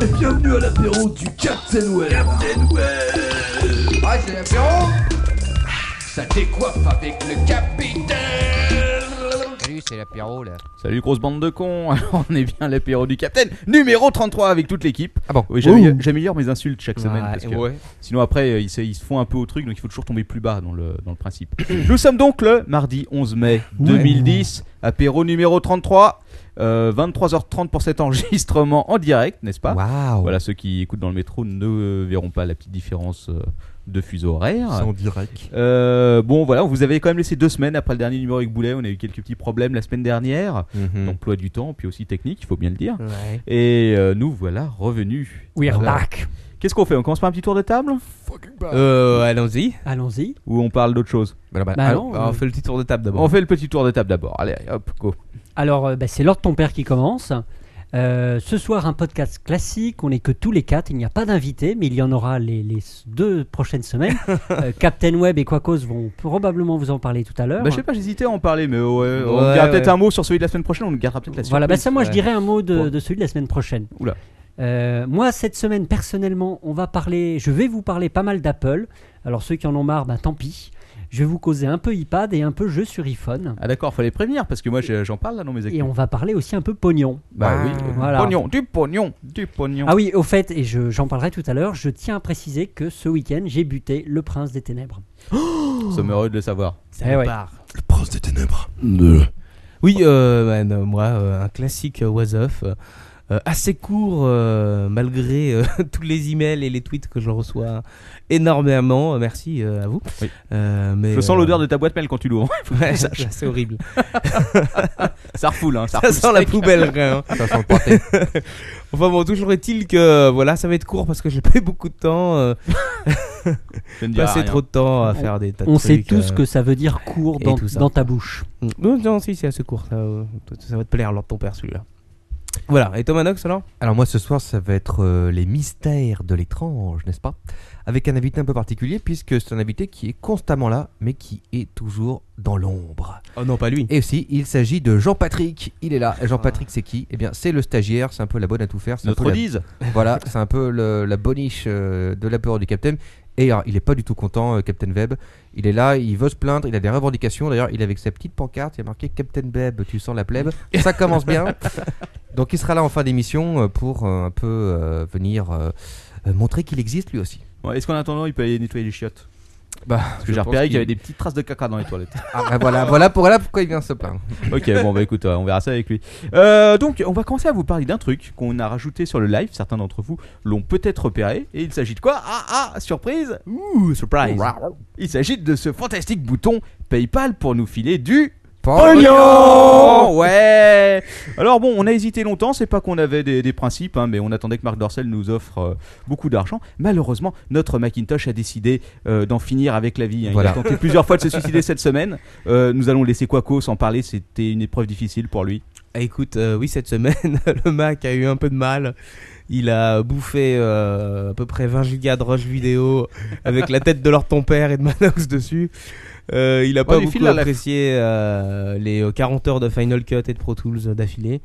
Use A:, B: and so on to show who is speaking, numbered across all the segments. A: Et bienvenue à l'apéro du Captain Well. Captain Well.
B: Ah, c'est l'apéro
A: Ça décoiffe avec le capitaine.
B: Salut, c'est l'apéro là.
C: Salut grosse bande de cons, Alors, on est bien à l'apéro du Capitaine, numéro 33 avec toute l'équipe.
B: Ah bon
C: Oui, j'améliore j'améliore mes insultes chaque semaine.
B: Ah,
C: parce que
B: ouais.
C: Sinon après euh, ils se, ils se font un peu au truc, donc il faut toujours tomber plus bas dans le, dans le principe. Nous sommes donc le mardi 11 mai 2010, apéro numéro 33, euh, 23h30 pour cet enregistrement en direct, n'est-ce pas
B: Waouh
C: Voilà, ceux qui écoutent dans le métro ne euh, verront pas la petite différence euh, de fuseau horaire.
D: C'est en direct.
C: Euh, bon voilà, on vous avait quand même laissé deux semaines après le dernier numéro avec Boulet, on a eu quelques petits problèmes la semaine dernière,
D: Donc,
C: d'emploi du temps, puis aussi technique, il faut bien le dire.
B: Ouais.
C: Et euh, nous voilà revenus.
E: We're
C: Voilà.
E: back.
C: Qu'est-ce qu'on fait On commence par un petit tour de table
D: euh, allons-y.
E: Allons-y.
C: ou on parle d'autre chose
D: Bah, bah,
E: Bah
D: allons-
E: non,
D: bah, on
E: euh,
D: fait le petit tour de table
C: On
D: d'abord.
C: fait le petit tour de table d'abord. Allez, hop, go.
E: Alors, euh, bah, c'est l'ordre de ton père qui commence. Euh, ce soir, un podcast classique. On n'est que tous les quatre. Il n'y a pas d'invité, mais il y en aura les, les deux prochaines semaines. Euh, Captain Web et Quacos vont probablement vous en parler tout à l'heure.
C: Bah, je sais pas, j'hésitais à en parler, mais ouais, on
D: Ouais,
C: dira
D: ouais.
C: peut-être un mot sur celui de la semaine prochaine, on le gardera peut-être la
E: voilà, bah,
C: surprise.
E: ça, moi, je
D: ouais.
E: dirais un mot de,
C: Bon.
E: de celui de la semaine prochaine.
C: Oula.
E: Euh, moi, cette semaine, personnellement, on va parler. Je vais vous parler pas mal d'Apple. Alors, ceux qui en ont marre, bah, tant pis. Je vais vous causer un peu iPad et un peu jeu sur iPhone.
C: Ah d'accord, fallait prévenir parce que moi j'ai- j'en parle là dans mes
E: Et
C: équipes.
E: on va parler aussi un peu pognon.
C: Bah oui,
D: Ah,
C: du
E: voilà.
C: pognon, du pognon, du pognon.
E: Ah oui, au fait, et je- j'en parlerai tout à l'heure, je tiens à préciser que ce week-end, j'ai buté le prince des ténèbres.
B: Mmh.
C: Nous sommes heureux de le savoir.
E: Eh ouais.
D: Le prince des ténèbres. Oui, euh, man, euh, moi, euh, un classique euh, was off. euh, euh, assez court euh, malgré euh, tous les emails et les tweets que je reçois énormément. Euh, Merci euh, à vous.
C: Oui.
D: Euh, mais,
C: Je sens
D: euh,
C: l'odeur de ta boîte mail quand tu l'ouvres.
D: Ouais, c'est assez horrible.
C: Ça refoule, hein, ça
D: Ça
C: refoule
D: sent la
C: sec.
D: poubelle. hein. rien.
B: Ça sent le porté.
D: Enfin bon, toujours est-il que voilà, ça va être court parce que j'ai pas eu beaucoup de temps. euh,
C: Je ne dirai
D: passé
C: rien.
D: trop de temps à
E: On-
D: faire des tas de
E: On
D: trucs,
E: sait tous
D: euh,
E: que ça veut dire court
D: et
E: dans,
D: tout ça.
E: dans ta bouche.
D: Mm. Non, non, si, c'est assez court. Ça, euh, ça va te plaire, alors de ton père, celui-là. Voilà. Et Thomas Knox, alors
B: Alors, moi ce soir, ça va être euh, les mystères de l'étrange, n'est-ce pas Avec un invité un peu particulier, puisque c'est un invité qui est constamment là, mais qui est toujours dans l'ombre.
D: Oh non, pas lui. Ah.
B: Et aussi, il s'agit de Jean-Patrick. Il est là. Jean-Patrick, c'est qui Eh bien, c'est le stagiaire, c'est un peu la bonne à tout faire. c'est un peu
C: Notre
B: la-
C: dise.
B: Voilà, c'est un peu le- la boniche euh, de la peur du Capitaine. Et alors, il est pas du tout content, euh, Captain Webb. Il est là, il veut se plaindre, il a des revendications. D'ailleurs, il est avec sa petite pancarte, il y a marqué Captain Webb, tu sens la plèbe. Ça commence bien. Donc, il sera là en fin d'émission euh, pour euh, un peu euh, venir euh, euh, montrer qu'il existe lui aussi.
C: Bon, Est-ce qu'en attendant, il peut aller nettoyer les chiottes
B: Bah,
C: Parce que j'ai repéré qu'il y avait des petites traces de caca dans les toilettes.
B: Ah, voilà, voilà, pour, voilà pourquoi il vient se plaindre.
C: ok, bon, bah écoute, euh, on verra ça avec lui. Euh, donc, on va commencer à vous parler d'un truc qu'on a rajouté sur le live. Certains d'entre vous l'ont peut-être repéré. Et il s'agit de quoi Ah, ah, surprise Ouh, surprise Il s'agit de ce fantastique bouton PayPal pour nous filer du. Pognon Ouais Alors bon, on a hésité longtemps, c'est pas qu'on avait des, des principes, hein, mais on attendait que Marc Dorcel nous offre euh, beaucoup d'argent. Malheureusement, notre Macintosh a décidé euh, d'en finir avec la vie. hein.
B: Voilà.
C: Il a tenté plusieurs fois de se suicider cette semaine. Euh, nous allons laisser Quaco s'en parler, c'était une épreuve difficile pour lui.
D: Ah, écoute, euh, oui, cette semaine, le Mac a eu un peu de mal. Il a bouffé euh, à peu près 20 gigas de rush vidéo avec la tête de leur ton père et de Manox dessus. Euh, il a pas
C: lui file
D: beaucoup
C: la lèvre.
D: apprécié euh, les euh, 40 heures de Final Cut et de Pro Tools euh, d'affilée.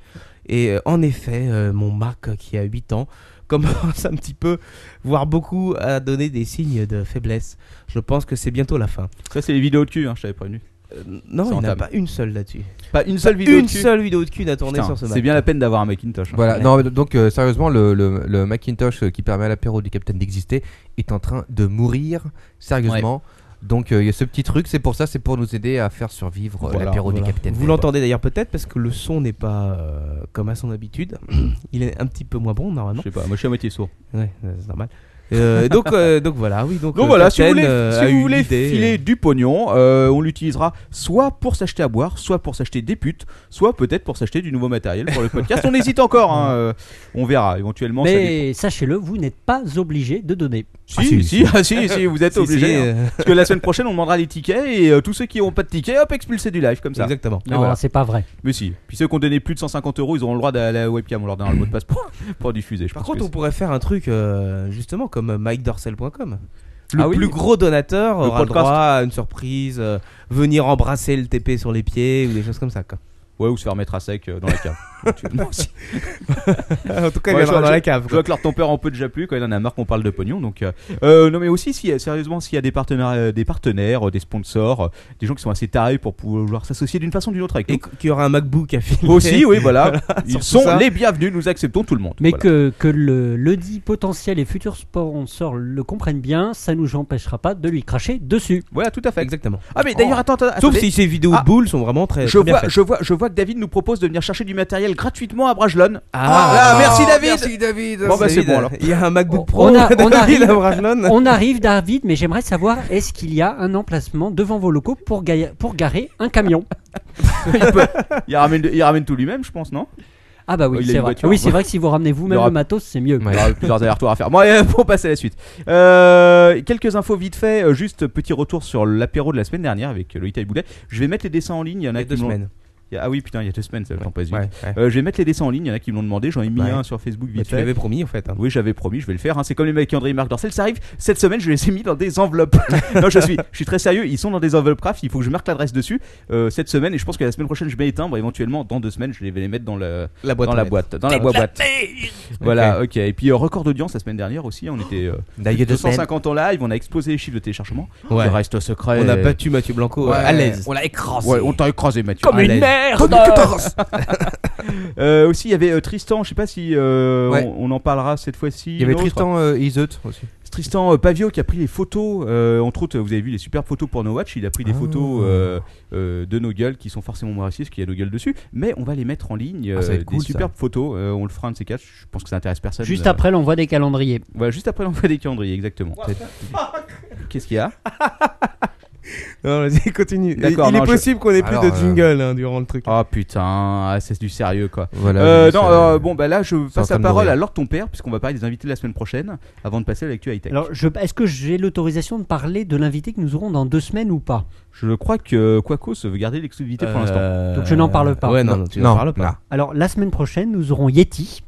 D: Et euh, en effet, euh, mon Mac euh, qui a 8 ans commence un petit peu, voire beaucoup, à donner des signes de faiblesse. Je pense que c'est bientôt la fin.
C: Ça, c'est les vidéos de cul, hein, je t'avais prévenu.
D: Euh, non,
C: C'est
D: il n'y en a
C: entame.
D: pas une seule là-dessus.
C: Pas une seule vidéo
D: une
C: de cul.
D: seule vidéo de cul à tourner
C: Putain,
D: sur ce Mac.
C: C'est bien la peine d'avoir un Macintosh. hein.
B: Voilà,
D: Ouais.
B: non, mais donc euh, sérieusement, le, le- le Macintosh euh, qui permet à l'apéro du Capitaine d'exister est en train de mourir, sérieusement. Donc euh, il y a ce petit truc, c'est pour ça, c'est pour nous aider à faire survivre euh,
D: Voilà,
B: l'apéro
D: voilà.
B: du Capitaine.
D: Vous l'entendez d'ailleurs peut-être parce que le son n'est pas euh, comme à son habitude. Il est un petit peu moins bon
C: Je
D: normalement.
C: sais pas, moi je suis à moitié sourd.
D: Ouais, euh, c'est normal. Euh, donc, euh, donc voilà, oui. Donc,
C: Donc
D: euh,
C: voilà, si vous
D: Captain,
C: voulez,
D: euh,
C: si
D: a
C: vous
D: eu
C: voulez
D: l'idée,
C: filer du pognon, euh, on l'utilisera soit pour s'acheter à boire, soit pour s'acheter des putes, soit peut-être pour s'acheter du nouveau matériel pour le podcast. on hésite encore, hein, euh, on verra éventuellement. ça dépend.
E: Mais sachez-le, vous n'êtes pas obligé de donner.
B: Ah, si,
C: si, si, ah, si, si, vous êtes
D: Si, si,
C: obligés. hein.
D: euh,
C: Parce que la semaine prochaine, on demandera les tickets et euh, tous ceux qui n'auront pas de tickets, hop, expulsés du live comme ça.
D: Exactement.
E: Non,
C: voilà.
E: c'est pas vrai.
C: Mais si, puis ceux qui ont donné plus de 150 euros, ils auront le droit d'aller à la webcam, on leur donnera le mot de passe pour, pour diffuser. Je
D: Par
C: pense
D: contre, on
C: que
D: pourrait faire un truc euh, justement comme MikeDorsel.com. Le
C: Ah oui.
D: plus gros donateur
C: Le
D: aura le
C: podcast.
D: droit à une surprise, euh, venir embrasser le TP sur les pieds ou des choses comme ça. quoi.
C: c'est- ouais, ou se faire mettre à sec euh, dans la cave.
D: en tout cas,
C: Ouais,
D: il
C: je
D: viendra
C: vois-
D: dans la
C: Je
D: cave.
C: vois que leur tempère en peut déjà plus quand il en a marre qu'on parle de pognon. Donc, euh, euh, non, mais aussi, si, euh, sérieusement, s'il y a des partenaires, euh, des, partenaires euh, des sponsors, euh, des gens qui sont assez tarés pour pouvoir s'associer d'une façon ou d'une autre avec
D: Et
C: nous.
D: qu'il y aura un MacBook à filmer.
C: Aussi, oui, voilà. Ils
D: surtout
C: sont
D: ça.
C: les bienvenus, nous acceptons tout le monde.
E: Mais
C: Voilà.
E: que, que le, le dit potentiel et futur sponsor le comprenne bien, ça nous empêchera pas de lui cracher dessus.
C: Voilà, tout à fait.
D: Exactement.
C: Ah, mais d'ailleurs, attends, attends.
D: Sauf
C: attendez.
D: si ces vidéos
C: Ah.
D: de boules sont vraiment très,
C: Je
D: très bien
C: vois,
D: faites.
C: je, vois, je vois que David nous propose de venir chercher du matériel gratuitement à Bragelonne. Ah,
D: Ah,
C: merci, David.
B: Merci David
C: Bon, bah, c'est
D: David,
C: bon, alors.
D: Il y a un MacBook Pro.
C: Oh,
E: On a- on
D: David
E: arrive.
D: Abragelonne.
E: On arrive, David, mais j'aimerais savoir est-ce qu'il y a un emplacement devant vos locaux pour, ga- pour garer un camion
C: Il ramène, il ramène tout lui-même, je pense, non
E: Ah bah oui,
C: Il a
E: c'est
C: une
E: vrai.
C: voiture. hein.
E: oui, c'est vrai que si vous ramenez vous-même
C: Il aura-
E: le matos, c'est mieux.
B: Ouais.
C: Il y aura plusieurs allers-retours à faire. Bon, allez, pour passer à la suite. Euh, quelques infos vite fait. euh, Juste petit retour sur l'apéro de la semaine dernière avec euh, Loïta et Boulet. Je vais mettre les dessins en ligne. Il y en
D: Il
C: a,
D: y a deux
C: qui me l'ont-
D: semaines.
C: il y a- Ah oui, putain, il y a deux semaines, ça le temps passe vite.
D: Ouais, ouais.
C: Euh, je vais mettre les dessins en ligne. Il y en a qui me l'ont demandé. J'en ai mis
D: Ouais.
C: un sur Facebook
D: Bah,
C: vite
D: tu
C: fait.
D: l'avais promis en fait. hein.
C: Oui, j'avais promis, je vais le faire. hein. C'est comme les mecs qui André et Marc Dorcel, ça arrive. Cette semaine, je les ai mis dans des enveloppes. non, je suis, je suis très sérieux. Ils sont dans des enveloppes craft. Il faut que je marque l'adresse dessus euh, cette semaine. Et je pense que la semaine prochaine, je mets les timbres. Éventuellement, dans deux semaines, je les vais les mettre dans, le,
D: La boîte.
C: dans
D: aux
C: la
D: lettres.
C: boîte. Dans la boîte. Voilà, ok. Et puis, euh, record d'audience la semaine dernière aussi. hein. On était euh,
D: Bah,
B: Il y a deux semaines.
C: 250 en live. On a explosé les chiffres de téléchargement.
D: Ouais.
C: Le reste secret.
D: On a battu Mathieu Blanco euh, à l'aise.
B: On l'a écrasé
C: Ouais, on t'a écrasé, Mathieu.
D: Comme une
B: Comme une carrosse.
C: Euh, aussi, il y avait euh, Tristan. Je sais pas si euh,
B: Ouais.
C: on, on en parlera cette fois-ci.
B: Il y avait
C: une autre.
B: Tristan euh, Iseut aussi.
C: Tristan euh, Pavio qui a pris les photos, euh, entre autres, vous avez vu les superbes photos pour No Watch, il a pris des
B: Ah.
C: photos euh, euh, de nos gueules qui sont forcément moins racistes, qu'il y a nos gueules dessus, mais on va les mettre en ligne,
B: Ah, ça va
C: euh,
B: être cool,
C: des
B: ça.
C: superbes photos, euh, on le fera un de ces quatre, je pense que ça intéresse personne.
E: Juste
C: Euh,
E: après l'envoi des calendriers.
C: voilà, Bah, juste après l'envoi des calendriers, exactement. Qu'est-ce qu'il y a
D: Non, vas-y, continue.
C: D'accord,
D: Il
C: non,
D: est
C: je-
D: possible qu'on ait plus
B: Alors,
D: de
B: euh,
D: jingle hein, durant le truc.
C: Oh putain, ah, c'est du sérieux quoi.
B: Voilà.
C: Euh,
B: j'ai vu
C: non,
B: ça.
C: euh, bon bah là je
B: en
C: passe
B: train
C: la
B: de
C: parole
B: mourir.
C: à Lord ton père puisqu'on va parler des invités de la semaine prochaine avant de passer à l'actu high tech.
E: Alors, je- est-ce que j'ai l'autorisation de parler de l'invité que nous aurons dans deux semaines ou pas
C: Je crois que Quaco se veut garder l'exclusivité pour l'instant.
E: Euh, Donc, je n'en parle pas.
D: Euh, Ouais, non, non, tu n'en parles pas.
B: non.
E: Alors, la semaine prochaine, nous aurons Yeti,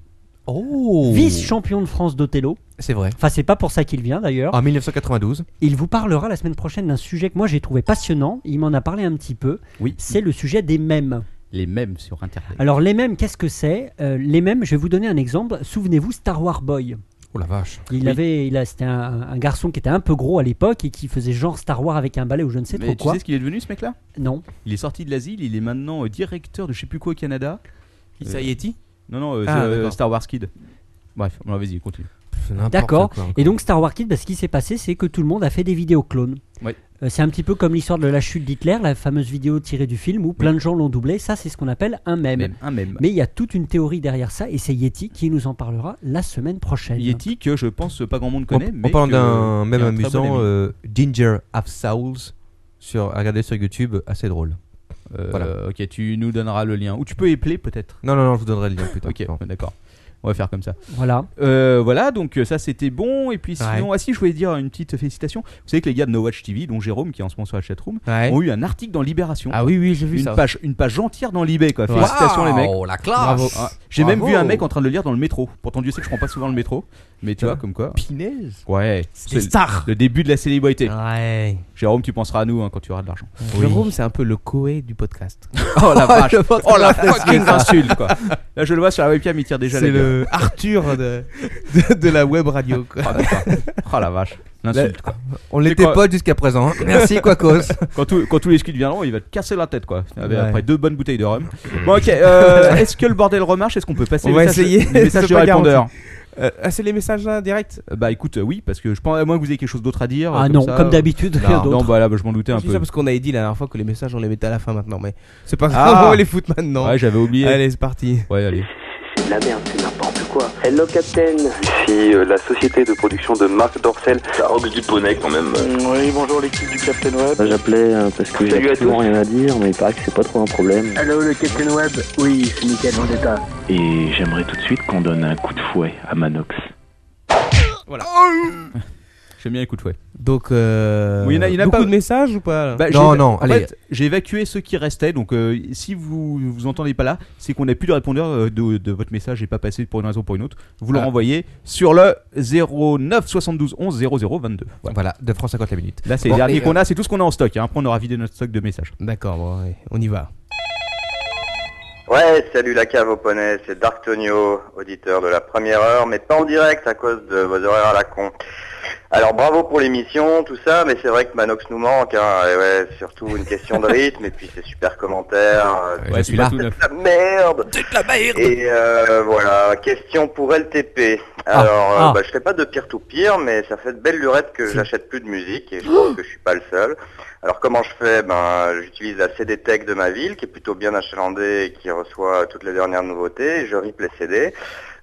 D: Oh
E: vice-champion de France d'Othello.
B: C'est vrai.
E: Enfin, c'est pas pour ça qu'il vient d'ailleurs.
B: En 1992.
E: Il vous parlera la semaine prochaine d'un sujet que moi j'ai trouvé passionnant. Il m'en a parlé un petit peu.
C: Oui,
E: C'est le sujet des mèmes.
C: les mêmes sur internet.
E: Alors, les mèmes, qu'est-ce que c'est Euh, Les mèmes, je vais vous donner un exemple. Souvenez-vous, Star Wars Boy.
B: Oh la vache.
E: Il
C: Oui.
E: avait, il a, c'était un, un garçon qui était un peu gros à l'époque et qui faisait genre Star Wars avec un balai ou je ne sais
C: Mais
E: trop
C: tu
E: quoi.
C: sais ce qu'il est devenu ce mec là
E: Non.
C: Il est sorti de l'asile, il est maintenant euh, directeur de je sais plus quoi au Canada.
D: Qui ça, Yeti
C: Non, non, euh,
D: Ah,
C: c'est, euh,
D: d'accord.
C: Star Wars Kid. Bref, bon, vas-y, continue.
B: C'est n'importe
E: D'accord.
B: quoi,
E: Et
B: encore.
E: donc Star Wars Kid, bah, ce qui s'est passé, c'est que tout le monde a fait des vidéos clones.
C: Ouais.
E: Euh, c'est un petit peu comme l'histoire de la chute d'Hitler, la fameuse vidéo tirée du film où plein de gens l'ont doublé. Ça, c'est ce qu'on appelle un mème.
C: Même, un même.
E: Mais il y a toute une théorie derrière ça, et c'est Yeti qui nous en parlera la semaine prochaine.
C: Yeti, que je pense euh, pas grand monde
B: En,
C: connaît.
B: en
C: mais
B: parlant
C: que-
B: d'un même
C: qui est un très bon
B: amusant,
C: ami.
B: euh, Ginger Half Souls, sur, à regarder sur YouTube, assez drôle.
C: Euh,
B: voilà.
C: Ok, tu nous donneras le lien. Ou tu peux épeler peut-être.
B: Non, non, non, je vous donnerai le lien plus tard.
C: Ok,
B: Pardon.
C: bah, d'accord. On va faire comme ça.
E: Voilà.
C: Euh, voilà, donc euh, ça c'était bon. Et puis sinon,
D: Ouais.
C: ah si, je voulais dire une petite félicitation. Vous savez que les gars de No Watch TV, dont Jérôme qui est en ce moment sur la chatroom,
D: Ouais.
C: ont eu un article dans Libération.
D: Ah oui, oui, j'ai vu
C: une,
D: ça.
C: page, une page entière dans Libé quoi.
D: Waouh,
C: Félicitations les mecs.
B: Oh la classe
D: Bravo.
C: Ah, J'ai même
B: Bravo.
C: vu un mec en train de le lire dans le métro. Pourtant, Dieu sait que je prends pas souvent le métro. Mais tu vois, comme quoi.
B: Pinaise
C: Ouais,
D: C'est
C: c'est
D: star
C: le début de la célébrité.
D: Ouais.
C: Jérôme, tu penseras à nous hein, quand tu auras de l'argent.
D: Jérôme, c'est un peu le Koé du podcast.
C: Oh la vache Oh la fucking insulte quoi Là, je le vois sur la webcam, il tire déjà la
D: C'est
C: gueule.
D: le Arthur de, de, de la web radio. Quoi.
C: Ah, putain. Oh la vache L'insulte quoi.
B: On
C: C'est
B: l'était
C: quoi
B: pas jusqu'à présent.
D: hein.
B: Merci, Quacos.
C: Quand, tout- quand tous les skis viendront, il va te casser la tête quoi. Avec-
D: Ouais.
C: Après deux bonnes bouteilles de rhum. Bon, ok, euh, est-ce que le bordel remarche Est-ce qu'on peut passer
D: On
C: le
D: va
C: message,
D: essayer,
C: le message
D: c'est
C: du
D: pas
C: répondeur
D: Euh, ah, c'est les messages là direct
C: Euh, Bah écoute, euh, oui, parce que je pense à moins que vous ayez quelque chose d'autre à dire.
E: Ah non,
C: ça,
E: comme
C: euh,
E: d'habitude, rien
C: Non,
E: d'autre.
C: bah là, bah, je m'en doutais un
D: Je dis
C: peu.
D: ça parce qu'on avait dit la dernière fois que les messages on les mettait à la fin maintenant, mais c'est pas
C: Ah.
D: grave, on les fout maintenant.
C: Ouais, j'avais oublié.
D: Allez, c'est parti.
C: Ouais, allez.
F: C'est de la merde, c'est n'importe quoi. Hello Captain Ici euh, la société de production de Marc Dorcel.
G: Ça rock du poney quand même.
H: Mm, Oui, bonjour l'équipe du Captain Web.
I: Moi, J'appelais euh, parce que j'ai
G: Salut à
I: absolument
G: tous.
I: rien à dire, mais il paraît que c'est pas trop un problème.
H: Allô le Captain Web Oui, c'est Mickaël Vendetta.
J: Et j'aimerais tout de suite qu'on donne un coup de fouet à Manox.
C: Oh! J'aime bien les coups de fouet.
D: Donc, euh,
C: Oui, il y en a- il y en a
D: beaucoup
C: pas-
D: de messages ou pas là
C: Bah,
B: Non,
C: j'ai-
B: non,
C: en
B: allez.
C: fait, j'ai évacué ceux qui restaient, donc euh, si vous vous entendez pas là, c'est qu'on n'a plus le répondeur euh, de, de votre message et pas passé pour une raison ou pour une autre. Vous le
D: Ah.
C: renvoyez sur le 09 72 11 00 22. Voilà.
B: Voilà, 2 francs 50 la minute.
C: Là, c'est
B: Bon,
C: les derniers
B: et,
D: euh,
C: qu'on a, c'est tout ce qu'on a en stock. hein. Après, on aura vidé notre stock de messages.
D: D'accord, bon, ouais, on y va.
G: Ouais, salut la cave au poney, c'est Dark Tonio, auditeur de la première heure, mais pas en direct à cause de vos horaires à la con. Alors bravo pour l'émission, tout ça, mais c'est vrai que Manox nous manque, hein, et ouais, c'est surtout une question de rythme, et puis ses super commentaires. euh,
C: Ouais, celui-là, tout neuf.
G: c'est de la merde C'est de la merde Et euh, voilà, question pour LTP. Alors,
E: Ah.
G: euh, bah, je fais pas de pire tout pire, mais ça fait de belles lurettes que j'achète plus de musique, et je pense que je suis pas le seul. Alors comment je fais Ben j'utilise la CD Tech de ma ville, qui est plutôt bien achalandée et qui reçoit toutes les dernières nouveautés. Je rip les CD,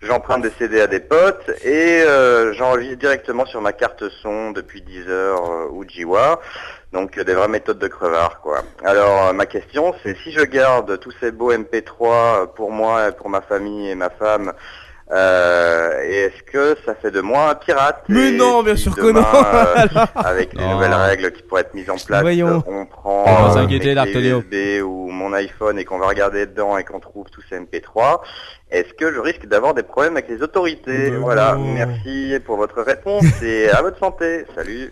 G: j'emprunte des CD à des potes et euh, j'enregistre directement sur ma carte son depuis 10 heures ou Jiwa. Donc euh, des vraies méthodes de crevard quoi. Alors euh, ma question c'est si je garde tous ces beaux MP3 pour moi, pour ma famille et ma femme, euh, et est-ce que ça fait de moi un pirate
D: Mais
G: Et
D: non, bien
G: si
D: sûr que
G: demain,
D: non.
G: euh, avec les
C: Non.
G: nouvelles règles qui pourraient être mises en place,
D: Voyons.
G: on
C: Oh. On va
G: prend euh, mes
C: s'inquiéter, Dartonio.
G: clés USB ou mon iPhone et qu'on va regarder dedans et qu'on trouve tous ces MP3, est-ce que je risque d'avoir des problèmes avec les autorités
D: Ben
G: Voilà,
D: non.
G: merci pour votre réponse et à votre santé. Salut.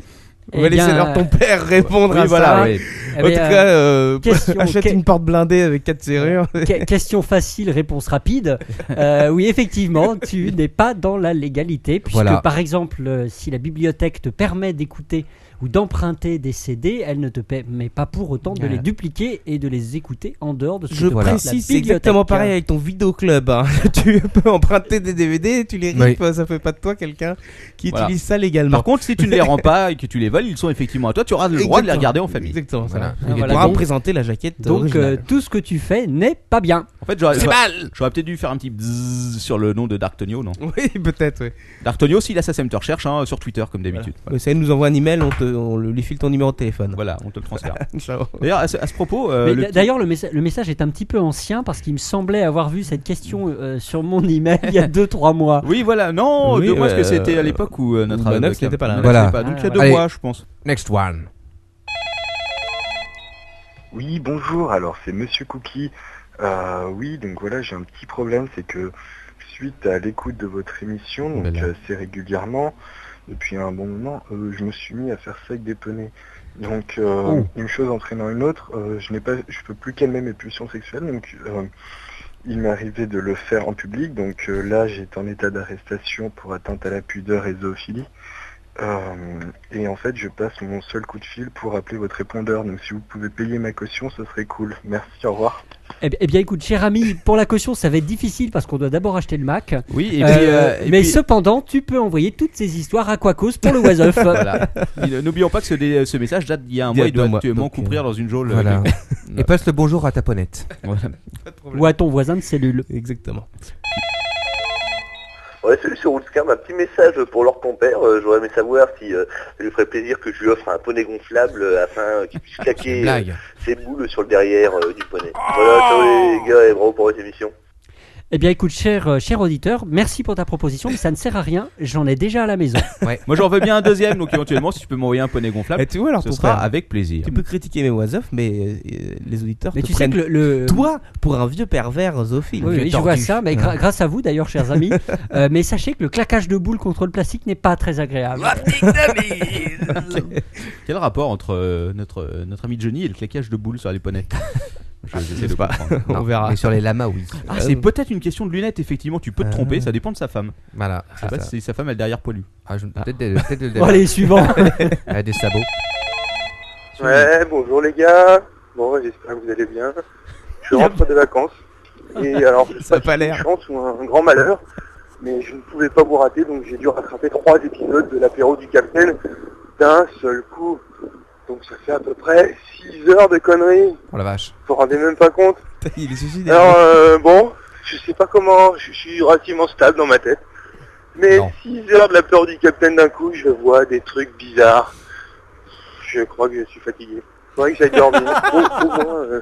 D: On va
E: Eh bien,
D: laisser leur ton père répondre à
C: Oui, voilà.
D: ça.
C: oui.
E: eh
D: En tout
E: bien,
D: cas, euh,
E: question,
D: achète
E: que-
D: une porte blindée avec quatre serrures.
E: Que- question facile, réponse rapide. Euh, oui, effectivement, tu n'es pas dans la légalité, puisque
B: Voilà.
E: par exemple, euh, si la bibliothèque te permet d'écouter ou d'emprunter des CD, elle ne te permet pas pour autant de les
B: Voilà.
E: dupliquer et de les écouter en dehors de ce que
D: Je
E: te prête la
D: précise, c'est
E: bibliothèque. hein.
D: exactement pareil avec ton vidéoclub. hein. tu peux emprunter des DVD, tu les rips, ça fait pas de toi quelqu'un qui
C: Voilà.
D: utilise ça légalement.
C: Par contre, si tu ne les rends pas et que tu les voles, ils sont effectivement à toi. Tu auras le droit de les regarder en famille.
D: Exactement. ça.
B: Voilà.
D: Il
E: Voilà,
D: pourra
E: donc-
D: présenter la jaquette
E: Donc euh,
D: originale.
E: tout ce que tu fais n'est pas bien.
C: En fait, j'aurais j'aurais- j'aurais peut-être dû faire un petit bzzz sur le nom de Darktonio, non
D: Oui, peut-être. oui.
C: Darktonio, s'il a sa SMT recherche, hein, sur Twitter comme d'habitude. Voilà.
D: Mais Ça nous envoie un email, on, te, on lui file ton numéro de téléphone.
C: Voilà, on te le transfère.
D: Ciao.
C: D'ailleurs, à ce, à ce propos, euh,
E: Mais
C: le
E: d-
C: petit-
E: D'ailleurs, le, messa- le message est un petit peu ancien parce qu'il me semblait avoir vu cette question euh, sur mon email il y a 2-3 mois.
C: Oui, voilà, non,
D: Oui,
C: deux mois, parce Oh, que
D: euh,
C: c'était à l'époque où euh, notre
D: où Manox
C: aveugle-
D: n'était pas là.
C: Manox
B: Voilà.
C: n'était pas. Donc il y a deux
B: Allez.
C: mois, je pense.
B: Next one.
A: Oui, bonjour, alors c'est Monsieur Cookie. Euh, oui, donc voilà, j'ai un petit problème, c'est que suite à l'écoute de votre émission, donc
B: Voilà.
A: euh, assez régulièrement, depuis un bon moment, euh, je me suis mis à faire ça avec des poneys. Donc euh,
B: Oh.
A: une chose entraînant une autre, euh, je n'ai pas, je peux plus calmer mes pulsions sexuelles, donc euh, il m'est arrivé de le faire en public, donc euh, là j'étais en état d'arrestation pour atteinte à la pudeur et zoophilie. Euh, et en fait, je passe mon seul coup de fil pour appeler votre répondeur. Donc si vous pouvez payer ma caution, ce serait cool. Merci, au revoir.
E: Eh, bi- eh bien, écoute, cher ami, pour la caution, ça va être difficile parce qu'on doit d'abord acheter le Mac.
C: Oui, et
E: Euh,
C: puis. euh, et
E: mais
C: puis-
E: cependant, tu peux envoyer toutes ces histoires à Quacos pour le Wasoff.
C: Voilà. Il- euh, N'oublions pas que ce, dé- ce message date d'il y a un
D: Il y a
C: mois, il
D: deux
C: doit
D: mois.
C: actuellement
D: Donc,
C: couvrir dans une geôle. euh,
B: Voilà. Et passe le bonjour à ta ponette.
C: Voilà.
E: Ou à ton voisin de cellule.
D: Exactement.
F: Ouais, salut, c'est Roulscam. Un petit message pour leur compère. Euh, J'aurais aimé savoir si euh, ça lui ferait plaisir que je lui offre un poney gonflable euh, afin euh, qu'il puisse claquer euh, ses boules sur le derrière euh, du poney. Voilà, ciao les gars et bravo pour votre émission.
E: Eh bien, écoute, cher, euh, cher auditeur, merci pour ta proposition, mais ça ne sert à rien. J'en ai déjà à la maison.
C: Moi, j'en veux bien un deuxième, donc éventuellement, si tu peux m'envoyer un poney gonflable,
D: Et tu vois alors
C: ce
D: ton
C: sera
D: frère,
C: avec plaisir.
D: Tu peux critiquer mes was off, mais euh, les auditeurs
E: Mais
D: te
E: tu sais
D: prennent
E: que le. le-
D: toi pour un vieux pervers zoophile.
E: Oui,
D: vieux
E: oui, je vois
D: tordu.
E: ça, mais gra- grâce à vous d'ailleurs, chers amis. Euh, mais sachez que le claquage de boules contre le plastique n'est pas très agréable.
C: Quel rapport entre euh, notre, euh, notre ami Johnny et le claquage de boules sur les poneys Je j'essaie de comprendre.
D: On verra.
B: Mais sur les lamas, oui. Euh,
C: Ah, c'est peut-être une question de lunettes, effectivement, tu peux te
D: Ah.
C: tromper, ça dépend de sa femme.
B: Voilà.
C: Je sais
B: c'est
C: pas
B: ça.
C: si sa femme a le derrière poilu.
B: Ah, je- Peut-être des, peut-être des-
E: Bon, allez, suivant.
B: Ah, des sabots.
F: Ouais, bonjour les gars. Bon, j'espère que vous allez bien. Je rentre des vacances. Et alors, je sais
D: Ça a
F: pas
D: pas
F: si c'est
D: l'air.
F: une chance ou un grand malheur, mais je ne pouvais pas vous rater, donc j'ai dû rattraper trois épisodes de l'apéro du Capitaine d'un seul coup. Donc ça fait à peu près 6 heures de conneries.
B: Oh la vache.
F: Vous vous rendez même pas compte.
D: Il est suicidaire.
F: Alors euh, bon, je sais pas comment, je suis relativement stable dans ma tête. Mais
B: Non.
F: 6 heures de la peur du capitaine d'un coup, je vois des trucs bizarres. Je crois que je suis fatigué. Faudrait que j'aille dormir. au, au moins, euh,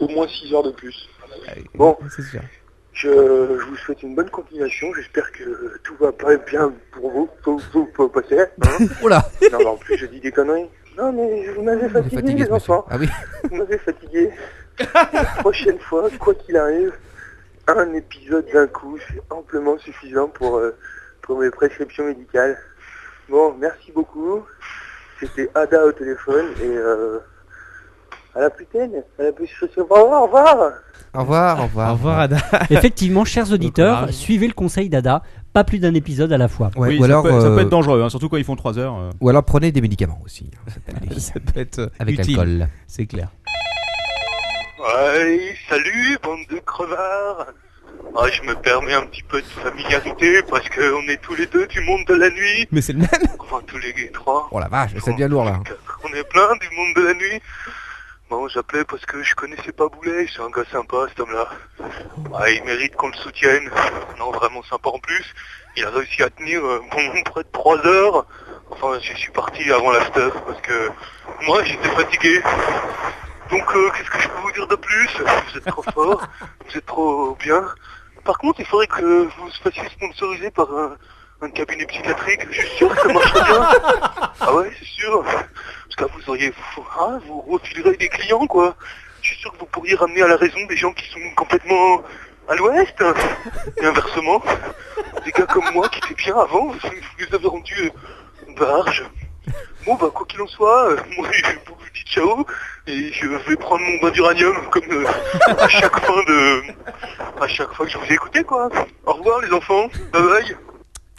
F: au moins 6 heures de plus. bon.
D: C'est sûr.
F: Je, je vous souhaite une bonne continuation. J'espère que tout va pas bien pour vous, pour vous, pour passer. hein.
B: Oula.
F: non, mais en plus, je dis des conneries. Non, mais vous m'avez
B: Il est
F: fatigué,
B: fatigué,
F: les
B: ce monsieur.
F: enfants.
B: Ah oui.
F: Vous m'avez fatigué. La prochaine fois, quoi qu'il arrive, un épisode d'un coup, c'est amplement suffisant pour, euh, pour mes prescriptions médicales. Bon, merci beaucoup. C'était Ada au téléphone et euh, À la putaine, à la plus chaussure. Au revoir.
B: Au revoir, au revoir.
D: Au revoir, Ada.
E: Effectivement, chers
D: Le
E: auditeurs,
D: courage.
E: suivez le conseil d'Ada, pas plus d'un épisode à la fois.
B: Ouais,
C: Oui,
B: ou,
C: ça,
B: alors,
C: peut, ça peut
B: euh,
C: être dangereux, hein, surtout quand ils font 3 heures. euh.
B: ou alors prenez des médicaments aussi. hein, ça peut aller.
D: Ça peut être
B: Avec
D: utile,
B: l'alcool.
D: C'est clair.
F: Ouais, salut, bande de crevards Ah, Je me permets un petit peu de familiarité parce qu'on est tous les deux du monde de la nuit.
D: Mais c'est le même.
F: Enfin, tous les trois.
B: Oh la vache, ça devient lourd là.
F: On est plein du monde de la nuit. Bon, j'appelais parce que je connaissais pas Boulet, c'est un gars sympa cet homme-là. Ah, il mérite qu'on le soutienne. Non, vraiment sympa en plus. Il a réussi à tenir euh, bon, près de 3 heures. Enfin, je suis parti avant la stuff parce que moi j'étais fatigué. Donc euh, qu'est-ce que je peux vous dire de plus Vous êtes trop fort, vous êtes trop bien. Par contre, il faudrait que vous se fassiez sponsoriser par un, un cabinet psychiatrique. Je suis sûr que ça marcherait bien. Ah ouais, c'est sûr. Parce que là, vous auriez, vous, hein, vous refilerez des clients, quoi. Je suis sûr que vous pourriez ramener à la raison des gens qui sont complètement à l'ouest. Et inversement, des gars comme moi qui étaient bien avant, vous, vous avez rendu euh, barge. Bon, bah, quoi qu'il en soit, euh, moi, je vous dis ciao. Et je vais prendre mon bain d'uranium, comme euh, à chaque fin de... À chaque fois que je vous ai écouté, quoi. Au revoir, les enfants. Bye bye.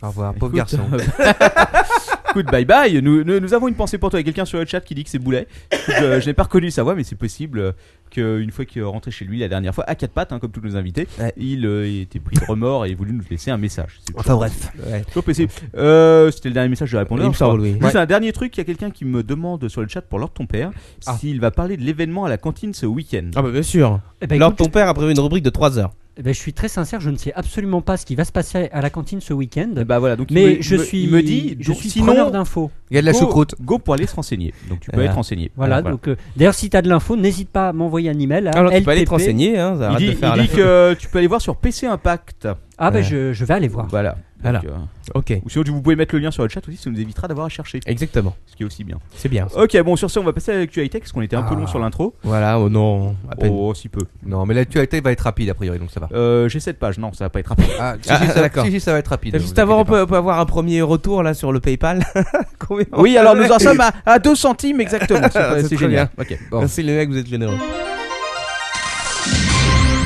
B: Au revoir, pauvre
C: Écoute,
B: garçon.
C: euh, Écoute, bye bye. Nous, nous, nous avons une pensée pour toi. Il y a quelqu'un sur le chat qui dit que c'est Boulet. Je, je n'ai pas reconnu sa voix, mais c'est possible qu'une fois qu'il est rentré chez lui la dernière fois, à quatre pattes, hein, comme tous nos invités,
D: Ouais.
C: il euh, était pris de remords et il voulait nous laisser un message. C'est
B: Enfin bref.
D: Ouais.
C: toujours possible. Euh, C'était le dernier message que je répondais.
D: Il me semble, oui.
C: Juste un dernier truc, il y a quelqu'un qui me demande sur le chat pour l'ordre de ton père
D: Ah.
C: s'il va parler de l'événement à la cantine ce week-end.
D: Ah bah bien sûr.
E: Eh ben,
D: Lors
E: écoute,
D: ton père a prévu une rubrique de 3 heures.
E: eh ben, je suis très sincère, je ne sais absolument pas ce qui va se passer à la cantine ce week-end.
C: Eh Bah voilà, donc il
E: mais
C: me-
E: je
C: il me-
E: suis,
C: il me dit,
E: je
C: donc,
E: suis
C: sinon,
E: preneur d'infos.
B: Il y a de la
C: go-
B: choucroute.
C: Go pour aller se renseigner. Donc tu peux
D: Voilà.
C: être renseigné.
E: Voilà, donc euh, d'ailleurs, si tu as de l'info, n'hésite pas à m'envoyer un email. hein, À
D: Alors tu peux aller
E: LTP.
D: te renseigner, hein,
C: Il
D: ça arrête
C: dit,
D: de faire
C: il
D: la-
C: dit que tu peux aller voir sur PC Impact.
E: euh, Ah, ben
D: Ouais.
E: je, je vais aller voir.
C: Voilà.
D: Voilà.
C: Donc, euh,
D: Ok,
C: ou sinon, tu- vous pouvez mettre le lien sur le chat aussi, ça nous évitera d'avoir à chercher.
D: exactement.
C: Ce qui est aussi bien.
D: C'est bien.
C: Ok, bon, sur ce, on va passer à l'actualité parce qu'on était un peu
D: Ah.
C: long sur l'intro.
D: Voilà, oh non, à peine.
C: Oh, si peu.
B: Non, mais l'actualité va être rapide a priori, donc ça va.
C: Euh, J'ai 7 pages, non, ça va pas être rapide.
B: Ah, si,
D: Ah,
B: si, ça,
D: d'accord.
B: si, si, ça va être rapide.
D: Juste
B: vous
D: avant, on
B: inquiétez
D: peut, on peut avoir un premier retour là sur le PayPal. Combien on
C: Oui, alors nous en
D: fait
C: sommes à, à 2 centimes exactement. C'est pas-
D: Ah, C'est
C: C'est
D: très
C: génial. Ok, bon.
D: Merci les mecs, vous êtes généreux.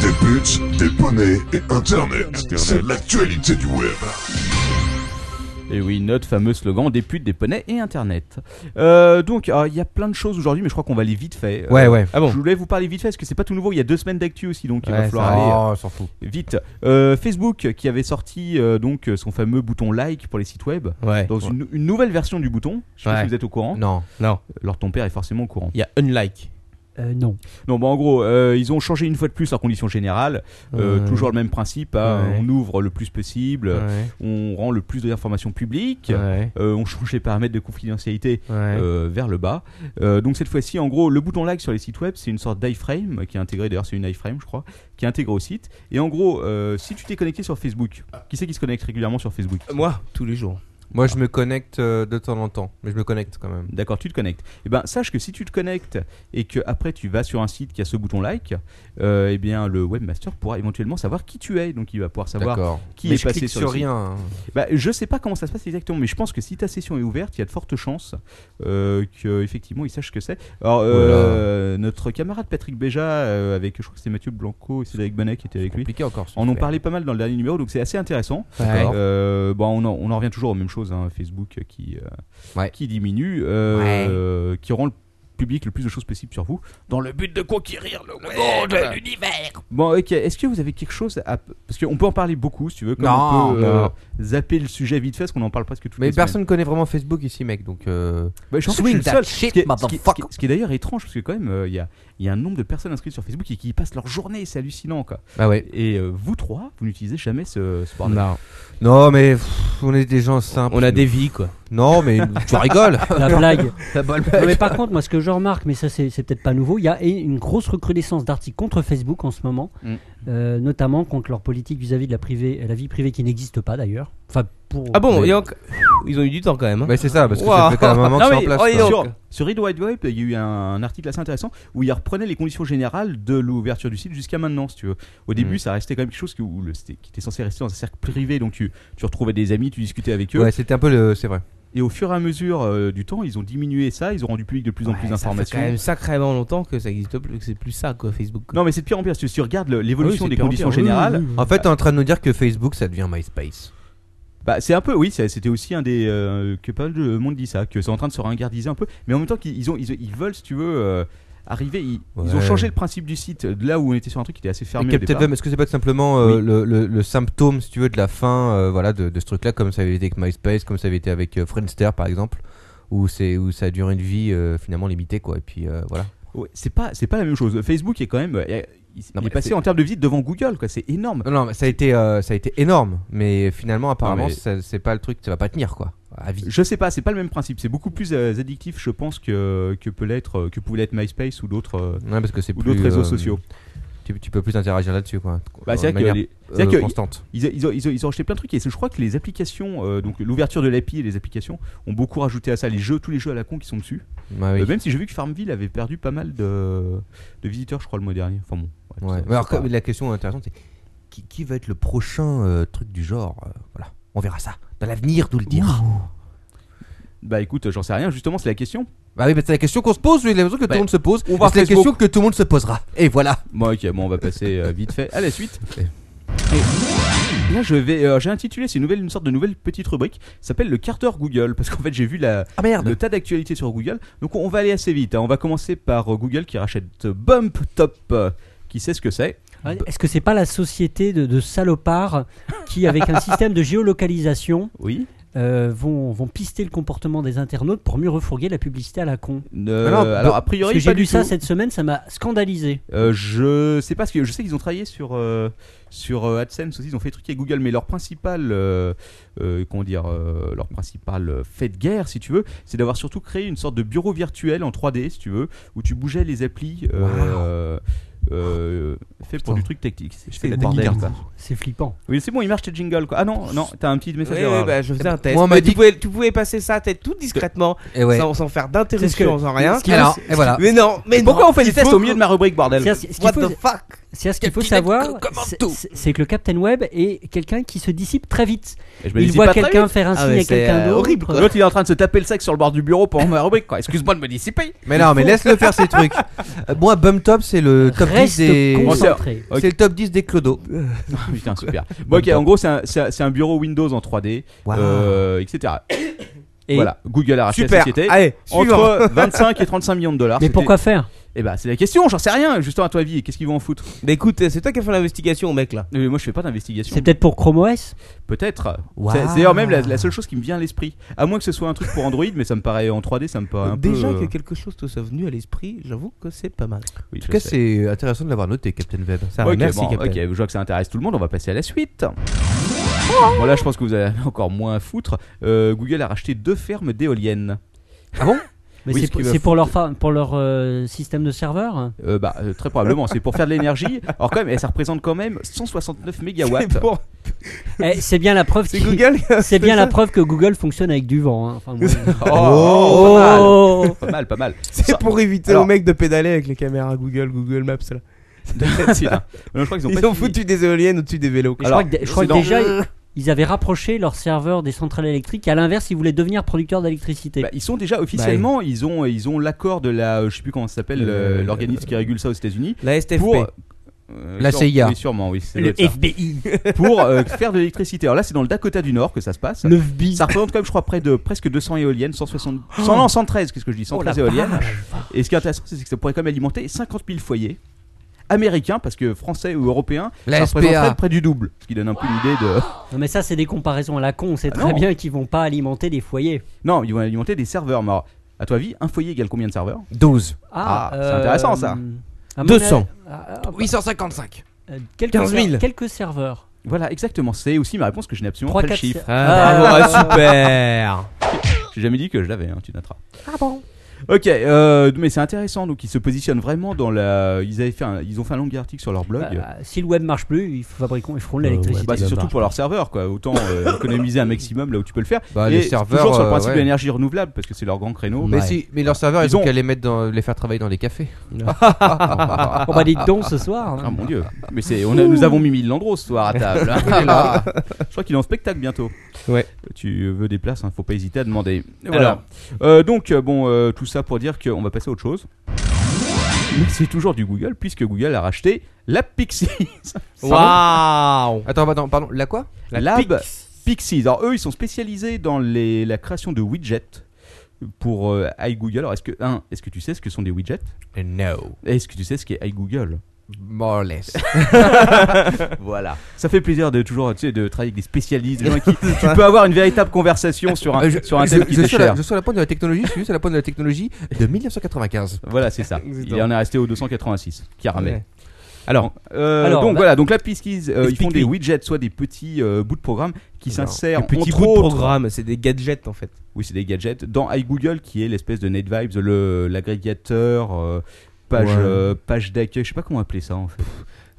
K: Des buts, des poneys et Internet. C'est l'actualité du web.
C: Et oui, notre fameux slogan des putes, des poneys et Internet. Euh, donc, alors, il y a plein de choses aujourd'hui, mais je crois qu'on va aller vite fait.
B: pas.
C: Euh,
B: Ouais, ouais.
D: Ah bon
C: Je voulais vous parler vite fait parce que c'est pas tout nouveau. Il y a deux semaines d'actu aussi, donc il va
D: Ouais,
C: falloir
D: ça va.
C: aller. euh,
B: Oh, on s'en fout.
C: Vite, Euh, Facebook qui avait sorti euh, donc euh, son fameux bouton like pour les sites web
D: Ouais.
C: dans une, une nouvelle version du bouton. Je sais pas
D: Ouais.
C: si vous êtes au courant.
B: Non.
D: Non,
C: Alors ton père est forcément au courant.
D: il y a Unlike.
E: Euh, non.
C: Non, bah en gros, euh, ils ont changé une fois de plus leurs conditions générales. Euh,
D: Ouais.
C: Toujours le même principe, hein,
D: Ouais.
C: on ouvre le plus possible,
D: Ouais.
C: on rend le plus d'informations publiques.
D: Ouais.
C: euh, on change les paramètres de confidentialité
D: Ouais.
C: euh, vers le bas. Euh, donc cette fois-ci, en gros, le bouton like sur les sites web, c'est une sorte d'iframe euh, qui est intégrée, d'ailleurs c'est une iframe je crois, qui est intégrée au site. Et en gros, euh, si tu t'es connecté sur Facebook, qui c'est qui se connecte régulièrement sur Facebook
D: Moi, tous les jours.
B: Moi, je me connecte euh, de temps en temps, mais je me connecte quand même.
C: D'accord, tu te connectes. Et ben sache que si tu te connectes et que après tu vas sur un site qui a ce bouton like, euh, eh bien le webmaster pourra éventuellement savoir qui tu es. Donc il va pouvoir savoir
B: D'accord.
C: qui
B: mais
C: est
B: je
C: passé
B: clique
C: sur,
B: sur,
C: le site.
B: rien. hein.
C: Bah, je sais pas comment ça se passe exactement, mais je pense que si ta session est ouverte, il y a de fortes chances euh, qu'effectivement ils sachent ce que c'est. Alors, euh, notre camarade Patrick Béja, euh, avec je crois que c'était Mathieu Blanco et Cédric Bonnet qui étaient avec lui,
B: Compliqué encore. ce
C: en ont
B: sujet.
C: parlé pas mal dans le dernier numéro, donc c'est assez intéressant.
B: D'accord.
C: Euh, bon, on en, on en revient toujours aux mêmes choses, hein, Facebook qui, euh,
B: Ouais.
C: qui diminue, euh,
B: Ouais.
C: euh, qui rend le public le plus de choses possibles sur vous, dans le but de conquérir le monde, l'univers. Bon, ok, est-ce que vous avez quelque chose à... Parce qu'on peut en parler beaucoup, si tu veux, comme
B: Non,
C: on peut euh,
B: non.
C: zapper le sujet vite fait, parce qu'on en parle presque toutes
B: Mais
C: les semaines.
B: personne connaît vraiment Facebook ici, mec, donc. euh,
C: Bah, je pense que
B: Swing
C: je suis le
B: that
C: seul.
B: shit,
C: ce qui est, ce qui est- ce qui est-
B: motherfucker.
C: ce qui est d'ailleurs étrange, parce que quand même, euh, il y, a, il y a un nombre de personnes inscrites sur Facebook et qui y passent leur journée, c'est hallucinant, quoi.
B: Bah ouais.
C: Et euh, vous trois, vous n'utilisez jamais ce, ce bordel.
D: Non.
B: Non, mais pff, on est des gens simples.
D: On a
B: nous.
D: des vies quoi.
B: Non, mais tu rigoles.
E: La blague.
B: La bonne
E: Non,
B: blague.
E: mais par contre, moi, ce que je remarque, mais ça, c'est c'est peut-être pas nouveau, il y a une grosse recrudescence d'articles contre Facebook en ce moment,
C: Mm.
E: euh, notamment contre leur politique vis-à-vis de la, privée, la vie privée qui n'existe pas d'ailleurs. Enfin, pour.
D: Ah bon,
B: Mais-
D: et enc- ils ont eu du temps quand même. hein.
B: Mais c'est ça, parce que
D: Wow.
B: ça fait quand même un moment que
D: Non,
B: c'est en
D: mais-
B: place.
D: oh,
B: quoi.
D: dis donc.
C: Sur, sur Read Wide Web, il y a eu un, un article assez intéressant où il reprenait les conditions générales de l'ouverture du site jusqu'à maintenant, si tu veux. Au début,
B: Mm.
C: ça restait quand même quelque chose que- où le- c'était- qui était censé rester dans un cercle privé, donc tu, tu retrouvais des amis, tu discutais avec eux.
B: Ouais, c'était un peu le. C'est vrai.
C: Et au fur et à mesure euh, du temps, ils ont diminué ça, ils ont rendu public de plus en plus
D: Ça fait
C: d'informations.
D: quand même sacrément longtemps que ça existe plus, que c'est plus ça quoi Facebook.
C: Non, mais c'est de pire en pire. Si tu regardes le- l'évolution des
D: Ah oui, c'est de pire en
C: conditions
D: pire. Oui,
C: générales,
D: oui, oui.
B: En fait, t'es en train de nous dire que Facebook, ça devient MySpace.
C: Bah, c'est un peu, oui, c'est- c'était aussi un des. euh, que pas mal de monde dit ça, que c'est en train de se ringardiser un peu. Mais en même temps, qu'ils- ils, ont, ils, ils veulent, si tu veux, euh, arriver. Ils, ils ont
B: Ouais.
C: changé le principe du site. euh, De là où on était sur un truc qui était assez fermé.
B: Et
C: au
B: Captain
C: départ.
B: Web, est-ce que c'est pas simplement euh, le, le- le symptôme, si tu veux, de la fin euh, voilà, de, de ce truc-là, comme ça avait été avec MySpace, comme ça avait été avec euh, Friendster, par exemple, où, c'est- où ça a duré une vie euh, finalement limitée, quoi. Et puis euh, voilà.
C: Ouais, c'est pas, c'est pas la même chose. Facebook est quand même. euh, Il, il
B: Non, mais
C: est passé
B: c'est-
C: en termes de visite devant Google, quoi. C'est énorme.
B: Non, non, mais ça a été, euh, ça a été énorme, mais finalement, apparemment,
C: mais-
B: ça- c'est pas le truc, ça va pas tenir, quoi. À vie.
C: Je sais pas, c'est pas le même principe. C'est beaucoup plus euh, addictif, je pense, que, que, peut l'être, euh, que pouvait l'être MySpace ou d'autres euh,
B: Ouais, parce que c'est
C: ou
B: plus,
C: d'autres réseaux
B: euh,
C: sociaux.
B: Tu, tu peux plus interagir là-dessus, quoi.
C: Bah,
B: De
C: c'est vrai
B: manière,
C: que, les- c'est vrai
B: euh,
C: que
B: constante.
C: Ils, ils ont, ils, ont, ils ont acheté plein de trucs et c'est- je crois que les applications, euh, donc l'ouverture de l'API et les applications ont beaucoup rajouté à ça. Les jeux, tous les jeux à la con qui sont dessus.
B: Ouais, Bah oui.
C: Euh, même si j'ai vu que Farmville avait perdu pas mal de, de visiteurs, je crois, le mois dernier. Enfin bon. ouais,
B: Ouais.
C: ça-
B: Mais alors,
C: c'est pas-
B: comme la question intéressante, c'est qui, qui va être le prochain euh, truc du genre euh, Voilà, on verra ça. Dans l'avenir, nous le dira.
C: Bah écoute, j'en sais rien. Justement, c'est la question.
B: Bah oui, mais c'est la question qu'on se pose, j'ai l'impression que tout
C: Ouais.
B: le monde se pose.
C: On
B: et
C: va
B: C'est la
C: Facebook.
B: question que tout le monde se posera. Et voilà.
C: Bon, ok, bon, on va passer euh, vite fait à la suite. Et là, je vais, euh, j'ai intitulé, c'est une nouvelle, une sorte de nouvelle petite rubrique, ça s'appelle le quart d'heure Google, parce qu'en fait, j'ai vu la,
B: Ah merde.
C: le tas d'actualités sur Google. Donc, on va aller assez vite. hein. On va commencer par euh, Google qui rachète euh, Bump Top, euh, qui sait ce que c'est.
E: Ouais, Est-ce que c'est pas la société de, de salopards qui, avec un système de géolocalisation,
C: Oui.
E: euh, vont, vont pister le comportement des internautes pour mieux refourguer la publicité à la con
C: Euh,
B: Alors,
C: alors, a
E: Parce
C: priori,
E: que
C: pas
E: j'ai lu
C: du
E: ça
C: tout.
E: cette semaine, ça m'a scandalisé.
C: Euh, je sais pas ce que je sais qu'ils ont travaillé sur euh, sur euh, AdSense aussi ils ont fait des trucs avec Google mais leur principal euh, euh, comment dire euh, leur principal euh, fait de guerre si tu veux c'est d'avoir surtout créé une sorte de bureau virtuel en 3D si tu veux où tu bougeais les applis euh, euh, fait
B: Putain.
C: pour du truc tactique je
B: C'est
C: fais la
B: le
C: technique
B: bordel.
C: ça.
E: C'est flippant.
C: oui c'est bon il marche tes jingles quoi ah non non t'as un petit message
D: Oui, oui,
C: d'erreur, là. Eh ben,
D: bah, je faisais un test.
B: Moi, on m'a
D: Mais tu,
B: dit-
D: pouvais, tu pouvais passer ça tête tout discrètement,
B: Et ouais.
D: sans, sans faire
E: C'est ce
D: d'interruption,
E: que-
D: sans rien.
E: ce qui-
B: Alors, et voilà.
D: Mais non, mais
C: pourquoi
D: non,
C: on fait des
D: il faut
C: tests au
D: que-
C: milieu de ma rubrique bordel
E: C'est-à-dire, ce qu'il
D: What
E: faut-
D: the fuck
E: c'est-à-dire, ce qu'il faut savoir, c'est- c'est c'est que le Captain Web est quelqu'un qui se dissipe très vite.
C: Et je me
E: Il
C: dis,
E: voit
C: pas très
E: quelqu'un
C: vite.
E: faire un
D: Ah
E: signe
D: ouais,
E: à
D: c'est,
E: quelqu'un
D: euh,
E: d'autre.
D: horrible, quoi.
C: l'autre il est en train de se taper le sac sur le bord du bureau pendant ma rubrique quoi excuse-moi de me dissiper
B: Mais non, mais laisse-le faire ses trucs. Euh, Moi, Bump Top, c'est le top 10
E: Reste
B: des.
C: con.
E: concentré.
C: Ok. Oh,
B: C'est le top 10 des clodos.
C: Putain, super. Bon, ok, en gros, c'est un, c'est un- c'est un bureau Windows en 3D,
B: Waouh.
C: euh, etc.
E: Et-
C: voilà, Google a racheté la
D: Super.
C: société.
D: Allez, suivant.
C: Entre 25 et 35 millions de dollars.
E: Mais
C: C'était-
E: pourquoi faire
C: Eh bah, c'est la question, j'en sais rien. Justement, à ton avis, qu'est-ce qu'ils vont en foutre
D: Mais écoute, c'est toi qui as fait l'investigation, mec là.
C: Euh, Moi, je fais pas d'investigation.
E: C'est peut-être pour Chrome OS
C: Peut-être.
B: Waouh.
C: C'est c'est d'ailleurs même la, la seule chose qui me vient à l'esprit. À moins que ce soit un truc pour Android, mais ça me paraît en 3D, ça me paraît un
D: Déjà
C: peu. euh,
D: que quelque chose te soit venu à l'esprit, j'avoue que c'est pas mal.
B: En
C: Oui,
B: tout
C: je
B: cas,
C: sais.
B: c'est intéressant de l'avoir noté, Captain Web.
D: Ça,
C: Ok,
D: merci,
C: bon,
D: Captain.
C: ok, je vois que ça intéresse tout le monde, on va passer à la suite.
E: Oh.
C: Bon, là, je pense que vous avez encore moins à foutre. Euh, Google a racheté deux fermes d'éoliennes.
B: Ah bon
E: Mais
C: Oui,
E: c'est
C: ce qui
E: pour-
C: va
E: c'est pour leur, fa- pour leur euh, système de serveur
C: Euh, bah, euh, très probablement, c'est pour faire de l'énergie. Alors quand même, eh, ça représente quand même 169 mégawatts.
D: Bon,
E: Eh, C'est bien la preuve
D: c'est
E: qu'il-
D: Google. qui a
E: C'est
D: fait
E: bien
D: ça.
E: la preuve que Google fonctionne avec du vent. hein. Enfin, bon,
C: Oh,
E: Oh
C: Pas mal, pas mal.
D: C'est
C: Ça-
D: pour éviter
C: Alors-
D: aux mecs de pédaler avec les caméras Google, Google Maps là.
C: C'est dingue. hein. Non, je crois qu'ils ont
D: Ils
C: pas
D: ont
C: fini.
D: foutu des éoliennes au-dessus des vélos.
E: Mais
D: quoi. Euh.
C: Alors,
E: je crois que, je crois
C: c'est
E: que déjà,
C: dans-
E: ils- ils avaient rapproché leur serveur des centrales électriques. Et à l'inverse, ils voulaient devenir producteurs d'électricité.
C: Bah, ils sont déjà officiellement, ils ont, ils ont l'accord de la, euh, je sais plus comment ça s'appelle,
D: Euh,
C: euh, l'organisme qui régule ça aux États-Unis.
D: La STFP.
C: Pour euh,
B: La
C: sûre-
B: CIA.
C: Oui, sûrement, oui. ça doit
E: le
C: être ça.
E: FBI.
C: Pour euh, faire de l'électricité. Alors là, c'est dans le Dakota du Nord que ça se passe.
E: 9 billes.
C: Ça représente quand même, je crois, près de presque 200 éoliennes, 160, 100, non, 113, qu'est-ce que je dis, 113 éoliennes. Et ce qui est intéressant, c'est que ça pourrait quand même alimenter 50 000 foyers américains, parce que français ou européens,
B: La
C: ça
B: SPA.
C: représenterait près du double. Ce qui donne un peu une idée de.
E: Non, mais ça, c'est des comparaisons à la con. On sait
C: Ah
E: très
C: non.
E: bien qu'ils vont pas alimenter des foyers.
C: Non, ils vont alimenter des serveurs. Mais alors, à ton avis, un foyer égale combien de serveurs
B: 12.
C: Ah, c'est intéressant, ça.
E: euh, à mon
D: 200.
E: avis- ah, ah,
B: 855.
E: euh, quelques
D: 15 000.
E: ser- Quelques serveurs.
C: Voilà, exactement. C'est aussi ma réponse que je n'ai absolument
E: 3,
C: pas le
E: 4
C: chiffre.
D: Ah, bravo, ah, super.
C: J'ai jamais dit que je l'avais, hein, tu noteras. Ah Ok, euh, mais c'est intéressant. Donc ils se positionnent vraiment dans la. Ils avaient fait, un- ils ont fait un long article sur leur blog.
E: Bah, si le web marche plus, ils fabriqueront, ils feront de
C: Euh,
E: l'électricité.
C: ouais, bah, c'est surtout pour leurs serveurs, quoi. Autant euh, économiser un maximum là où tu peux le faire.
B: Bah,
C: Et
B: les serveurs,
C: toujours sur le
B: euh,
C: principe
B: ouais.
C: de l'énergie renouvelable, parce que c'est leur grand créneau.
B: Mais si, mais leurs serveurs, ils,
C: Ils
B: ont
C: ont- Ah,
B: qu'à les mettre dans, les faire travailler dans les cafés.
C: On
B: On
C: va
B: va dire
C: dire
E: Oh, bah, donc ce
B: hein.
E: soir. hein.
C: Ah mon dieu. Mais c'est, on a- nous avons Mimi Landreau ce soir à table. hein.
B: Il est là.
C: Je crois qu'il est en spectacle bientôt.
D: Ouais.
C: Tu veux des places, hein, faut pas hésiter à demander. Voilà.
D: Alors.
C: Euh, donc euh, bon, euh, tout ça pour dire qu'on va passer à autre chose. Mais c'est toujours du Google puisque Google a racheté la Pixies.
D: Waouh
B: Attends, attends, pardon, la quoi
C: La Lab Pixies. Alors eux, ils sont spécialisés dans les- la création de widgets pour euh, iGoogle. Alors est-ce que un, est-ce que tu sais ce que sont des widgets
B: Euh, No.
C: Est-ce que tu sais ce qu'est iGoogle
B: More or less.
C: voilà. Ça fait plaisir de toujours tu sais, de travailler avec des spécialistes, des gens avec qui tu peux avoir une véritable conversation sur un,
B: Euh, je,
C: sur un
B: je-
C: thème qui
B: je
C: t'est
B: suis à la-
C: cher.
B: je suis à la pointe de la technologie, je suis juste à la pointe de la technologie de 1995.
C: Voilà, c'est ça. Il en est resté au 286, qui ramène.
B: Ouais.
C: Alors, euh,
B: Alors,
C: donc
B: bah-
C: voilà, donc la Piskies, euh, ils font des
D: Explique-lui.
C: widgets, soit des petits euh, bouts de programme qui
D: Alors,
C: s'insèrent
D: des petits
C: entre
D: bouts de
C: autres-
D: programme, c'est des gadgets en fait.
C: Oui, c'est des gadgets. Dans iGoogle, qui est l'espèce de NetVibes, le- l'agrégateur, euh, page,
D: Ouais.
C: euh, page d'accueil, je sais pas comment appeler ça en fait.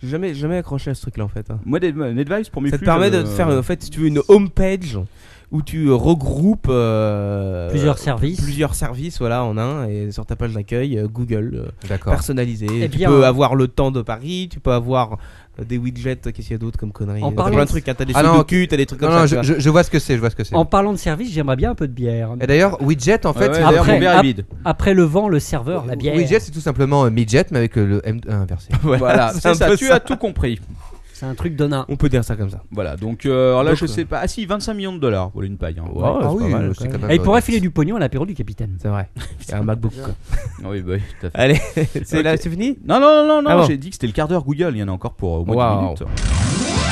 D: J'ai jamais, jamais accroché à ce truc là en fait. hein.
C: Moi, Net- NetVibes, pour mes
D: Ça te
C: flux,
D: permet de
C: euh,
D: te faire en fait, si tu veux, une home page où tu euh, regroupes euh,
E: Plusieurs services.
D: plusieurs services voilà en un et sur ta page d'accueil euh, Google euh,
B: D'accord.
D: personnalisé.
E: Eh
D: tu
E: bien-
D: peux avoir le temps de Paris, tu peux avoir euh, des widgets, qu'est-ce qu'il y a d'autre comme conneries
E: En
D: T'as
E: parlant
D: plein de
E: de-
D: trucs, hein, t'as des
B: Ah non,
D: sous de cul, t'as des trucs
B: non,
D: comme
B: non,
D: ça.
B: je,
D: tu vois.
B: je- je vois ce que c'est, je vois ce que c'est.
E: En parlant de service, j'aimerais bien un peu de bière.
B: Et d'ailleurs, widget en fait,
C: ouais,
B: c'est-
C: d'ailleurs, mon
E: après,
C: verre est
E: ap-
C: vide.
E: après le vent, le serveur, la bière.
B: widget c'est tout simplement euh, midget mais avec euh, le M inversé.
C: Voilà,
D: c'est
C: c'est
D: un
C: ça,
D: peu
C: tu
D: ça.
C: as tout compris.
E: C'est un truc de
B: Ah
E: nain.
D: On peut dire ça comme ça.
C: Voilà, donc euh, alors là,
D: Donc,
C: je
D: euh,
C: sais pas. Ah si, 25 millions de dollars, voilà une paille. hein.
D: Ouais, euh,
B: ah
D: c'est
B: oui,
D: pas mal,
B: c'est quand même.
E: Et il pourrait filer du pognon à l'apéro du capitaine.
D: C'est vrai. Il y a un MacBook. quoi.
C: Ah oui, bah oui, tout à fait.
D: Allez, c'est là,
C: Ok.
D: c'est fini
C: Non, non, non, non,
D: Ah bon.
C: j'ai dit que c'était le quart d'heure Google, il y en a encore pour euh, au moins
D: Wow.
C: 10 minutes.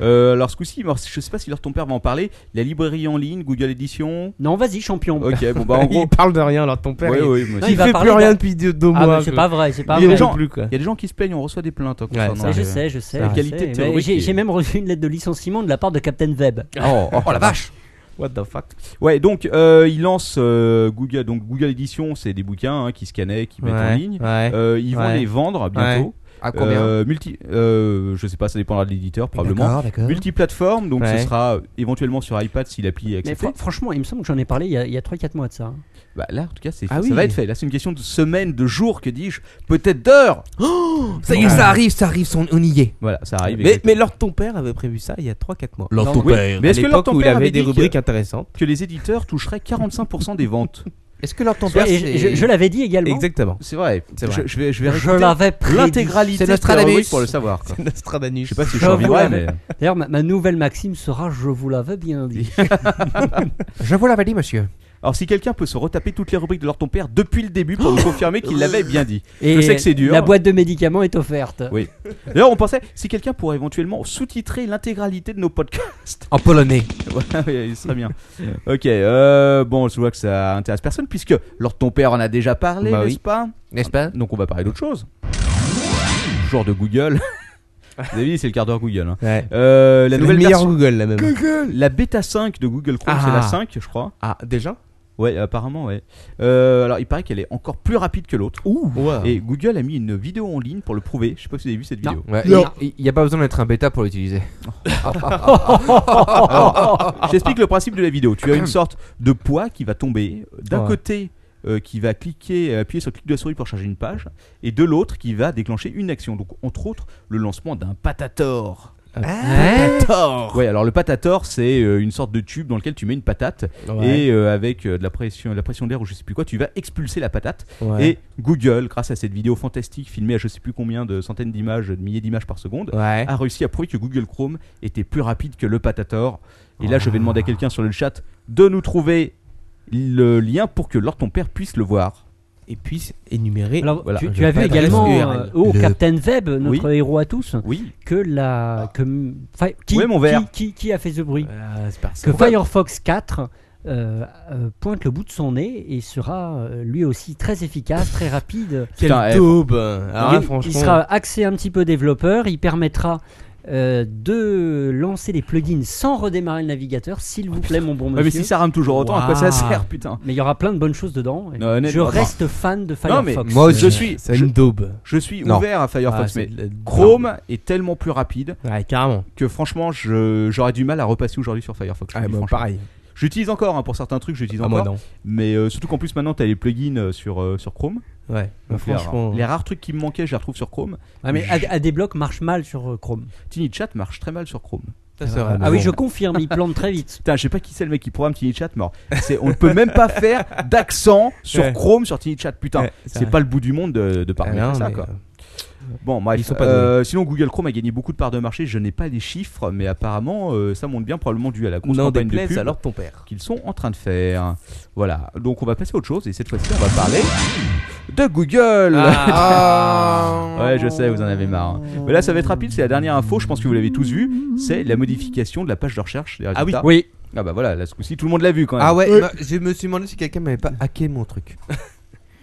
C: Euh, alors ce coup-ci, moi, je sais pas si leur ton père va en parler, la librairie en ligne, Google Edition.
E: Non, vas-y, champion.
C: Ok, bon bah en gros.
D: Il parle de rien alors ton père.
C: Ouais,
D: il...
C: ouais, moi
E: Non,
C: aussi.
E: il va
D: fait
E: parler
D: plus rien
E: d'un-
D: depuis deux, deux
E: Ah,
D: mois.
E: mais c'est pas vrai, c'est pas
D: Il
E: vrai.
D: en
C: gens-
D: peut plus quoi.
C: Il y a des gens qui se plaignent, on reçoit des plaintes. hein,
D: Ouais,
C: concernant
D: ça,
E: Mais je
C: les-
E: sais, je sais.
D: La
E: je
C: qualité
E: sais. Mais
C: théorique
E: J'ai
C: est-
E: j'ai même reçu une lettre de licenciement de la part de Captain Web.
C: Oh, oh, la vache
D: What the fuck
C: Ouais, donc euh, ils lancent euh, Google, donc Google Edition, c'est des bouquins hein, qui scannaient, qui mettent en
D: Ouais,
C: ligne.
D: ouais.
C: Euh, ils vont
D: Ouais.
C: les vendre bientôt.
B: À combien
C: Euh, multi, euh, je sais pas, ça dépendra de l'éditeur probablement.
B: D'accord, d'accord.
C: Multiplateforme, donc
D: Ouais.
C: ce sera euh, éventuellement sur iPad si l'appli est
E: Mais
C: acceptée.
E: fran- franchement, il me semble que j'en ai parlé il y a, il y a 3-4 mois de ça. hein.
C: Bah, là, en tout cas, c'est
D: Ah
C: ça
D: oui.
C: va être fait. Là, c'est une question de semaine, de jours, que dis-je, peut-être d'heures.
B: Ça y est, ça arrive, ça arrive, son- on y est.
C: Voilà, ça arrive.
D: Mais,
C: exactement.
D: mais Lord ton père avait prévu ça il y a 3-4 mois.
C: Non, oui. Mais
D: À
C: est-ce que leur
D: l'époque
C: ton
D: où il
C: père
D: avait
C: avait
D: des
C: dit que-
D: rubriques intéressantes.
C: que les éditeurs toucheraient 45% des ventes
B: Est-ce que leur ton
E: Et je- je je l'avais dit également.
D: Exactement.
C: C'est vrai.
D: C'est vrai.
C: Je, je vais, je vais
E: Je
C: réécouter
E: l'avais Bah, prédit.
C: l'intégralité
B: C'est
C: de la
B: Nostradamus.
C: rubrique pour le savoir. quoi.
D: Nostradamus.
C: Je sais pas si je
E: Je
C: suis en vie,
E: vous
C: ouais, mais
E: l'avais- D'ailleurs, ma, ma nouvelle maxime sera Je vous l'avais bien dit.
B: Je vous l'avais dit, monsieur.
C: alors si quelqu'un peut se retaper toutes les rubriques de leur ton père depuis le début pour nous confirmer qu'il l'avait bien dit.
E: Et
C: je sais que c'est dur.
E: La boîte de médicaments est offerte.
C: Oui. D'ailleurs, on pensait si quelqu'un pourrait éventuellement sous-titrer l'intégralité de nos podcasts.
B: En polonais.
C: Voilà, oui, il serait bien. ok, euh, bon, je vois que ça intéresse personne puisque Lord ton père en a déjà parlé,
D: Bah oui.
C: n'est-ce pas
B: N'est-ce pas
C: Donc on va parler d'autre chose. Genre de Google. Vous avez dit, c'est le quart d'heure Google. hein.
D: Ouais.
C: Euh, la
D: C'est
C: nouvelle
D: le meilleur
C: version-
D: Google là même.
C: la bêta 5 de Google Chrome, c'est
D: Ah.
C: la 5, je crois.
D: Ah, déjà
C: Ouais, apparemment, ouais. Euh, alors, il paraît qu'elle est encore plus rapide que l'autre.
D: Ouh
C: Et Google a mis une vidéo en ligne pour le prouver. Je sais pas si vous avez vu cette
E: Non.
C: vidéo.
B: Ouais,
E: Non.
B: il n'y a pas besoin d'être un bêta pour l'utiliser.
C: Je t'explique le principe de la vidéo. Tu as une sorte de poids qui va tomber euh, d'un
D: Ouais.
C: côté euh, qui va cliquer, euh, appuyer sur le clic de la souris pour charger une page, et de l'autre qui va déclencher une action. Donc, entre autres, le lancement d'un patator.
D: Ah,
E: Ah.
C: Ouais, alors le patator, c'est euh, une sorte de tube dans lequel tu mets une patate et euh, avec euh, de la pression, de la pression d'air ou je sais plus quoi, tu vas expulser la patate. Et Google, grâce à cette vidéo fantastique filmée à je sais plus combien de centaines d'images, de milliers d'images par seconde,
D: Ouais.
C: a réussi à prouver que Google Chrome était plus rapide que le Patator. Et là, je vais demander à quelqu'un sur le chat de nous trouver le lien pour que Lord ton père puisse le voir.
D: Et puis énumérer.
E: Alors,
C: Voilà,
E: tu,
C: je
E: tu
C: vais
E: as vu
C: pas t'adresser
E: également
D: URL.
E: euh, au
B: Le-
E: Captain Web, notre héros à tous,
C: Oui. Ah.
E: que la. Que, enfin, qui,
C: Où est mon verre Euh,
E: qui, qui- qui a fait ce bruit
D: Ah, c'est parce
E: Que Firefox 4 euh, euh, pointe le bout de son nez et sera euh, lui aussi très efficace, très rapide.
D: Quel
C: Putain, eh,
D: daube Alors là,
E: il, il
D: franchement.
E: sera axé un petit peu développeur, il permettra euh, de lancer les plugins sans redémarrer le navigateur, s'il vous plaît, mon bon
C: Ouais,
E: monsieur.
C: mais si ça rame toujours autant, à quoi ça
E: Waouh.
C: sert, putain
E: Mais il y aura plein de bonnes choses dedans.
C: Non, honnêtement,
E: je
C: attends.
E: reste fan de
C: Non,
E: Firefox. Euh,
C: mais
B: Moi aussi.
C: je suis,
D: C'est
C: je-
D: une daube.
C: je suis
B: Non.
C: ouvert à
D: Ah,
C: Firefox,
D: c'est
C: mais
D: de la daube.
C: Chrome est tellement plus rapide
D: Ouais, carrément.
C: que franchement, je- j'aurais du mal à repasser aujourd'hui sur
E: Ah,
C: Firefox. je
D: Ouais,
C: vous dis
D: bah,
C: franchement.
D: pareil.
C: J'utilise encore hein, pour certains trucs, j'utilise
D: Ah,
C: encore.
D: moi non.
C: Mais euh, surtout qu'en plus maintenant, t'as les plugins euh, sur euh, sur Chrome.
D: Ouais, bah,
C: Donc, les rares-
D: franchement.
C: les, rares trucs qui me manquaient, je les retrouve sur Chrome.
E: Ah, mais Ad- ADBlock marche mal sur euh, Chrome.
C: TinyChat marche très mal sur Chrome.
D: Ça, c'est vrai.
E: Ah oui, je confirme, il plante très vite.
C: Putain, Ah, je sais pas qui c'est le mec qui programme TinyChat, mais alors, c'est- on ne peut même pas faire d'accent sur
D: Ouais.
C: Chrome sur TinyChat. Putain,
D: Ouais, c'est
C: c'est
D: vrai.
C: pas le bout du monde de, de parler
D: Ah, non,
C: ça,
D: mais,
C: quoi.
D: euh,
C: Bon, bref.
D: Ils sont pas
C: euh, sinon, Google Chrome a gagné beaucoup de parts de marché. Je n'ai pas les chiffres, mais apparemment, euh, ça monte bien, probablement dû à la grosse
D: N'en
C: campagne de
D: déplaise
C: pub
D: alors ton père.
C: qu'ils sont en train de faire. Voilà. Donc, on va passer à autre chose. Et cette fois-ci, on va parler de Google.
D: Ah.
C: Ouais, je sais, vous en avez marre. hein. Mais là, ça va être rapide. C'est la dernière info. Je pense que vous l'avez tous vu. C'est la modification de la page de recherche des résultats.
E: Oui.
C: Ah bah voilà, là, ce coup-ci, tout le monde l'a vu quand même.
B: Ah ouais, bah, je me suis demandé si quelqu'un m'avait pas hacké mon truc.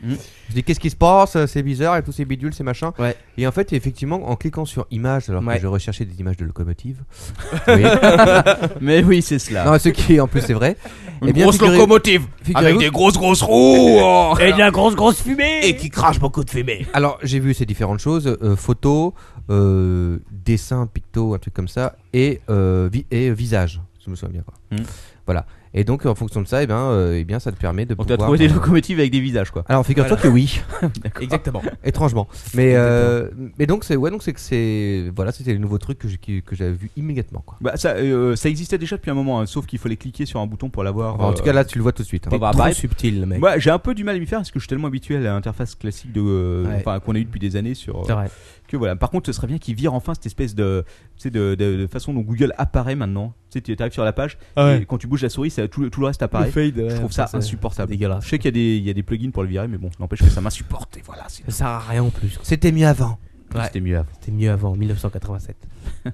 C: Mm.
B: Je dis qu'est-ce qui se passe, euh, c'est bizarre et tous ces bidules, ces machins.
D: Ouais.
B: Et en fait, effectivement, en cliquant sur images, alors
D: Ouais.
B: que je recherchais des images de locomotives. Oui.
C: Mais oui, c'est cela.
B: Non, ce qui est en plus c'est vrai.
J: Une
B: Eh bien,
J: grosse
B: figurez-
J: locomotive avec
B: figurez-vous-
J: des grosses grosses roues oh.
E: Et de la grosse, grosse fumée
J: qui crache beaucoup de fumée.
B: Alors j'ai vu ces différentes choses, euh, photos, euh, dessins, pictos, un truc comme ça, et, euh, vi- et euh, visage, je me souviens bien. Quoi.
C: Mm.
B: Voilà. Et donc en fonction de ça, eh bien, euh, eh bien, ça te permet de
C: On t'a
B: pouvoir.
C: trouvé des
B: euh,
C: locomotives avec des visages quoi.
B: Alors figure-toi que oui.
D: Exactement.
B: étrangement mais euh, mais donc c'est ouais donc c'est que c'est voilà c'était les nouveaux trucs que j'ai- que, que j'avais vu immédiatement quoi
C: Bah ça, euh, ça existait déjà depuis un moment, hein, sauf qu'il fallait cliquer sur un bouton pour l'avoir.
B: Enfin, en
C: euh,
B: tout cas là tu le vois tout de suite hein.
C: Bah,
D: T'es
C: bah,
D: trop
C: bref.
D: subtil, le mec.
C: Moi, j'ai un peu du mal à m'y faire parce que je suis tellement habitué à l'interface classique de, euh,
D: Ouais.
C: enfin, qu'on a eu depuis des années sur. euh,
D: C'est vrai.
C: que voilà. Par contre, ce serait bien qu'ils virent enfin cette espèce de, tu sais, de, de- de façon dont Google apparaît maintenant. Tu sais, tu arrives sur la page et quand tu bouges la souris, ça, tout, tout le reste apparaît. Je trouve ça insupportable.
D: dégueulasse.
C: Je sais qu'il y a des, il y a des plugins pour le virer, mais bon, n'empêche que ça m'insupporte. Et voilà, c'est-
D: Ça sert à rien en plus.
B: c'était mieux avant
D: Ouais.
C: c'était mieux avant.
D: C'était mieux avant, 1987.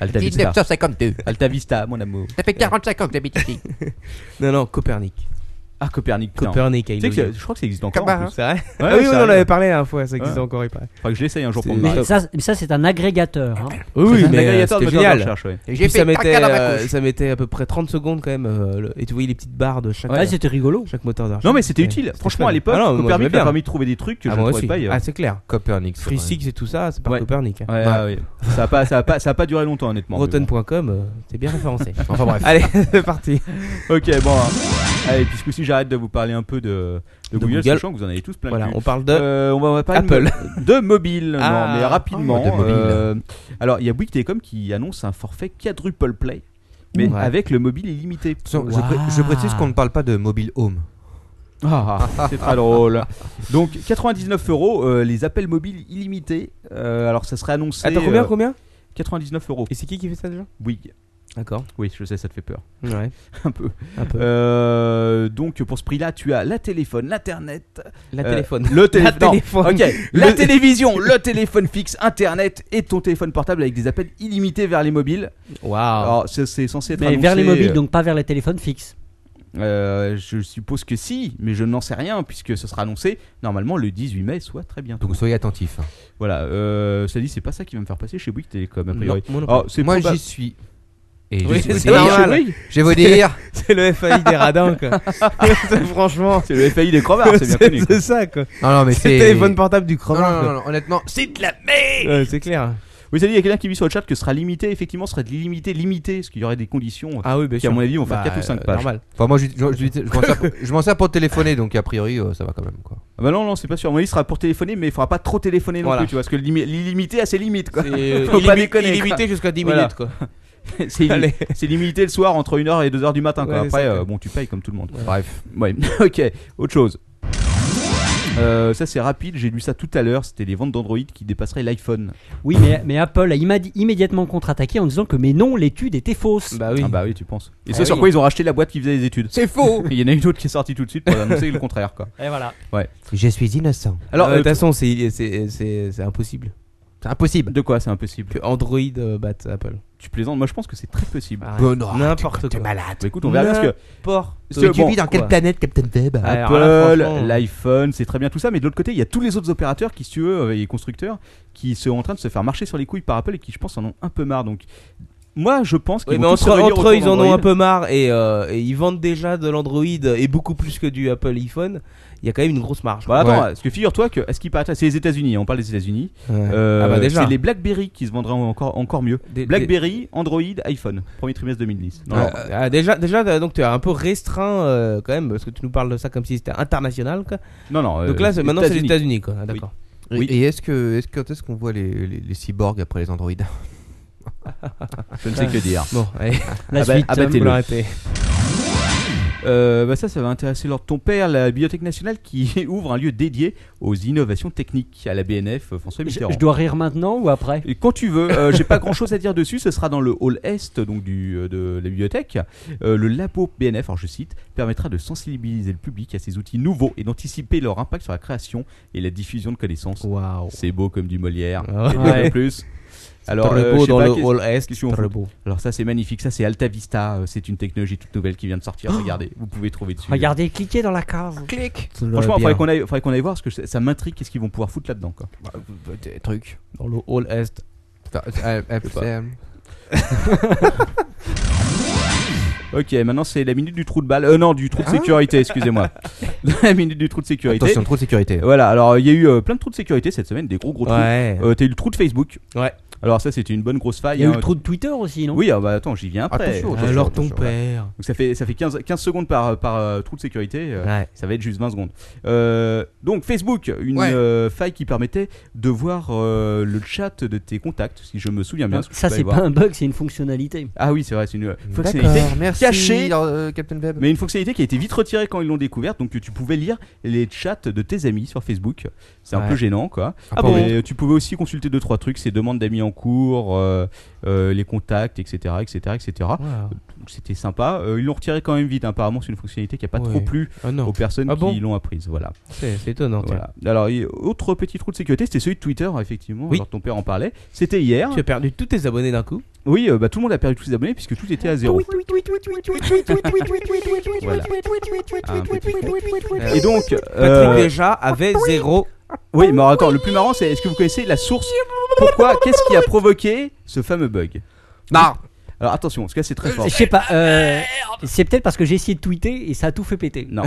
C: Alta Vista,
B: 1952
C: Alta Vista, mon amour.
B: ça fait 45 ans que j'habite ici
D: Non, non, Copernic.
C: Ah, Copernic. putain.
D: Copernic,
C: Tu
D: il
C: sais que
D: est
C: ça- je crois que ça existe encore.
B: Comme
C: en
B: un-
C: plus.
D: C'est vrai
C: Ouais,
D: Ah oui,
C: ça
D: on en
C: arrive.
D: avait parlé la dernière fois, ça existait
C: Ouais.
D: encore, il paraît.
C: Faudrait que je l'essaye un jour pour
D: C'est-
C: me
E: Mais
C: marrer.
E: ça, mais ça, c'est un agrégateur. hein.
D: Oui,
C: C'est
D: oui,
C: un
D: mais euh,
C: agrégateur de
D: c'était
C: moteurs de
D: génial.
C: recherche, ouais.
D: Puis ça mettait, euh, ça mettait à peu près 30 secondes quand même, euh, le- et tu voyais les petites barres de chaque,
E: Ouais, c'était rigolo.
D: chaque moteur de recherche.
C: Non mais c'était
D: Ouais,
C: utile. Franchement
D: fun.
C: à l'époque,
D: Ah non, moi,
C: Copernic
D: j'aimais
C: m'a
D: bien.
C: permis de trouver des trucs que
D: Ah,
C: je ne
D: moi
C: trouvais
D: aussi.
C: pas ailleurs.
D: Ah, c'est clair.
B: Copernic c'est
D: Free
B: vrai.
D: Six et tout ça, c'est hein. par
C: Ouais.
D: Copernic.
C: Ouais, ah ouais. ça a pas, ça a pas, ça a pas duré longtemps honnêtement. mais
D: Rotten.com, euh, c'est bien référencé.
B: enfin bref
D: Allez, c'est parti.
C: bon. Ok bon. hein. Allez puis ce coup-ci j'arrête de vous parler un peu de, de
D: De
C: Google,
D: Google.
C: sachant que vous en avez tous plein.
D: Voilà,
C: de cul.
D: on parle de.
C: Euh, on va, on va parler
D: Apple.
C: de de mobile.
D: Ah.
C: non mais rapidement.
B: Ah, de mobile.
C: euh, alors il y a Bouygues Telecom qui annonce un forfait quadruple play, mais
D: Ouais.
C: avec le mobile illimité.
B: je, pré- je précise qu'on ne parle pas de mobile home
C: Ah, c'est très drôle. Donc 99 euros euh, les appels mobiles illimités. Euh, alors ça serait annoncé.
D: Attends, combien,
C: euh,
D: combien
C: 99 euros.
D: Et c'est qui qui fait ça déjà
C: Bouygues.
D: D'accord.
C: Oui, je sais, ça te fait peur.
D: Ouais.
C: Un peu.
D: Un peu.
C: Euh, donc pour ce prix-là, tu as la téléphone, l'internet,
D: la
C: euh,
D: téléphone.
C: le télé-
D: La
C: non,
D: téléphone.
C: ok, la
D: Le-
C: télévision, le téléphone fixe, internet et ton téléphone portable avec des appels illimités vers les mobiles.
D: Waouh.
C: Alors c'est, c'est censé être
E: Mais vers les
C: annoncé,
E: mobiles,
C: euh,
E: donc pas vers les téléphones fixes.
C: euh, je suppose que si, mais je n'en sais rien puisque ce sera annoncé normalement le 18 mai, soit très bientôt.
B: donc soyez attentifs
C: Voilà, euh, ça dit c'est pas ça qui va me faire passer chez Bouygues Télécom a
D: Non,
C: priori.
D: moi non
C: Alors, c'est
B: moi
C: proba-
B: j'y suis et
D: Oui,
B: je, vais vous
D: c'est
B: dire-
D: normal.
C: Chez Bouygues
B: je vais vous dire
D: C'est le FAI des radins, quoi. C'est Franchement.
C: c'est le FAI des crevards, c'est bien connu. quoi.
D: C'est ça, quoi.
B: non non mais
D: C'est
B: c'est
D: le téléphone portable du
B: non, non,
D: crevard.
B: non, non, non, honnêtement c'est de la merde
D: Ouais, c'est clair.
C: Oui, ça dit, il y a quelqu'un qui vit sur le chat que ce sera limité, effectivement, ce serait de limité, limité, parce qu'il y aurait des conditions.
D: Ah oui, bien
C: Qui, à
D: sûr.
C: mon avis, vont faire
D: Bah,
C: quatre ou cinq
D: euh,
C: pages.
D: Normal.
B: enfin moi je, je- je- je m'en sers pour- je m'en sers pour téléphoner donc a priori euh, ça va quand même quoi
C: Ah bah non, non, c'est pas sûr. À mon avis, ce sera pour téléphoner, mais il faudra pas trop téléphoner non
D: Voilà.
C: plus, tu vois, parce que le limi- l'illimité a ses limites, quoi.
D: C'est euh,
C: Faut pas
D: illimi-
C: déconner,
D: illimité jusqu'à 10
C: Voilà.
D: minutes, quoi.
C: C'est
D: Allez.
C: c'est limité le soir entre 1h et 2h du matin, quoi.
D: Ouais, c'est
C: Après,
D: ça,
C: euh,
D: quoi.
C: bon, tu payes comme tout le monde.
B: bref
C: Ouais, ok, autre chose. Euh, ça c'est rapide, j'ai lu ça tout à l'heure, c'était les ventes d'Android qui dépasseraient l'iPhone.
E: Oui, mais, mais Apple a imadi- immédiatement contre-attaqué en disant que, mais non, l'étude était fausse.
D: Bah oui.
C: Ah bah oui, tu penses. Et
D: Ah
C: c'est sur
D: oui.
C: quoi ils ont racheté la boîte qui faisait les études
B: c'est faux
C: Il y en a une autre qui est sortie tout de suite pour annoncer le contraire, quoi.
E: Et voilà.
B: je suis innocent
C: Alors,
D: Alors, de
C: euh,
D: toute façon, c'est c'est- c'est- c'est impossible.
B: C'est impossible.
C: De quoi c'est impossible
D: Que Android euh, batte Apple.
C: Tu plaisantes Moi, je pense que c'est très possible.
D: Arrête.
B: Bon, non,
D: N'importe quoi.
B: T'es malade.
C: Bah, écoute, on verra bien ce que.
D: N'importe
C: ce-
B: Mais tu
C: bon,
B: vis dans quelle
D: quoi.
B: planète, Captain Web
D: Ah, alors là,
C: Apple,
D: franchement,
C: l'iPhone, c'est très bien tout ça, mais de l'autre côté, il y a tous les autres opérateurs qui, si tu veux, euh, et constructeurs, qui sont en train de se faire marcher sur les couilles par Apple et qui, je pense, en ont un peu marre. Donc, moi, je pense qu'ils
D: Oui, mais
C: vont tous se
D: entre,
C: réunir
D: entre eux,
C: autour
D: ils en ont
C: d'Android.
D: un peu marre et, euh, et ils vendent déjà de l'Android et beaucoup plus que du Apple iPhone. Il y a quand même une grosse marge.
C: Bah, attends,
B: Ouais.
C: parce que figure-toi que, à ce qui paraît, c'est les États-Unis, hein, on parle des États-Unis.
D: Ouais.
C: Euh,
D: Ah bah déjà.
C: C'est les Blackberry qui se vendraient encore, encore mieux.
D: Des- des-
C: Blackberry, Android, iPhone, premier trimestre 2010. Non,
D: Ah, ah, déjà, déjà, euh, donc tu as un peu restreint euh, quand même parce que tu nous parles de ça comme si c'était international. quoi.
C: non, non, euh,
D: donc là, c'est- maintenant c'est les
C: États-Unis.
D: États-Unis, quoi. Ah, D'accord.
B: Et-
C: Oui.
B: Et est-ce que, est-ce que- quand est-ce qu'on voit les, les, les cyborgs après les androïdes
C: Je ne sais que dire.
D: Bon, allez,
E: La
C: Ah bah,
E: suite.
C: ah bah,
D: on
C: t'es
D: peut
C: le-
D: l'arrêter.
C: Euh, bah ça, ça va intéresser Lord ton père, la Bibliothèque nationale qui ouvre un lieu dédié aux innovations techniques à la BNF euh, François
E: Je,
C: Mitterrand.
E: je dois rire maintenant ou après
C: Et quand tu veux, euh, j'ai pas grand chose à dire dessus, ce sera dans le hall est donc du, euh, de la bibliothèque. Euh, le labo BNF, alors je cite, permettra de sensibiliser le public à ces outils nouveaux et d'anticiper leur impact sur la création et la diffusion de connaissances.
D: Waouh.
C: C'est beau comme du Molière.
D: Ah
C: Et
E: ouais.
C: de plus. Alors,
D: très
C: euh,
D: beau
C: je sais
D: dans
C: pas
D: le
C: qu'est-
D: Hall Est.
C: qu'est-ce qu'on
D: Très
C: fout
D: beau.
C: alors ça c'est magnifique, ça c'est Alta Vista, euh, c'est une technologie toute nouvelle qui vient de sortir.
D: Oh
C: Regardez, vous pouvez trouver dessus.
E: Regardez, cliquez dans la case.
C: Franchement, il faudrait qu'on aille, faudrait qu'on aille voir parce que ça ça m'intrigue qu'est-ce qu'ils vont pouvoir foutre là-dedans. Quoi.
B: Bah, euh, Des trucs. euh,
D: Dans le Hall Est.
C: Ok, maintenant c'est la minute du trou de balle. Euh, non, du trou de sécurité, excusez-moi.
E: Ah
C: la minute du trou de sécurité.
B: Attention, trop de sécurité.
C: Voilà, alors il y a eu euh, plein de trous de sécurité cette semaine, des gros gros trous.
D: Ouais.
C: Euh, T'as eu le trou de Facebook.
D: Ouais.
C: Alors ça c'était une bonne grosse faille.
E: Il y a eu
C: hein.
E: le trou de Twitter aussi, non
C: Oui, ah bah attends, j'y viens après.
B: Attention,
C: Donc
B: attention,
D: Alors ton
B: attention, ouais.
D: père.
C: ça fait, ça fait 15, 15 secondes par, par euh, trou de sécurité. euh,
D: Ouais.
C: Ça va être juste 20 secondes. Euh, donc Facebook, une
B: Ouais.
C: euh, faille qui permettait de voir euh, le chat de tes contacts, si je me souviens bien. parce que
E: Ah, Ça,
C: je
E: c'est
C: peux aller
E: pas
C: voir.
E: un bug, c'est une fonctionnalité.
C: Ah oui, c'est vrai, c'est une euh, fonctionnalité
B: D'accord, merci.
C: cachée.
B: euh, Captain Web.
C: Mais une fonctionnalité qui a été vite retirée quand ils l'ont découverte, donc tu pouvais lire les chats de tes amis sur Facebook. C'est un
B: Ouais.
C: peu gênant, quoi.
B: Ah bon
C: Mais tu pouvais aussi consulter deux trois trucs, ces demandes d'amis en cours, euh, euh, les contacts, etc., etc., etc.
D: Waouh.
C: Donc c'était sympa. Euh, ils l'ont retiré quand même vite. hein. Apparemment, c'est une fonctionnalité qui a pas
D: Ouais.
C: trop plu
D: Ah
C: aux
D: non,
C: personnes
D: Ah bon
C: qui l'ont apprise. Voilà.
D: c'est c'est étonnant. tiens.
C: voilà. Alors, il- autre petit trou de sécurité, c'était celui de Twitter, effectivement.
D: Oui.
C: Alors, ton père en parlait. C'était hier.
D: Tu as perdu tous tes abonnés d'un coup. Ah
C: Oui, euh, bah, tout le monde a perdu tous ses abonnés puisque tout était à
E: Ah,
C: zéro.
E: Ah,
C: Voilà. Un petit con. Et donc,
D: Patrick
C: euh,
D: déjà avait zéro.
C: oui, mais alors, attends, le plus marrant, c'est est-ce que vous connaissez la source Pourquoi Qu'est-ce qui a provoqué ce fameux bug
B: Non.
C: Alors, attention, parce que là, c'est très fort.
E: Je sais pas, euh, c'est peut-être parce que j'ai essayé de tweeter et ça a tout fait péter.
C: Non.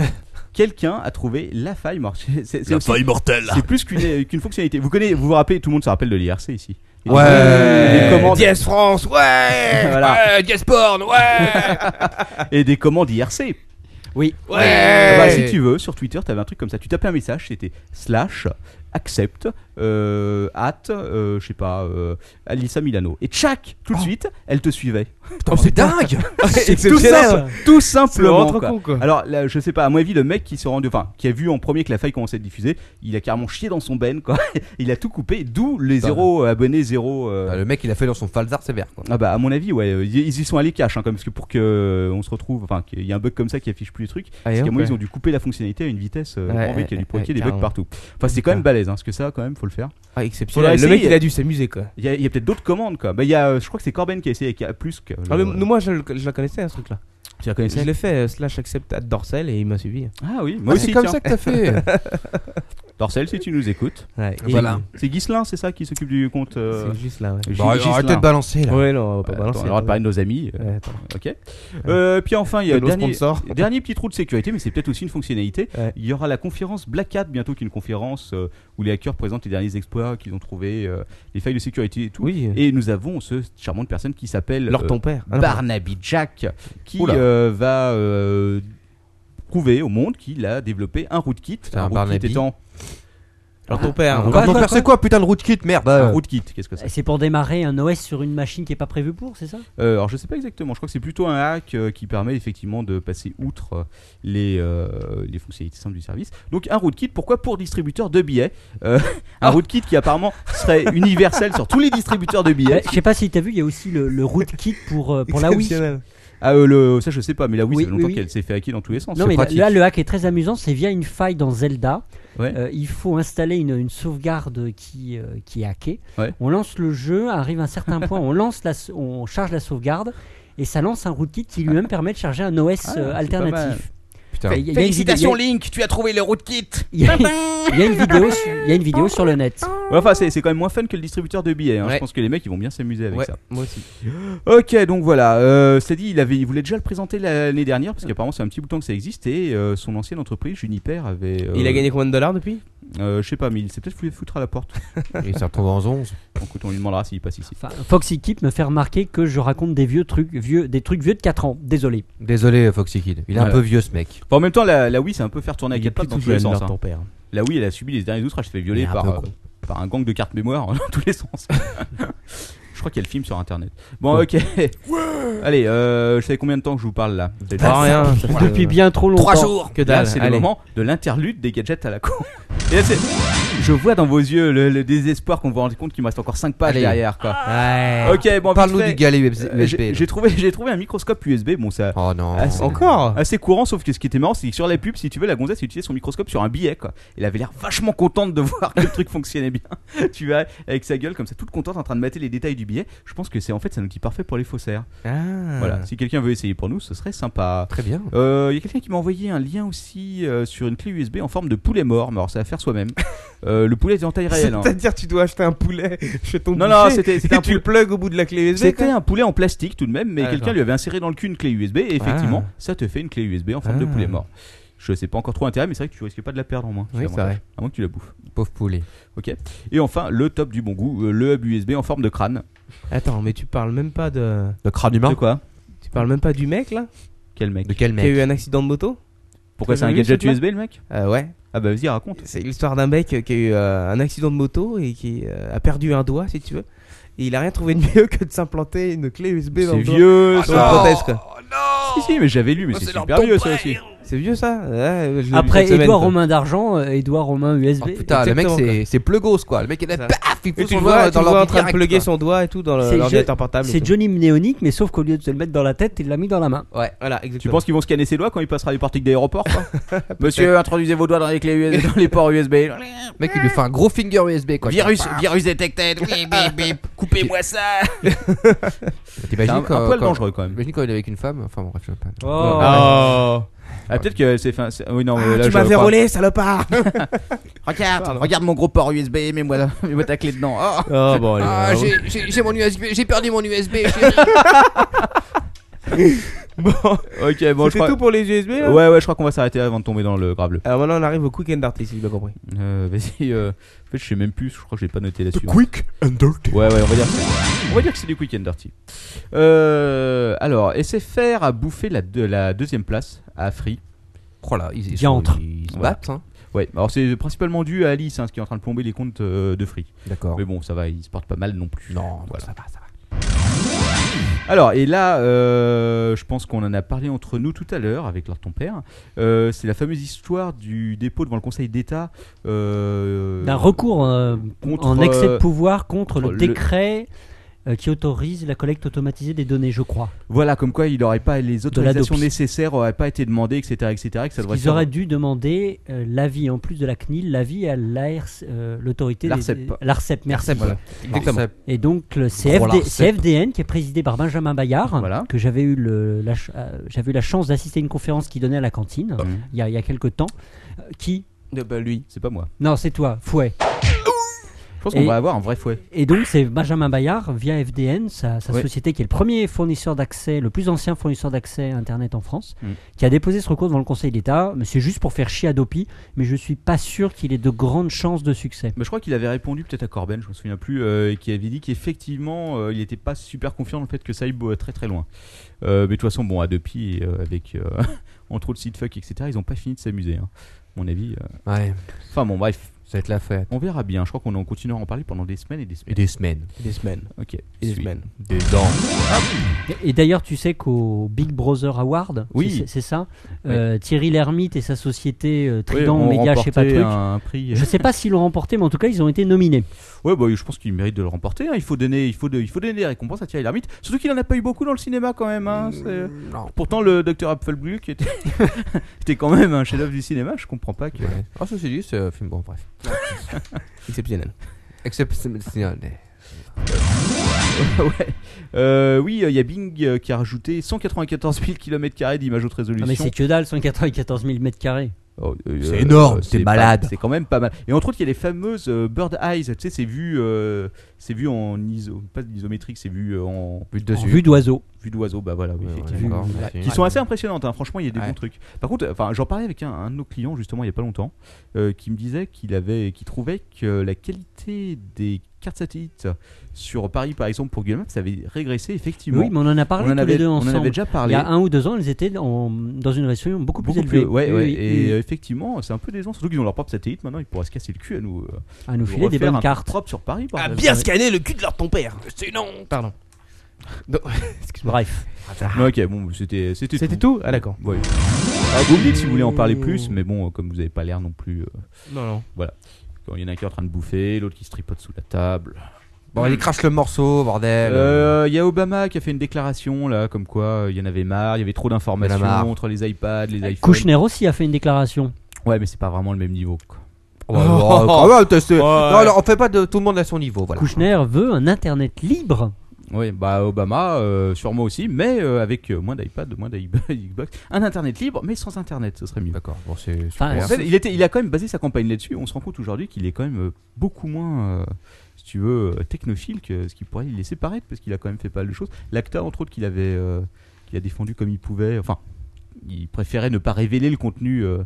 C: Quelqu'un a trouvé la faille mortelle. C'est, c'est aussi-
K: mortelle.
C: c'est plus qu'une, euh, qu'une fonctionnalité. Vous connaissez, vous vous rappelez, tout le monde se rappelle de l'IRC ici. Et
B: Ouais.
C: Des commandes,
D: Diez France, ouais.
C: Voilà.
D: Ouais, Diez Porn, ouais.
C: et des commandes IRC.
E: Oui.
D: ouais.
C: Bah, si tu veux, sur Twitter, t'avais un truc comme ça. Tu tapais un message, c'était slash accept euh, at euh, je sais pas euh, Alissa Milano et tchac tout de suite elle te suivait
B: Putain, c'est dingue.
C: c'est tout,
D: exceptionnel.
C: simple, tout
D: C'est vraiment
C: simplement
D: trop
C: quoi.
D: con, quoi.
C: alors là, je sais pas à mon avis le mec qui se rendu enfin qui a vu en premier que la faille commençait à être diffusée il a carrément chié dans son ben quoi il a tout coupé d'où les
B: Putain.
C: zéro abonnés zéro euh,
B: Ah, le mec, il a fait dans son falzar sévère. Quoi.
C: ah bah à mon avis ouais euh, ils ils y sont allés cash hein, comme parce que pour que euh, on se retrouve enfin qu'il y a un bug comme ça qui affiche plus les trucs
D: Ah,
C: parce qu'à moi ils ont dû couper la fonctionnalité à une vitesse euh,
D: Ouais,
C: grand V qui a
D: ouais,
C: dû provoquer
D: ouais,
C: des
D: carrément.
C: bugs partout enfin c'est quand même balèze hein, parce que ça quand même faut le faire
D: Ah, exceptionnel.
C: Faudra
D: Le mec,
C: essayer.
D: il a dû s'amuser quoi.
C: il y a, il y a peut-être d'autres commandes quoi bah il y a euh, je crois que c'est Corben qui a essayé avec A+, plus que
D: Ah, mais nous, moi, je, le- je la connaissais, hein, ce truc-là.
C: tu la
D: Je l'ai fait euh, slash accept at Dorsel et il m'a suivi.
C: ah oui moi aussi
B: c'est comme
C: tiens
B: ça que t'as fait.
C: Dorsel si tu nous écoutes
D: Ouais, et-
B: Voilà.
C: c'est Ghislain c'est ça qui s'occupe du compte euh,
D: C'est juste là, ouais.
C: Gis-
B: Bon,
C: Ghislain.
B: arrêtez de balancer là.
D: Ouais, non, on va pas
C: Attends,
D: balancer.
C: on aura parlé de nos amis euh,
D: Ouais, attends.
C: ok Euh, puis enfin il y a
D: Et
C: le
D: nos
C: dernier,
D: sponsors.
C: dernier petit trou de sécurité mais c'est peut-être aussi une fonctionnalité
D: Ouais.
C: il y aura la conférence Black Hat bientôt qui est une conférence euh, où les hackers présentent les derniers exploits qu'ils ont trouvés euh, les failles de sécurité et tout
D: Oui.
C: et nous avons ce charmante personne qui s'appelle
D: Leur
C: euh,
D: ton père. Ah, non,
C: Barnaby Jack qui
B: Oula.
C: euh, va euh, prouver au monde qu'il a développé un rootkit.
B: Putain,
C: un
B: Barnaby.
C: rootkit étant Ah,
D: Leur ton père.
B: Encore
D: hein.
B: ton père, c'est quoi putain de rootkit merde
C: un
B: euh.
C: rootkit, qu'est-ce que c'est
E: C'est pour démarrer un OS sur une machine qui est pas prévue pour, c'est ça
C: Euh, Alors je sais pas exactement, je crois que c'est plutôt un hack euh, qui permet effectivement de passer outre euh, les, euh, les fonctionnalités simples du service. Donc un rootkit, pourquoi Pour distributeur de billets. Euh, un
E: Ah.
C: rootkit qui apparemment serait universel sur tous les distributeurs de
E: Ouais,
C: billets.
E: Je sais pas si t'as vu, il y a aussi le, le rootkit pour, euh, pour la Wii.
D: Exceptionnel.
C: Ah, euh, le, ça, je sais pas, mais là, oui,
E: Oui,
C: ça fait longtemps
E: oui, oui.
C: qu'elle s'est fait hacker dans tous les sens.
E: Non,
C: C'est
E: mais là,
C: pratique.
E: là, le hack est très amusant. C'est via une faille dans Zelda.
C: Ouais.
E: Euh, il faut installer une, une sauvegarde qui, euh, qui est hackée.
C: Ouais.
E: On lance le jeu, arrive à un certain point, on, lance la, s- on charge la sauvegarde et ça lance un rootkit qui lui-même permet de charger un OS
C: Ah,
E: euh,
C: c'est pas mal.
E: alternatif.
B: Putain.
E: Enfin, il y a- il y a une
L: Félicitations
E: vidéo-
L: Link, tu as trouvé le rootkit.
E: il y a- il y a une vidéo sur- il y a une vidéo sur le net.
C: Ouais, enfin, c'est c'est quand même moins fun que le distributeur de billets. hein. Je
D: Ouais.
C: pense que les mecs, ils vont bien s'amuser avec
D: Ouais,
C: ça.
D: moi aussi.
C: Ok, donc voilà. Euh, c'est dit, il, avait, il voulait déjà le présenter l'année dernière parce qu'apparemment, c'est un petit bout de temps que ça existe et euh, son ancienne entreprise, Juniper, avait. euh,
D: Il a gagné combien de dollars depuis
C: euh, Je sais pas, mais il s'est peut-être voulu foutre à la porte.
B: Et ça retombe en 11.
C: Bon, écoute, on lui demandera s'il passe ici.
E: Enfin, Foxy Keep me fait remarquer que je raconte des vieux trucs, vieux, des trucs vieux de 4 ans. Désolé.
B: Désolé, Foxy Kid. Il est un
C: Voilà.
B: peu vieux, ce mec.
C: Enfin, en même temps, la, la Wii, c'est un peu faire tourner à
D: Il est
C: quatre pattes
D: plus
C: dans
D: tout
C: tous les
D: jeune,
C: sens.
D: leur
C: hein.
D: ton père.
C: La Wii, elle a subi les derniers outrages. Elle s'est fait
D: Il
C: violer
D: est un
C: par,
D: peu
C: euh,
D: con.
C: par un gang de cartes mémoire dans tous les sens. Je crois qu'il y a le film sur internet. Bon, ok. Allez, euh, je savais combien de temps que je vous parle là Bah, C'est
D: Pas rien, ça fait
E: Depuis bien trop longtemps.
L: Trois jours.
D: Que
C: Là,
D: dalle.
C: c'est le
D: allez.
C: moment de l'interlude des gadgets à la con. Et là, c'est- Je vois dans vos yeux le, le désespoir qu'on vous rend compte qu'il me reste encore 5 pages
B: Allez.
C: derrière. Quoi.
D: Ouais.
C: Ok, bon, vite
B: Parle-nous
C: fait.
B: du galet USB.
C: Euh, j'ai j'ai trouvé, j'ai trouvé un microscope USB. Bon, ça.
B: Oh non.
C: Ah, c'est-
D: Encore
C: Assez courant, sauf que ce qui était marrant, c'est que sur la pub, si tu veux, la gonzesse utilisait son microscope sur un billet, quoi. Elle avait l'air vachement contente de voir que le truc fonctionnait bien. tu vois, avec sa gueule comme ça, toute contente en train de mater les détails du billet. Je pense que c'est en fait, c'est un outil parfait pour les faussaires.
D: Ah.
C: Voilà, si quelqu'un veut essayer pour nous, ce serait sympa. Euh,
B: Très bien.
C: Il y a quelqu'un qui m'a envoyé un lien aussi euh, sur une clé USB en forme de poulet mort. Mais alors, c'est à faire soi-même. Euh, le poulet est en taille réelle. hein.
D: C'est-à-dire tu dois acheter un poulet chez ton
C: Non,
D: boucher
C: non, c'était c'était
D: et
C: un
D: tu
C: poulet.
D: le plugues au bout de la clé USB.
C: C'était un poulet en plastique tout de même, mais
D: Ah,
C: quelqu'un
D: d'accord.
C: lui avait inséré dans le cul une clé USB et effectivement,
D: Ah.
C: ça te fait une clé USB en forme de
D: Ah.
C: poulet mort. Je sais pas encore trop l'intérêt, mais c'est vrai que tu risques pas de la perdre en moins.
D: Oui, c'est
C: l'avantage.
D: vrai.
C: À moins que tu la bouffes.
B: Pauvre poulet.
C: Ok. Et enfin, le top du bon goût, euh, le hub USB en forme de crâne.
D: Attends, mais tu parles même pas de.
B: Le crâne
C: De
B: humain
C: quoi
D: Tu parles même pas du mec là
C: Quel mec
B: De quel
D: Qui a
B: mec
D: eu un accident de moto
C: Pourquoi
D: T'as
C: c'est un
D: jamais vu
C: gadget
D: ce truc-là
C: USB le mec
D: Euh, Ouais.
C: Ah bah vas-y, raconte.
D: C'est l'histoire d'un mec qui a eu euh, un accident de moto et qui euh, a perdu un doigt, si tu veux. Et il a rien trouvé de mieux que de s'implanter une clé USB dans
C: C'est
D: le doigt.
C: vieux
D: Sur une
C: ça. Oh,
D: prothèse, quoi.
C: Si, si, mais j'avais lu, mais c'est super vieux ça aussi.
D: C'est vieux ça Ouais, je l'ai lu
E: Après
D: cette semaine,
E: Edouard
D: quoi.
E: Romain d'argent, euh, Edouard Romain USB.
B: Oh, putain, le mec,
D: Exactement,
B: c'est- c'est pleugos quoi. Le mec, il a
D: Ça.
B: paf, il
D: Et
B: fout
D: tu
B: son
D: le vois,
B: doigt
D: tu le
B: dans
D: vois en
B: l'ordi
D: train de
B: direct,
D: plugger
B: quoi.
D: son doigt et tout dans
E: C'est
D: le- l'ordinateur portable. et
E: C'est
D: tout. Euh,
E: Johnny Mnéonique, mais sauf qu'au lieu de se le mettre dans la tête, il l'a mis dans la main.
D: Ouais, voilà,
C: Tu
D: exactement.
C: penses qu'ils vont scanner ses doigts quand il passera les portiques d'aéroport quoi Monsieur, introduisez vos doigts dans les, clés USB, dans les ports USB.
B: Le Mec, il lui fait un gros finger USB quoi. Ah.
L: Virus, virus détecté. Bip, bip, bip. Coupez-moi ça.
C: C'est
B: T'imagines
C: un, un
B: quand-
C: poil
B: quand-
C: dangereux quand même.
B: Imagine quand il est avec une femme, enfin bon, bref, je sais pas.
E: Oh.
D: Oh. Ah,
C: Ah, peut-être que c'est fin. c'est- Oui, non, mais là,
D: tu
C: je
D: m'as fait
C: crois-
D: rouler, salopard
L: Regarde, regarde mon gros port USB. Mets-moi mets ta clé dedans. Oh.
D: Oh bon, allez.
I: Ah,
D: bravo.
I: j'ai- j'ai j'ai mon USB, j'ai perdu mon USB.
D: Bon,
C: Ok, bon, je
D: c'était
C: crois.
D: tout pour les USB là
C: Ouais, ouais, je crois qu'on va s'arrêter là avant de tomber dans le grave.
D: Alors maintenant on arrive au quick and dirty si j'ai bien compris.
C: Euh, vas-y, euh, en fait, je sais même plus, je crois que j'ai pas noté la suivante.
K: Quick and dirty.
C: Ouais, ouais, on va dire que c'est, on va dire que c'est du Quick and Dirty. Euh, alors, SFR a bouffé la, de, la deuxième place à Free.
B: Oh là, ils, ils sont-
E: Diantre.
B: ils se
C: Voilà.
B: battent, hein.
C: Ouais, alors c'est principalement dû à Alice, hein, ce qui est en train de plomber les comptes euh, de Free.
B: D'accord.
C: Mais bon, ça va, ils se portent pas mal non plus.
B: Non,
C: Voilà.
B: ça va, ça va.
C: Alors, et là, euh, je pense qu'on en a parlé entre nous tout à l'heure avec leur ton père. Euh, c'est la fameuse histoire du dépôt devant le Conseil d'État. euh,
E: D'un recours euh,
C: contre,
E: en excès de
C: euh,
E: pouvoir contre le
C: contre le-
E: décret euh, qui autorise la collecte automatisée des données, je crois.
C: Voilà, comme quoi il n'aurait pas les autorisations
E: l'adoption.
C: nécessaires n'auraient pas été demandées, etc., etc. Que ça devrait
E: Ils auraient dû demander euh, l'avis, en plus de la CNIL, l'avis à l'ARS, euh, l'autorité. des-
C: L'ARCEP.
E: L'ARCEP, merci.
D: Voilà. Exactement.
B: Alors,
E: Et donc, le
B: Gros
E: CFD,
B: l'ARCEP.
E: CFDN, qui est présidé par Benjamin Bayard,
C: Voilà.
E: que j'avais eu, le, la, ch- euh, j'avais eu la chance d'assister à une conférence qui donnait à la cantine,
C: Mmh.
E: il y a, il y a quelques temps. euh, Qui
D: De bah lui.
C: C'est pas moi.
E: Non, c'est toi, Fouet.
C: Je pense qu'on
E: Et-
C: va avoir un vrai fouet.
E: Et donc, c'est Benjamin Bayard, via FDN, sa, sa
C: Ouais.
E: société qui est le premier fournisseur d'accès, le plus ancien fournisseur d'accès à Internet en France,
C: Mm.
E: qui a déposé ce recours devant le Conseil d'État. Mais c'est juste pour faire chier Adopi, mais je suis pas sûr qu'il ait de grandes chances de succès.
C: Mais je crois qu'il avait répondu peut-être à Corben, je me souviens plus, euh, et qui avait dit qu'effectivement euh, il n'était pas super confiant dans le fait que ça aille euh, très très loin. Euh, mais de toute façon, bon, Adopi, euh, avec euh, entre autres Seedfuck, etc., ils n'ont pas fini de s'amuser. hein. À Mon avis. euh.
B: Ouais.
C: Enfin bon, bref.
B: Ça va être la fête.
C: On verra bien. Je crois qu'on en continuera à en parler pendant des semaines et des semaines.
B: Et des semaines.
D: Et des semaines.
C: Ok.
D: Et des
C: Suis-
D: semaines.
C: Des dents.
B: Ah,
C: Ah
E: Et d'ailleurs, tu sais qu'au Big Brother Award,
C: Oui.
E: c'est- c'est ça, euh, Thierry Lhermitte et sa société euh, Trident
C: ont
E: Média, je sais pas
C: remporté
E: truc.
C: un prix. euh,
E: Je sais pas s'ils l'ont remporté, mais en tout cas, ils ont été nominés.
C: Ouais, bah, je pense qu'il mérite de le remporter. hein. Il, faut donner, il, faut de- il faut donner des récompenses à Thierry Lhermitte. Surtout qu'il en a pas eu beaucoup dans le cinéma quand même. hein. C'est-
E: Mm,
C: Pourtant, le docteur Apfelblüh qui était... était quand même un chef-d'œuvre du cinéma. Je comprends pas que.
B: Ouais. Ah, ceci dit, c'est un film. Bon, bref.
D: Exceptionnel.
B: Exceptionnel.
C: ouais. Euh, oui, euh, il y a Bing euh, qui a rajouté 194 000 km d'image haute
E: Non,
C: résolution.
E: Ah, mais c'est que dalle, 194 000 mètres carrés.
C: Oh, euh,
B: C'est énorme,
C: c'est
B: t'es
C: pas-
B: malade.
C: C'est quand même pas mal. Et entre autres, il y a les fameuses euh, bird eyes. Tu sais, c'est vu, euh, c'est vu en iso, pas isométrique, c'est vu euh, en
B: Vue de
E: En
B: dessus.
E: vue d'oiseau.
C: vue d'oiseau. Bah voilà, oui,
B: Ouais,
C: effectivement.
B: d'accord,
E: Ouais.
B: merci.
C: Qui sont assez impressionnantes. hein. Franchement, il y a des
B: Ouais.
C: bons trucs. Par contre, enfin, j'en parlais avec un, un de nos clients justement il y a pas longtemps, euh, qui me disait qu'il avait, qui trouvait que la qualité des cartes satellites sur Paris, par exemple, pour Google Maps, ça avait régressé effectivement.
E: Oui, mais on en a parlé
C: on en
E: tous
C: avait,
E: les deux
C: on en
E: ensemble.
C: avait déjà
E: Il
C: parlé.
E: y a un ou deux ans, ils étaient en- dans une version beaucoup plus
C: Beaucoup
E: élevée.
C: plus, ouais,
E: Oui,
C: ouais.
E: oui,
C: et
E: oui.
C: euh, effectivement, c'est un peu décevant. Surtout qu'ils ont leur propre satellite maintenant, ils pourraient se casser le cul à nous. euh,
E: à nous
C: nous
E: filer des
C: refaire un
E: bonnes
C: truc
E: cartes.
C: propre sur Paris.
D: Ah,
C: bordel.
D: bien scanner le cul de leur ton père.
I: C'est non
D: Pardon. Donc, Excuse-moi.
E: Bref.
C: Ouais, Ah, ok, bon, c'était c'était
D: C'était tout Ah d'accord.
C: Ouais. Ah, vous me dites si vous voulez en parler plus, mais bon, euh, comme vous n'avez pas l'air non plus. euh,
D: Non, non.
C: quand il y en a un qui est en train de bouffer, l'autre qui se tripote sous la table.
B: Bon, il crache le morceau, bordel.
C: Euh, Il y a Obama qui a fait une déclaration là, comme quoi euh, il y en avait marre, il y avait trop
B: Il y en a marre. Ah,
C: d'informations entre les iPads, les iPhones.
E: Kouchner aussi a fait une déclaration.
C: Ouais, mais c'est pas vraiment le même niveau. quoi.
B: Oh, bah, oh, quand même, t'es- c'est- Non, non, on fait pas de tout le monde à son niveau, voilà.
E: Kouchner veut un Internet libre.
C: Oui, bah Obama, euh, sûrement aussi, mais euh, avec euh, moins d'iPad, moins d'Xbox. Un internet libre, mais sans internet, ce serait mieux.
B: D'accord, bon, c'est
E: Enfin,
B: super.
C: En fait, il, était, il a quand même basé sa campagne là-dessus. On se rend compte aujourd'hui qu'il est quand même euh, beaucoup moins, euh, si tu veux, euh, technophile que ce qui pourrait le laisser paraître, parce qu'il a quand même fait pas mal de choses. L'ACTA, entre autres, qu'il avait, euh, qu'il a défendu comme il pouvait. Enfin, il préférait ne pas révéler le contenu euh,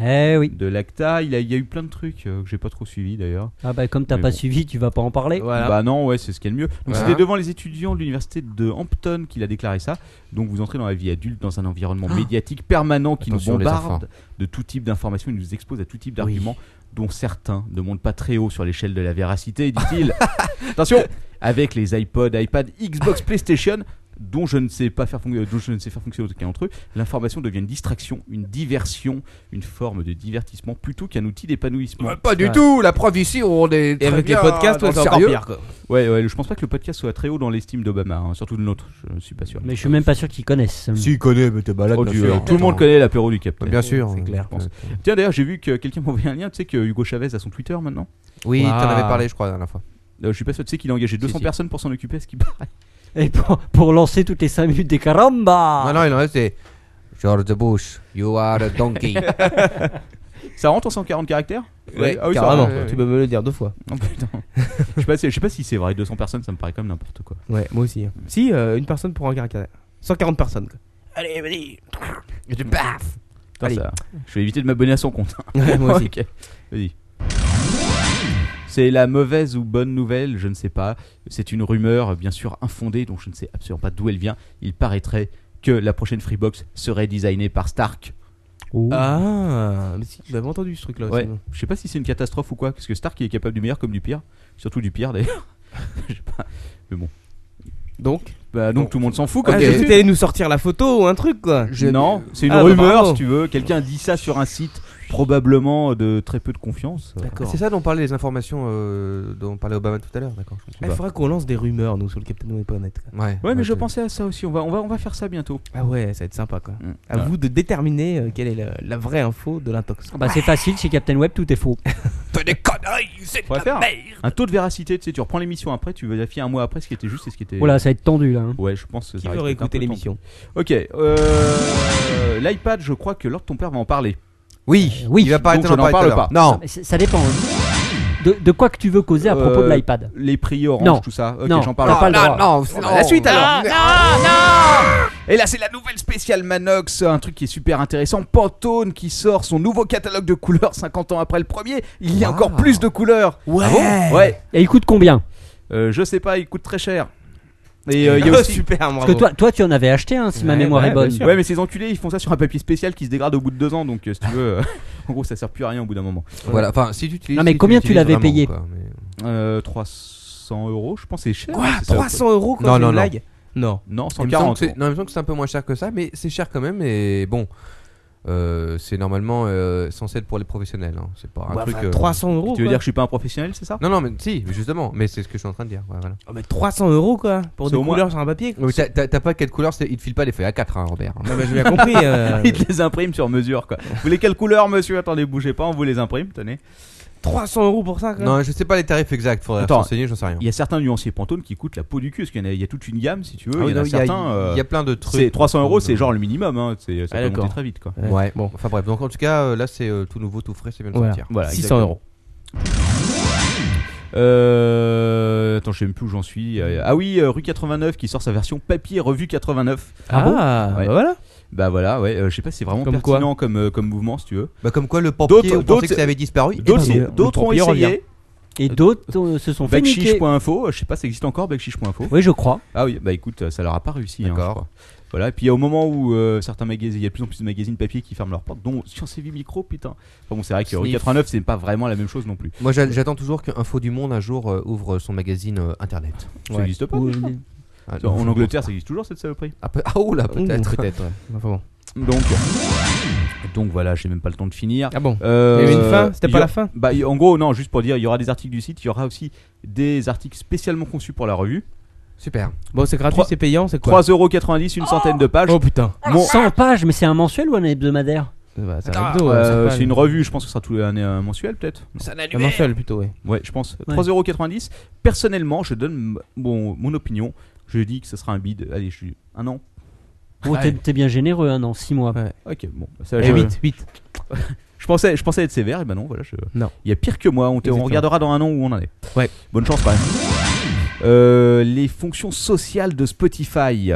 E: Eh oui.
C: de l'ACTA. Il, a- il y a eu plein de trucs euh, que j'ai pas trop suivi d'ailleurs.
E: Ah bah comme t'as
C: Mais
E: pas
C: bon.
E: suivi, tu vas pas en parler.
C: Bah non, ouais, c'est ce qui est le mieux. Donc
B: Voilà.
C: c'était devant les étudiants de l'université de Hampton qu'il a déclaré ça. Donc vous entrez dans la vie adulte, dans un environnement médiatique permanent qui
B: Attention,
C: nous
B: les
C: bombarde de tout type d'informations, il nous expose à tout type d'arguments, dont certains ne montent pas très haut sur l'échelle de la véracité, dit-il. Attention, avec les iPod, iPad, Xbox, PlayStation dont je ne sais pas faire, fonc- euh, dont je ne sais faire fonctionner aucun d'entre eux, l'information devient une distraction, une diversion, une forme de divertissement plutôt qu'un outil d'épanouissement.
I: Bah, Pas du tout, la preuve ici, on est.
D: Et
I: très
D: avec les
I: bien
D: podcasts,
I: dans
D: ouais,
I: le
D: c'est encore
I: sérieux.
D: pire quoi.
C: Ouais, ouais, je pense pas que le podcast soit très haut dans l'estime d'Obama, hein, surtout de notre, je suis pas sûr.
E: Mais je suis même pas sûr qu'ils connaissent.
B: Si, il connaît, mais t'es balade,
C: Oh,
B: bien
C: Dieu,
B: sûr.
C: tout le monde connaît l'apéro du Capitaine.
B: Bien sûr,
C: c'est
B: euh,
C: clair, je pense.
B: euh,
C: Tiens, d'ailleurs, j'ai vu que quelqu'un m'a envoyé un lien, tu sais que Hugo Chavez a son Twitter maintenant.
B: Oui, t'en
D: Ouah.
B: avais parlé, je crois, la dernière fois.
C: Euh, je suis pas sûr, tu sais qu'il a engagé 200
B: si.
C: personnes pour s'en occuper, ce qui paraît.
E: Et pour, pour lancer toutes les 5 minutes des caramba
B: Non, non, il en reste, c'est George Bush, you are a donkey.
C: Ça rentre en 140 caractères
D: Ouais,
C: ah oui, ça
D: carrément.
C: rentre.
D: tu peux me le dire deux fois.
C: Oh, putain. je, sais pas, si- je sais pas si c'est vrai, 200 personnes, ça me paraît comme n'importe quoi.
D: Ouais, moi aussi. hein. Si, euh, une personne pour un caractère. 140 personnes quoi.
I: Allez, vas-y.
B: Et tu paf
C: Putain,
D: Allez.
C: ça- je vais éviter de m'abonner à son compte.
D: Ouais, moi aussi.
C: Ok. Vas-y. C'est la mauvaise ou bonne nouvelle, je ne sais pas. C'est une rumeur, bien sûr, infondée, dont je ne sais absolument pas d'où elle vient. Il paraîtrait que la prochaine Freebox serait designée par Stark. Oh.
D: Ah, mais si, j'avais entendu ce truc là
C: Ouais.
D: aussi.
C: Je sais pas si c'est une catastrophe ou quoi, parce que Stark il est capable du meilleur comme du pire, surtout du pire d'ailleurs. Je sais pas.
D: Donc,
C: Bah, donc tout le monde s'en fout. Comme
D: ah,
C: d'habitude.
D: j'étais allé nous sortir la photo ou un truc quoi.
C: Non, c'est une
D: Ah, bah,
C: rumeur
D: bravo.
C: si tu veux. Quelqu'un dit ça sur un site, probablement de très peu de confiance.
D: D'accord.
B: C'est ça dont parlait les informations euh, dont parlait Obama tout à l'heure, d'accord je comprends.
D: Ah, Il faudra qu'on lance des rumeurs nous sur le Captain Web Planet. quoi.
B: Ouais,
C: Ouais, mais je
B: t'es-
C: pensais à ça aussi. On va, on va, on va faire ça bientôt.
D: Ah ouais, ça va être sympa quoi.
C: Mm.
D: À vous de déterminer euh, quelle est la, la vraie info de l'intox.
E: Ah Bah c'est facile, chez Captain Web tout est faux.
I: Fais des conneries, c'est
C: Faut
I: de
C: faire. hein.
I: la merde.
C: Un taux de véracité, tu sais, tu reprends l'émission après, tu vérifies un mois après ce qui était juste et ce qui était.
E: Voilà, ça va être tendu là. hein.
C: Ouais, je pense que
D: Qui
C: ça risque
D: veut
C: d'être un peu
D: réécouter l'émission
C: tendu. Ok, euh, l'iPad, je crois que Lord ton père va en parler. Euh,
B: Oui,
E: Oui,
B: il va pas
C: donc
B: arrêter d'en
C: je n'en
B: parler. tout
C: parle
B: à l'heure. Non,
E: Mais c'est- Ça dépend. hein. De, de quoi que tu veux causer à propos de
C: Euh,
E: l'iPad.
C: Les prix orange,
E: Non.
C: tout ça. Ok,
E: Non.
C: j'en
E: Non,
C: parle. Oh. Ah,
E: pas le droit.
I: Ah, non,
B: Oh, c'est-
I: non.
B: la suite alors.
C: Et là, c'est la nouvelle spéciale Manox, un truc qui est super intéressant. Pantone qui sort son nouveau catalogue de couleurs 50 ans après le premier. Il y a
B: Wow.
C: encore plus de couleurs.
I: Ouais.
C: Ah bon ouais.
E: Et il coûte combien
C: Euh, je sais pas, il coûte très cher. Et euh, il y a aussi.
D: Super,
E: Parce que toi, toi, tu en avais acheté un, si ma
C: Ouais,
E: mémoire
C: ouais,
E: est
C: bien
E: bonne.
C: sûr. Ouais, mais ces enculés, ils font ça sur un papier spécial qui se dégrade au bout de deux ans. Donc, euh, si tu veux, euh, en gros, ça sert plus à rien au bout d'un moment.
B: Voilà, enfin, si tu utilises-
E: Non, mais si tu combien tu l'utilises l'avais vraiment, payé
B: quoi,
C: Euh, 300 euros, je pense, c'est cher.
B: Quoi,
C: c'est ça,
B: 300
C: quoi.
B: euros, quoi, Non, c'est non, une non. blague
D: Non.
C: Non,
B: Il me semble
C: 140.
B: que c'est- Non, il me semble que c'est un peu moins cher que ça, mais c'est cher quand même. Et bon, euh, c'est normalement euh, censé être pour les professionnels. hein. C'est pas un
D: Ouais,
B: truc.
D: enfin, 300 bah, euros,
B: Tu veux
D: quoi.
B: dire
C: que je suis pas un professionnel, c'est ça
B: Non, non, mais si, justement. Mais c'est ce que je suis en train de dire. ouais, voilà.
D: Oh, mais 300 euros, quoi, pour
B: C'est
D: des
B: au moins-
D: couleurs sur un papier.
B: Oui, t'as- T'as t'as pas quelle couleur c'est- Il te file pas les feuilles à 4, hein, Robert.
D: Non, mais j'ai bien compris, euh.
C: Ils te les impriment sur mesure, quoi. Vous voulez quelle couleur, monsieur Attendez, bougez pas, on vous les imprime, tenez.
D: 300 euros pour ça, quoi.
B: Non, je sais pas les tarifs exacts. Faudrait
C: Attends,
B: renseigner, j'en sais rien.
C: Il y a certains nuanciers Pantone qui coûtent la peau du cul, parce qu'il y, en a- il y a toute une gamme, si tu veux.
B: Ah oui,
C: il y en a
B: non, il y a-
C: certains. euh,
B: il y a plein de trucs. Euh,
C: c'est 300 euros, c'est genre le minimum. Hein. C'est,
B: Ah,
C: ça peut monter
B: d'accord.
C: très vite, quoi.
B: Ouais. Bon, enfin bref. Donc en tout cas, euh, là, c'est euh, tout nouveau, tout frais, c'est bien de
C: Voilà.
B: sortir.
C: Voilà, 600 exactement. euros. Euh, Attends, je sais même plus où j'en suis. Euh, Ah oui, euh, Rue 89 qui sort sa version papier revue 89.
D: Ah bon Ah, bah voilà.
C: Bah voilà, ouais. euh, je sais pas si c'est vraiment
B: Comme quoi.
C: pertinent comme, euh, comme mouvement, si tu veux.
B: Bah comme quoi le papier, on pensait que ça avait disparu, et
C: D'autres,
B: bah, le- le
C: d'autres ont
B: papier
C: essayé.
B: revient.
E: Et d'autres euh, se sont fait niquer.
C: Backchiche.info, euh, je sais pas, ça existe encore, backchiche.info.
E: Oui, je crois.
C: Ah oui, bah écoute, ça leur a pas réussi. D'accord. Voilà, et puis il y a au moment où euh, certains magazines, il y a de plus en plus de magazines papier qui ferment leurs portes, dont Science et Vie Micro, putain. Enfin bon, c'est vrai que Rue
B: Sniff.
C: 89, c'est pas vraiment la même chose non plus.
B: Moi, j'a- j'attends toujours qu'Info du Monde un jour euh, ouvre son magazine euh, internet.
C: Ça n'existe pas. je crois.
B: Ah,
C: en
B: non, je
C: Angleterre, ça existe toujours cette saloperie.
B: Ah, peut- ah, oh là, peut-être,
C: Ouh.
B: peut-être, ouais. Enfin, bon.
C: Donc, donc voilà, j'ai même pas le temps de finir. Euh,
D: Ah bon.
B: Euh,
D: Il y avait une fin C'était
C: il y
D: pas
C: a-
D: la fin
C: Bah, y- en gros, non, juste pour dire, il y aura des articles du site, il y aura aussi des articles spécialement conçus pour la revue.
B: Super.
D: Bon, c'est gratuit, c'est payant, c'est quoi
C: 3,90€, une centaine de pages.
D: Oh putain.
E: 100 pages, mais c'est un mensuel ou un hebdomadaire
D: Bah,
E: c'est un hebdo,
C: Euh,
E: ouais, c'est pas
C: c'est
E: le-
C: une revue, je pense que ça sera tout un, un mensuel peut-être.
E: C'est un
D: annuaire. Un mensuel, plutôt, ouais.
C: Ouais, je pense.
D: Ouais.
C: 3,90€. Personnellement, je donne m- bon, mon opinion. Je dis que ce sera un bid. Allez, je suis un an.
E: Oh, t'es-
C: Allez.
E: t'es bien généreux, un an, 6 mois.
C: Ok, bon. bah,
D: Eh,
E: Et
C: je-
E: vite,
C: je pensais, je pensais être sévère, et ben non, voilà. Je...
D: Non.
C: Il y a pire que moi. On, te- on
D: Exactement.
C: regardera dans un an où on en est.
D: Ouais.
C: Bonne chance quand même. Euh, les fonctions sociales de Spotify.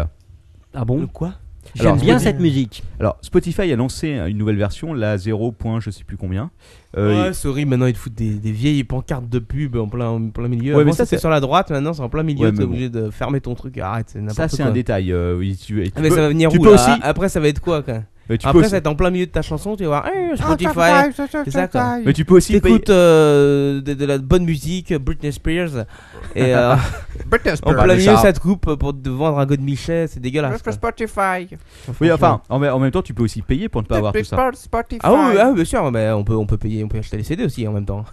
E: Ah bon
D: quoi
E: J'aime bien cette musique.
C: Alors Spotify a lancé une nouvelle version, la 0. point je sais plus combien. Euh,
D: ouais, sorry, maintenant ils te foutent des, des vieilles pancartes de pub en plein, en plein milieu.
C: Ouais,
D: Avant,
C: mais ça,
D: c'était
C: c'est-
D: sur la droite, maintenant c'est en plein milieu,
C: Ouais, mais
D: t'es
C: bon.
D: obligé de fermer ton truc. Arrête, c'est n'importe
C: Ça
D: quoi.
C: c'est un détail. euh, oui, tu, et tu
D: Ah, mais
C: peux-
D: ça va venir
C: tu
D: où
C: peux
D: là Ah,
C: aussi-
D: Après, ça va être quoi, quoi
C: Mais tu
D: Après,
C: peux
D: ça
C: aussi-
D: va être en plein milieu de ta chanson, tu vas voir, eh,
C: Ah,
D: Spotify,
C: ça, ça,
D: c'est
C: ça,
D: ça quoi.
C: ça. Mais tu peux aussi
D: T'écoutes euh, de, de la bonne musique, Britney Spears, et euh,
B: Britney
D: en
B: Spears.
D: plein milieu
B: Charles.
D: ça te coupe pour te vendre un godemichet, c'est dégueulasse. quoi.
I: Spotify.
C: Oui, enfin, en, en même temps, tu peux aussi payer pour ne pas avoir tout ça.
I: Spotify.
D: Ah oui, ah, oui, bien sûr, mais on peut, on peut payer, on peut acheter les CD aussi en même temps.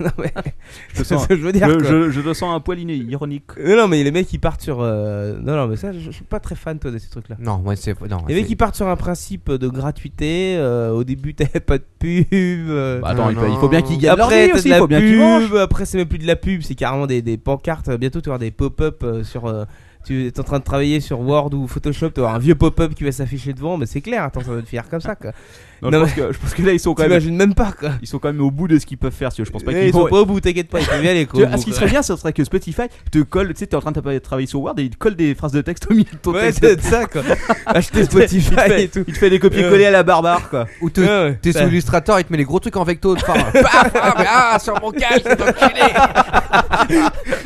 D: non, mais,
C: Je, te
D: c'est
C: sens,
D: ce que je veux dire.
C: je,
D: quoi.
C: je- je te sens un poil iné- ironique.
D: Non, non, mais les mecs qui partent sur. euh, Non, non, mais ça, je, je suis pas très fan, toi, de ces trucs-là.
B: Non, ouais, c'est. Non,
D: Les
B: c'est-
D: mecs qui partent sur un principe de gratuité. euh, au début, t'avais pas de pub. euh,
C: Bah attends, il faut- il faut bien qu'ils gagnent leur
D: Après,
C: vie
D: t'as
C: aussi,
D: de la
C: il faut bien qu'ils
D: pub,
C: mangent.
D: Après, c'est même plus de la pub, c'est carrément des, des pancartes. Bientôt, tu vas avoir des pop-up euh, sur. euh, tu es en train de travailler sur Word ou Photoshop, tu vas avoir un vieux pop-up qui va s'afficher devant, mais c'est clair, attends, ça va te faire comme ça quoi.
C: Non, je, pense que, je pense que là, ils sont quand même.
D: T'imagines même pas quoi.
C: Ils sont quand même au bout de ce qu'ils peuvent faire. si tu veux. Je pense pas
D: Eh,
C: qu'ils
D: ils sont
C: vont-
D: pas au bout, t'inquiète pas, ils peuvent y aller, quoi,
C: Tu
D: au
C: vois, ah,
D: bout,
C: ce qui
D: quoi.
C: serait bien, ce serait que Spotify te colle. Tu sais, t'es en train de tra- travailler sur Word et il te colle des phrases de texte au milieu de ton
D: Ouais,
C: texte.
D: c'est ça, quoi. Acheter
C: Il te fait-
D: Spotify
C: il te fait-
D: et Ah, tout.
C: Il te fait des copier-coller
D: Ouais.
C: à la barbare, quoi.
B: Ou te-
D: Ouais, ouais.
B: t'es sous
D: Ça-
B: Illustrator, il te met les gros trucs en vecto. Enfin, paf, ah, mais ah, sur mon casque, cet enculé.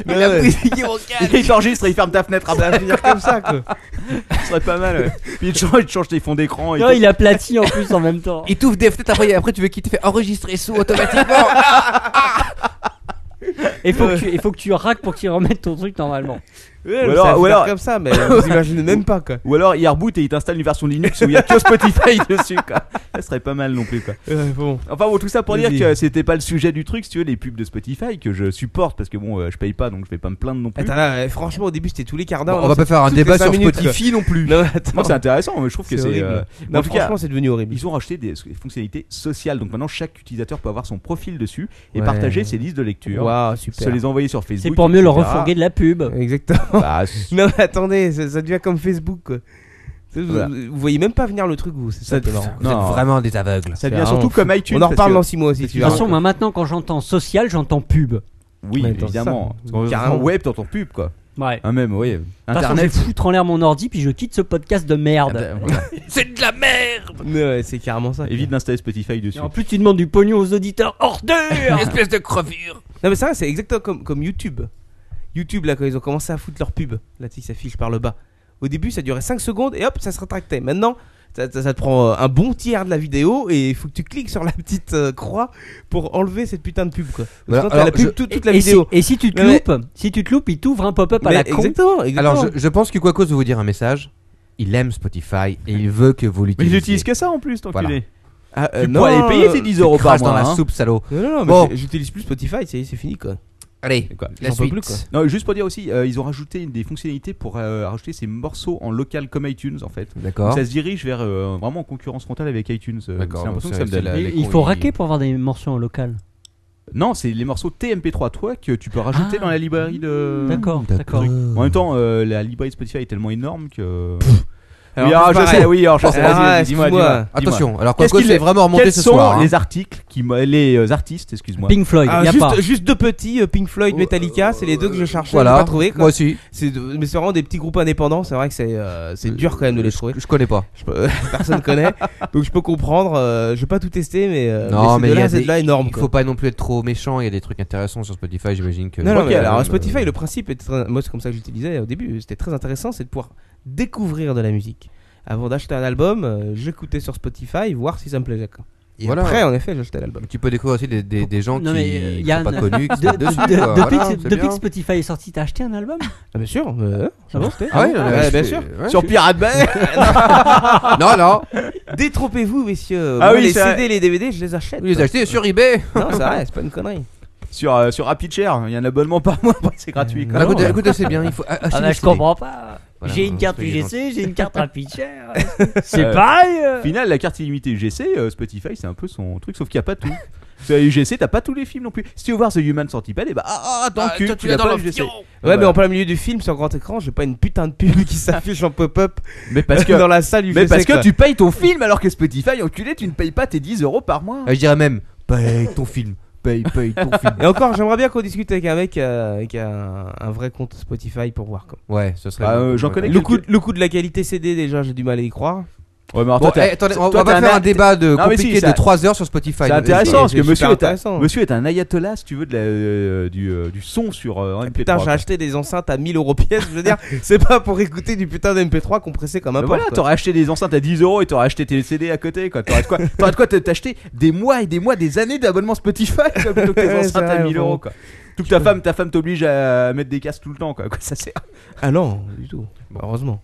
B: Il a
C: Ouais.
B: brisé mon casque.
C: Il t'enregistre et il ferme ta fenêtre à
D: Ça va finir comme ça, quoi.
C: Ce serait pas mal, ouais. Puis il te change, il te change tes fonds d'écran. et
E: Non,
C: tout.
E: il aplatit en plus en même temps.
B: Il t'ouvre des fenêtres après, après tu veux quitter, fait enregistrer sous automatiquement.
E: Il faut, que tu- il faut que tu raques pour qu'il remette ton truc normalement.
D: Euh. Ouais, ça va faire comme ça, mais vous imaginez même pas, quoi.
C: Ou alors il reboot et il t'installe une version Linux où il y a que Spotify dessus, quoi. Ça serait pas mal non plus, quoi.
D: Ouais, bon.
C: Enfin bon, tout ça pour dire
D: Vas-y.
C: que c'était pas le sujet du truc, si tu veux, les pubs de Spotify que je supporte parce que bon, euh, je paye pas donc je vais pas me plaindre non plus.
D: Attends, là, euh, franchement, au début, c'était tous les quarts d'heure. hein,
B: Bon, on va pas
D: Maintenant, c'est
B: faire un
D: toutes les
B: débat
D: cinq
B: sur
D: minutes,
B: Spotify
D: quoi.
B: non plus.
D: Non, attends.
C: Non, c'est intéressant, mais je trouve que
D: C'est
C: c'est.
D: horrible.
C: mais
D: Non,
C: en tout cas,
D: franchement, c'est devenu horrible.
C: Ils ont racheté des s- fonctionnalités sociales, donc maintenant chaque utilisateur peut avoir son profil dessus et
D: Ouais.
C: partager ses listes de lecture.
D: Waouh, super.
C: Se les envoyer sur Facebook.
E: C'est pour mieux leur
C: etc..
E: refourguer de la pub.
D: Exactement.
C: Bah, c'est-
D: Non, mais attendez, ça, ça devient comme Facebook, quoi. Ça, Vous,
C: Voilà.
D: vous voyez même pas venir le truc, vous. C'est ça, qui est marrant.
B: Vous êtes vraiment des aveugles.
C: Ça
D: C'est
C: devient
D: vraiment
C: surtout comme
D: fou.
C: iTunes.
D: On en
C: parce
D: reparle
C: que-
D: dans 6 mois aussi,
C: parce
D: tu
E: De
D: vas
E: toute
D: voir.
E: façon, moi maintenant, quand j'entends social, j'entends pub.
C: Oui,
D: Mais attends,
C: évidemment. Parce
D: ça,
C: qu'on-
D: carrément.
C: en web, t'entends pub quoi.
E: Ouais.
C: Ah, même, oui.
E: De toute façon, je vais
C: Internet.
E: foutre en l'air mon ordi, puis je quitte ce podcast de merde.
I: C'est de la merde.
D: Ah ben, Mais ouais, c'est carrément ça. quoi.
C: Évite d'installer Spotify dessus.
E: Et en plus, tu demandes du pognon aux auditeurs hors d'eux
I: Espèce de crevure.
D: Non, mais ça, c'est exactement comme, comme YouTube. YouTube, là, quand ils ont commencé à foutre leur pub, là, tu sais, qui s'affiche par le bas. Au début, ça durait 5 secondes et hop, ça se rétractait. Maintenant, ça, ça- ça te prend euh, un bon tiers de la vidéo et il faut que tu cliques sur la petite euh, croix pour enlever cette putain de pub, quoi.
B: Voilà,
D: Sinon, t'as
B: alors,
D: la pub
B: je-
D: tout- toute la
E: et
D: vidéo.
E: Si, et si tu te
D: Ouais, ouais.
E: loupes, si tu te loupes, il t'ouvre un pop-up à
D: Mais
E: la con.
D: exactement, exactement.
B: Alors, je, je pense que Quacos veut vous dire un message. Il aime Spotify et il veut que vous
C: Mais
B: l'utilisiez.
C: ils utilisent que ça en plus, ton
B: Voilà.
C: culé.
D: Ah, euh,
C: Tu
D: non,
C: pourrais les payer
D: euh,
C: ces 10
B: tu
C: euros par
B: craches
C: mois.
B: dans la
C: hein.
B: soupe, salaud.
D: Non, non, non, mais
B: Bon.
D: j'ai- j'utilise plus Spotify, c'est c'est fini, quoi.
B: Allez,
C: Et quoi
B: la
D: J'en peux
B: suite.
D: plus, quoi.
C: Non, juste pour dire aussi, euh, ils ont rajouté des fonctionnalités pour euh, rajouter ces morceaux en local comme iTunes en fait. Donc
B: D'accord.
C: ça se dirige vers euh, vraiment en concurrence frontale avec iTunes. euh,
B: D'accord,
C: C'est l'impression que
B: donc
C: ça me
B: c'est-
C: donne.
B: c'est la-
E: Il-
B: les
E: il
B: cons,
E: faut
B: ils-
E: raquer pour avoir des morceaux en local.
C: Non, c'est les morceaux TMP3 toi que tu peux rajouter
E: Ah.
C: dans la librairie de.
E: D'accord, d'accord.
C: En même temps, euh, la librairie de Spotify est tellement énorme que.
D: Alors,
C: oui, alors, je
D: pareil.
C: sais, oui, alors je sais.
D: Alors,
C: vas-y, vas-y, dis-moi,
D: excuse-moi.
C: dis-moi, dis-moi.
B: Attention, alors
C: Qu'est-ce
B: Quacos
C: qu'il est-
B: est vraiment remonté
C: Quels
B: ce
C: sont
B: soir. hein.
C: les articles qui m- les euh, artistes, excuse-moi.
E: Pink Floyd,
D: Ah,
E: y a
D: juste,
E: pas.
D: juste deux petits, euh, Pink Floyd, Metallica, c'est les deux que je cherchais,
B: Voilà,
D: j'ai pas trouvé. quoi.
B: moi aussi.
D: C'est de- mais c'est vraiment des petits groupes indépendants, c'est vrai que c'est euh, c'est dur quand même de les trouver.
B: Je connais pas.
D: Je peux- personne connaît, donc je peux comprendre. euh, je vais pas tout tester, mais, euh,
B: non, mais il
D: mais c'est de
B: y
D: là,
B: a
D: c'est
B: des...
D: de là énorme.
B: Il
D: quoi.
B: faut pas non plus être trop méchant. Il y a des trucs intéressants sur Spotify, j'imagine que.
D: Non, non,
C: Ok,
D: mais alors
C: euh,
D: Spotify, le principe est très- moi c'est comme ça que je l'utilisais au début, c'était très intéressant, c'est de pouvoir découvrir de la musique. Avant d'acheter un album, euh, j'écoutais sur Spotify, voir si ça me plaisait. quoi. Et
B: Voilà.
D: après, en effet, j'ai acheté l'album.
B: Tu peux découvrir aussi des, des, des gens
E: Non,
B: qui
E: mais, euh,
B: qui
E: Yann,
B: sont pas connus, qui
E: De-
B: sont dessus.
E: de- de- depuis
B: quoi. Voilà,
E: que-
B: c'est
E: depuis
B: bien.
E: que Spotify est sorti, t'as acheté un album
D: Ah, bien sûr, euh,
E: Ah bon
D: acheté.
B: Ah ouais,
D: Ah
B: ouais,
D: ouais, bien
B: c'est-
D: sûr.
B: ouais.
C: Sur Pirate Bay
B: Non, non.
D: Détrompez-vous, messieurs.
C: Ah
D: Moi,
C: oui,
D: les
C: c'est vrai.
D: CD et les DVD, je les achète.
B: Vous les achetez sur eBay.
D: Non, c'est vrai, c'est pas une connerie.
C: Sur, euh, sur Happy Chair, il y a un abonnement par mois, après, c'est gratuit. quoi.
B: Alors, écoutez, écoutez, c'est bien. Il faut acheter.
E: Ah,
B: des
E: mais je
B: CD.
E: comprends pas.
B: Voilà,
E: j'ai une carte
B: soyez gentils.
E: UGC, j'ai une carte Rapidshare. C'est
C: Euh,
E: pareil.
C: Au
E: euh.
C: final, la carte illimitée UGC, euh, Spotify, c'est un peu son truc, sauf qu'il n'y a pas tout. Sur la UGC, t'as pas tous les films non plus. Si tu veux voir The Human Centipede, et bah, ah, ah, dans le
I: Ah,
C: cul,
I: toi,
C: tu
I: tu
C: l'as
I: l'as
C: pas
I: dans
C: le UGC.
I: l'option.
E: Bah.
D: Ouais, mais
C: Voilà.
D: en plein milieu du film, sur grand écran, j'ai pas une putain de pub qui s'affiche en pop-up
C: Mais parce que,
D: dans la salle du
C: mais parce que tu payes ton film alors que Spotify, enculé, tu ne payes pas tes 10 euros par mois.
B: Ah, Je dirais même, paye ton film. Paye, paye ton film.
D: Et encore, j'aimerais bien qu'on discute avec un mec euh, qui a un, un vrai compte Spotify pour voir. Bah, Quoi.
B: Ouais, ce serait.
C: Ah,
B: bon.
C: euh, j'en connais
D: Le, coût, le coût de la qualité CD, déjà, j'ai du mal à y croire.
C: Ouais, mais alors,
B: Bon,
C: toi, t'as-
B: eh, attendez, on
C: toi,
B: va pas
C: t'as
B: faire
C: un-
B: un débat de
C: Non, mais si,
B: compliqué
C: ça-
B: de 3 heures sur Spotify.
C: C'est
B: Non,
C: intéressant
B: vas-y.
C: parce que
D: c'est
C: monsieur
D: super
C: est, un,
D: intéressant.
C: monsieur est un ayatollah si tu veux de la, euh, du, euh, du son sur euh, MP3.
D: Putain, j'ai
C: quoi.
D: acheté des enceintes à 1000 euros pièce, je veux dire, c'est pas pour écouter du putain d'MP3 compressé comme un
C: Mais voilà,
D: porc, quoi.
C: t'aurais acheté des enceintes à 10 euros et t'aurais acheté tes CD à côté. quoi. T'aurais de quoi, t'aurais de quoi te- t'acheter des mois et des mois, des années d'abonnement Spotify quoi, plutôt que tes
D: Ouais,
C: enceintes
D: c'est
C: à
D: vrai,
C: 1000
D: bon.
C: euros. Quoi. Tout que ta femme, ta femme t'oblige à mettre des casques tout le temps. Quoi. Quoi, ça sert.
D: Ah non, du tout. Heureusement.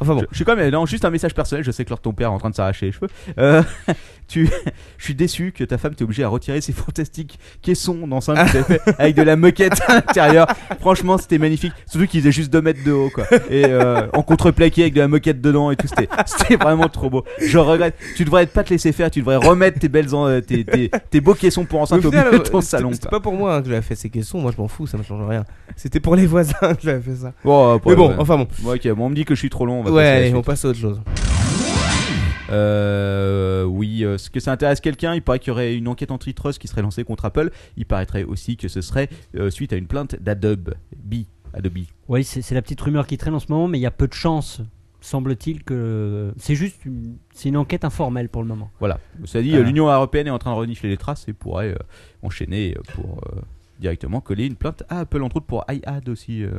D: Enfin bon.
C: Je, je suis quand même non, juste un message personnel. Je sais que Lord ton père est en train de s'arracher les cheveux. Euh, tu, je suis déçu que ta femme t'ait obligé à retirer ses fantastiques caissons d'enceinte que t'as fait avec de la moquette à l'intérieur. Franchement, c'était magnifique. Surtout qu'ils faisaient juste 2 mètres de haut, quoi. Et euh, en contreplaqué avec de la moquette dedans et tout. C'était, c'était vraiment trop beau. Je regrette. Tu devrais pas te laisser faire. Tu devrais remettre tes belles, en- euh, tes, tes, tes beaux caissons pour enceinte
D: Au
C: au
D: final,
C: milieu de ton
D: euh,
C: salon.
D: c'était- C'était
C: quoi.
D: pas pour moi hein, que j'avais fait ces questions, moi je m'en fous, ça me change rien. C'était pour les voisins que j'avais fait ça.
C: Bon, euh, pour-
D: Mais bon,
C: ouais.
D: enfin bon.
C: Bon, ok, bon, on me dit que je suis trop long. On va
D: ouais,
C: passer à la
D: allez,
C: suite.
D: on passe à autre chose.
C: Euh, oui, euh, est-ce que ça intéresse quelqu'un Il paraît qu'il y aurait une enquête antitrust qui serait lancée contre Apple. Il paraîtrait aussi que ce serait euh, suite à une plainte d'Adobe. B. Adobe.
E: Oui, c'est c'est la petite rumeur qui traîne en ce moment, mais il y a peu de chance, semble-t-il, que. C'est juste une, c'est une enquête informelle pour le moment.
C: Voilà. Cela dit,
E: Voilà.
C: euh, l'Union européenne est en train de renifler les traces et pourrait euh, enchaîner euh, pour euh, directement coller une plainte à Apple, entre autres pour iAd aussi. euh.